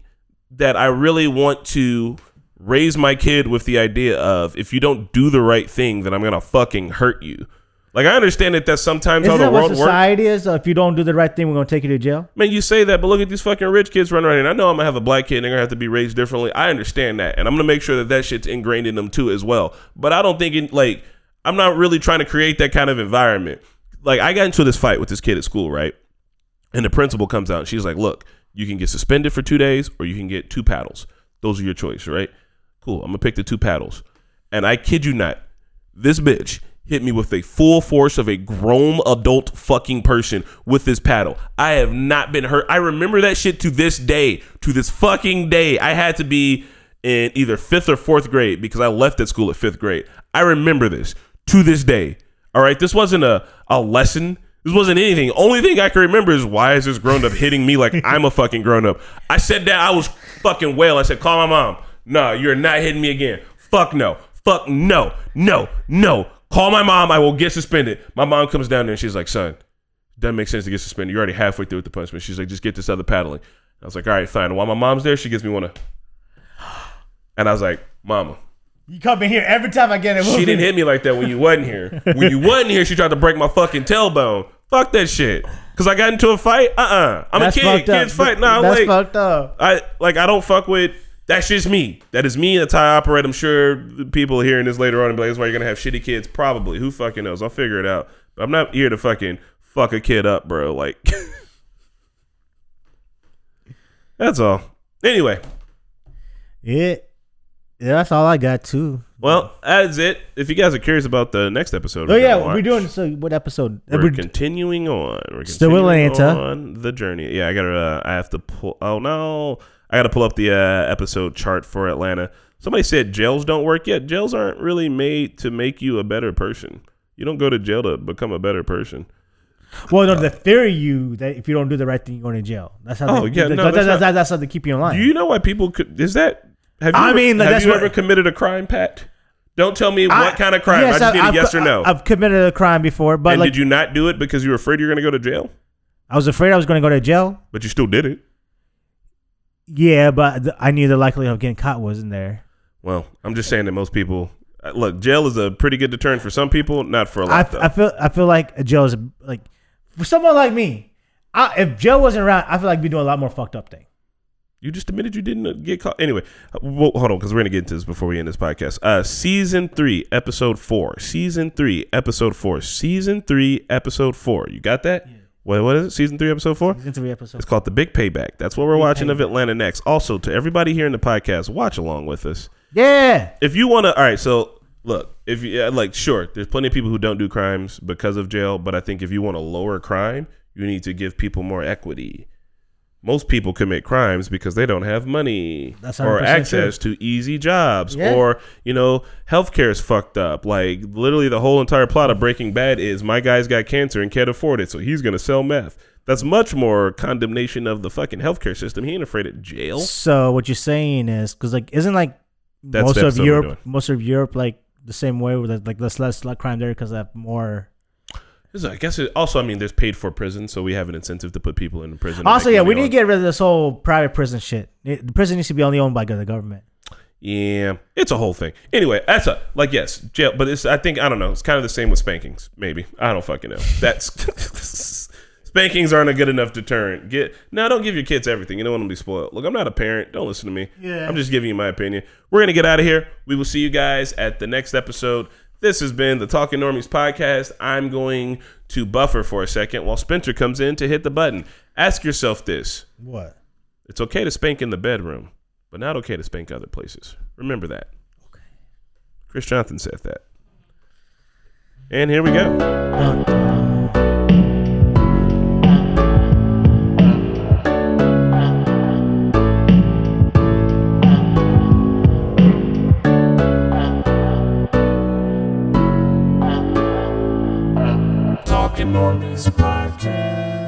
Speaker 1: that I really want to raise my kid with the idea of if you don't do the right thing, then I'm gonna fucking hurt you. Like I understand that that's sometimes how
Speaker 3: Isn't
Speaker 1: the
Speaker 3: that what
Speaker 1: world works.
Speaker 3: society is? Uh, if you don't do the right thing, we're gonna take you to jail.
Speaker 1: Man, you say that, but look at these fucking rich kids running around. And I know I'm gonna have a black kid and they're gonna have to be raised differently. I understand that, and I'm gonna make sure that that shit's ingrained in them too as well. But I don't think it, like I'm not really trying to create that kind of environment. Like I got into this fight with this kid at school, right? And the principal comes out and she's like, "Look, you can get suspended for two days, or you can get two paddles. Those are your choice, right? Cool. I'm gonna pick the two paddles." And I kid you not, this bitch hit me with a full force of a grown adult fucking person with this paddle. I have not been hurt. I remember that shit to this day, to this fucking day. I had to be in either fifth or fourth grade because I left at school at fifth grade. I remember this to this day. All right, this wasn't a, a lesson. This wasn't anything. Only thing I can remember is why is this grown up hitting me like I'm a fucking grown up? I said that I was fucking whale. I said, call my mom. Nah, you're not hitting me again. Fuck no. Fuck no. No. No. Call my mom. I will get suspended. My mom comes down there and she's like, son, doesn't make sense to get suspended. You're already halfway through with the punishment. She's like, just get this other paddling. I was like, all right, fine. While my mom's there, she gives me one of. And I was like, mama.
Speaker 3: You come in here every time I get it.
Speaker 1: She didn't hit me like that when you wasn't here. When you wasn't here, she tried to break my fucking tailbone. Fuck that shit. Cause I got into a fight. Uh uh-uh. uh. i am
Speaker 3: That's
Speaker 1: a kid.
Speaker 3: fucked up.
Speaker 1: Kids fight. Nah,
Speaker 3: That's
Speaker 1: like
Speaker 3: fucked up.
Speaker 1: I like I don't fuck with. That's just me. That is me. That's how I operate. I'm sure the people hearing this later on and be like, "That's why you're gonna have shitty kids." Probably. Who fucking knows? I'll figure it out. But I'm not here to fucking fuck a kid up, bro. Like, that's all. Anyway,
Speaker 3: Yeah. Yeah, that's all I got too.
Speaker 1: well, that's it. If you guys are curious about the next episode,
Speaker 3: Oh
Speaker 1: we're
Speaker 3: yeah,
Speaker 1: gonna
Speaker 3: we're
Speaker 1: launch.
Speaker 3: doing so. What episode? Uh,
Speaker 1: We're
Speaker 3: we're-
Speaker 1: continuing on. We're
Speaker 3: Still with
Speaker 1: continuing
Speaker 3: Atlanta.
Speaker 1: on the journey. Yeah, I gotta. Uh, I have to pull. Oh no, I gotta pull up the uh, episode chart for Atlanta. Somebody said jails don't work yet. Jails aren't really made to make you a better person. You don't go to jail to become a better person.
Speaker 3: well, no, they fear you that if you don't do the right thing, you're going to jail. That's how.
Speaker 1: Oh,
Speaker 3: they,
Speaker 1: yeah, no, that's
Speaker 3: that- that's, that's,
Speaker 1: not-
Speaker 3: that's, how they keep you in line.
Speaker 1: Do you know why people could? Is that? Have you
Speaker 3: I
Speaker 1: ever,
Speaker 3: mean, like,
Speaker 1: have
Speaker 3: that's
Speaker 1: you
Speaker 3: what-
Speaker 1: ever committed a crime, Pat? Don't tell me
Speaker 3: I-
Speaker 1: what kind of crime.
Speaker 3: yes,
Speaker 1: I just need a
Speaker 3: I've-
Speaker 1: yes or no.
Speaker 3: I've committed a crime before, but
Speaker 1: and
Speaker 3: like
Speaker 1: did you not do it because you were afraid you were going to go to jail?
Speaker 3: I was afraid I was going to go to jail.
Speaker 1: But you still did it.
Speaker 3: Yeah, but th- I knew the likelihood of getting caught wasn't there.
Speaker 1: Well, I'm just saying that most people uh, look jail is a pretty good deterrent for some people, not for a
Speaker 3: I,
Speaker 1: lot
Speaker 3: f-
Speaker 1: though.
Speaker 3: I feel I feel like jail is like for someone like me. I, if jail wasn't around, I feel like I'd be doing a lot more fucked up thing.
Speaker 1: you just admitted you didn't uh, get caught. Anyway, uh, well, hold on because we're gonna get into this before we end this podcast. Uh, season three, episode four. Season three, episode four. Season three, episode four. You got that? What, what is it? Season three, episode four.
Speaker 3: Season three episodes.
Speaker 1: It's called The Big Payback. That's what we're watching of Atlanta next. Also, to everybody here in the podcast, watch along with us.
Speaker 3: Yeah,
Speaker 1: if you want to all right so look if you yeah, like sure there's plenty of people who don't do crimes because of jail but i think if you want to lower crime you need to give people more equity most people commit crimes because they don't have money
Speaker 3: That's
Speaker 1: or
Speaker 3: 100%
Speaker 1: access to easy jobs
Speaker 3: Yeah.
Speaker 1: or you know healthcare is fucked up like literally the whole entire plot of breaking bad is my guy's got cancer and can't afford it so he's going to sell meth that's much more condemnation of the fucking healthcare system he ain't afraid of jail
Speaker 3: So what you're saying is because like isn't like
Speaker 1: That's
Speaker 3: most
Speaker 1: the
Speaker 3: of
Speaker 1: episode we're
Speaker 3: Europe
Speaker 1: doing.
Speaker 3: most of Europe like the same way with like less less like crime there because they have more.
Speaker 1: This is- I guess it, also, I mean, there's paid for prison, so we have an incentive to put people in prison. and
Speaker 3: Also,
Speaker 1: make
Speaker 3: yeah, we
Speaker 1: money
Speaker 3: need to
Speaker 1: on-
Speaker 3: get rid of this whole private prison shit. It- the prison needs to be only owned by the government.
Speaker 1: Yeah, it's a whole thing. Anyway, that's a like yes, jail, but it's I think I don't know. It's kind of the same with spankings. Maybe I don't fucking know. That's spankings aren't a good enough deterrent. Get now, don't give your kids everything. You don't want them to be spoiled. Look, I'm not a parent. Don't listen to me.
Speaker 3: Yeah.
Speaker 1: I'm just giving you my opinion. We're gonna get out of here. We will see you guys at the next episode. This has been the Talking Normies podcast. I'm going to buffer for a second while Spencer comes in to hit the button. Ask yourself this.
Speaker 3: What?
Speaker 1: It's okay to spank in the bedroom, but not okay to spank other places. Remember that. Chris Johnson said that. And here we go.
Speaker 5: Talking Normies Podcast.